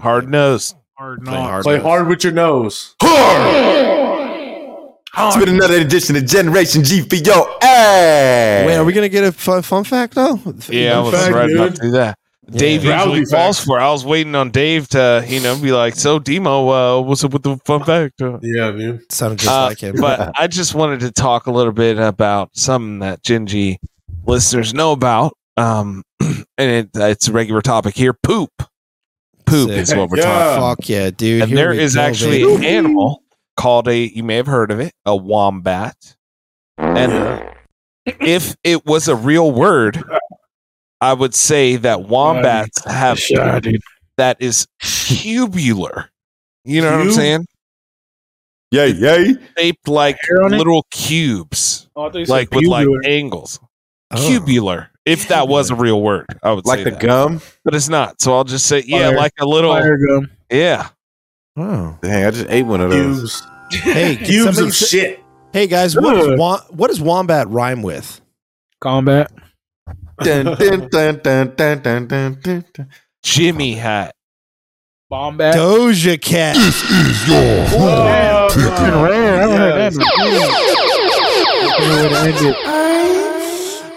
Speaker 4: Hard nose.
Speaker 5: hard
Speaker 3: Play
Speaker 5: knocks.
Speaker 3: hard.
Speaker 1: Play hard with your nose.
Speaker 2: It's been another edition of Generation G for your ass.
Speaker 3: Wait, are we going to get a fun, fun fact though?
Speaker 4: Yeah, I was
Speaker 1: fact,
Speaker 4: right about
Speaker 1: dude.
Speaker 4: to do that. Dave
Speaker 1: Proudly
Speaker 4: usually
Speaker 1: fact.
Speaker 4: calls for. it. I was waiting on Dave to, you know, be like, "So, Demo, uh, what's up with the fun fact?" Uh,
Speaker 1: Yeah, dude.
Speaker 3: sounded just
Speaker 4: Uh,
Speaker 3: like him.
Speaker 4: but I just wanted to talk a little bit about something that Genji listeners know about, um, *clears throat* and it, it's a regular topic here. Poop, poop
Speaker 3: Sick.
Speaker 4: is what we're
Speaker 1: Yeah.
Speaker 4: talking. about.
Speaker 3: Fuck yeah, dude!
Speaker 4: And
Speaker 3: Here
Speaker 4: there
Speaker 3: we
Speaker 4: is
Speaker 3: go,
Speaker 4: actually
Speaker 3: baby.
Speaker 4: an animal called a. You may have heard of it, a wombat. And if it was a real word, I would say that wombats have
Speaker 5: Shot, dude.
Speaker 4: that is cubular. You know what I'm
Speaker 1: Cube?
Speaker 4: saying?
Speaker 2: Yay, yay.
Speaker 4: Shaped like
Speaker 5: Hair on it?
Speaker 4: little cubes,
Speaker 5: Oh, I thought you said
Speaker 4: like with like
Speaker 5: tubular.
Speaker 4: angles.
Speaker 3: Oh.
Speaker 4: Cubular. If that was a real word, I would
Speaker 2: Like
Speaker 4: say
Speaker 2: the
Speaker 4: that.
Speaker 2: gum.
Speaker 4: but it's not. So I'll just say, yeah,
Speaker 5: Fire.
Speaker 4: like a little,
Speaker 5: fire gum.
Speaker 4: yeah.
Speaker 3: Oh.
Speaker 2: Dang, I just ate one of those.
Speaker 1: Cubes.
Speaker 3: *laughs* Hey, can
Speaker 1: Cubes
Speaker 3: somebody
Speaker 1: of
Speaker 3: say-
Speaker 5: *laughs*
Speaker 1: shit.
Speaker 3: Hey guys, what
Speaker 5: Ugh.
Speaker 3: does, wa- what does wombat rhyme with?
Speaker 5: Combat.
Speaker 2: *laughs* Dun, dun, dun, dun, dun, dun, dun, dun, dun.
Speaker 4: Jimmy hat.
Speaker 5: Bombat.
Speaker 3: Doja Cat.
Speaker 1: Whoa.
Speaker 5: Fucking rare. I haven't heard that. in a minute.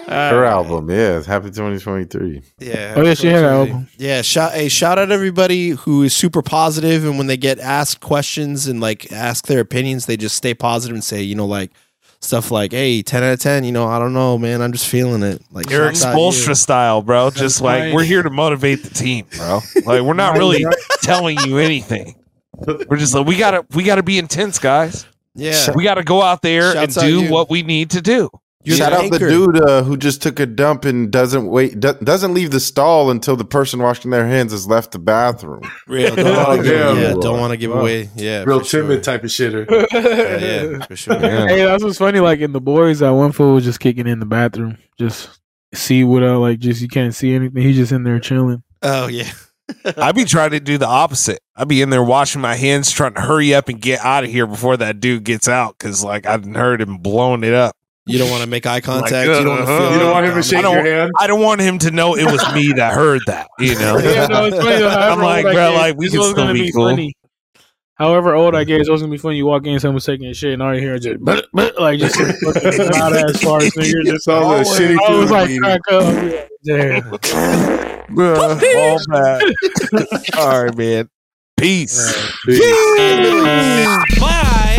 Speaker 2: Her album, yeah. Happy 2023.
Speaker 3: yeah.
Speaker 5: Oh, yeah, she had an album.
Speaker 3: Yeah. Shout, hey, shout out everybody who is super positive, and when they get asked questions and like ask their opinions, they just stay positive and say, you know, like stuff like, "Hey, ten out of ten. You know, I don't know, man. I'm just feeling it." Like
Speaker 4: Eric
Speaker 3: shout out you.
Speaker 4: Spolstra style, bro. Just like
Speaker 5: right.
Speaker 4: we're here to motivate the team, bro. Like we're not really telling you anything. We're just like we gotta we gotta be intense, guys.
Speaker 3: Yeah.
Speaker 4: We gotta go out there
Speaker 3: Shouts out
Speaker 4: and do
Speaker 3: you.
Speaker 4: what we need
Speaker 3: *laughs*
Speaker 4: to do.
Speaker 3: You're
Speaker 2: Shout
Speaker 3: the
Speaker 2: out the
Speaker 3: anchor.
Speaker 2: dude uh, who just took a dump and doesn't wait, do- doesn't leave the stall until the person washing their hands has left the bathroom.
Speaker 3: Real. Don't
Speaker 1: Oh,
Speaker 3: wanna give-
Speaker 1: damn.
Speaker 3: yeah. Don't want to give away. Yeah.
Speaker 1: Real
Speaker 3: for sure.
Speaker 1: timid type of shitter.
Speaker 3: Yeah, yeah, for sure.
Speaker 5: *laughs* Hey, that's what's funny. Like in the boys, that one fool was just kicking in the bathroom, just see without like just you can't see anything. He's just in there *laughs* chilling.
Speaker 3: Oh yeah.
Speaker 4: I'd be trying to do the opposite. I'd be in there washing my hands, trying to hurry up and get out of here before that dude gets out, because like I've heard him blowing it up.
Speaker 3: You don't want to make eye contact. you don't want to
Speaker 4: uh-huh.
Speaker 3: feel.
Speaker 1: You don't want him to shake
Speaker 4: don't-
Speaker 1: your hand?
Speaker 4: I don't want him to know it was me that heard that. You know,
Speaker 3: *laughs*
Speaker 5: no, it's funny. though. However,
Speaker 4: like,
Speaker 5: what I
Speaker 4: bro,
Speaker 5: did,
Speaker 4: like, we
Speaker 5: this
Speaker 4: can
Speaker 5: was
Speaker 4: still
Speaker 5: gonna
Speaker 4: be cool.
Speaker 5: however old I get, it's always gonna be funny. You walk in, someone's taking a shit, and all you hear is just but, but, like
Speaker 4: *laughs*
Speaker 5: just some fucking loud ass fart niggas. Just
Speaker 1: All the shitty
Speaker 5: I was
Speaker 1: food
Speaker 5: like,
Speaker 1: we eat.
Speaker 5: crack up. Damn.
Speaker 4: all *laughs* bad. all right, man. Peace.
Speaker 1: Jeez.
Speaker 4: Bye.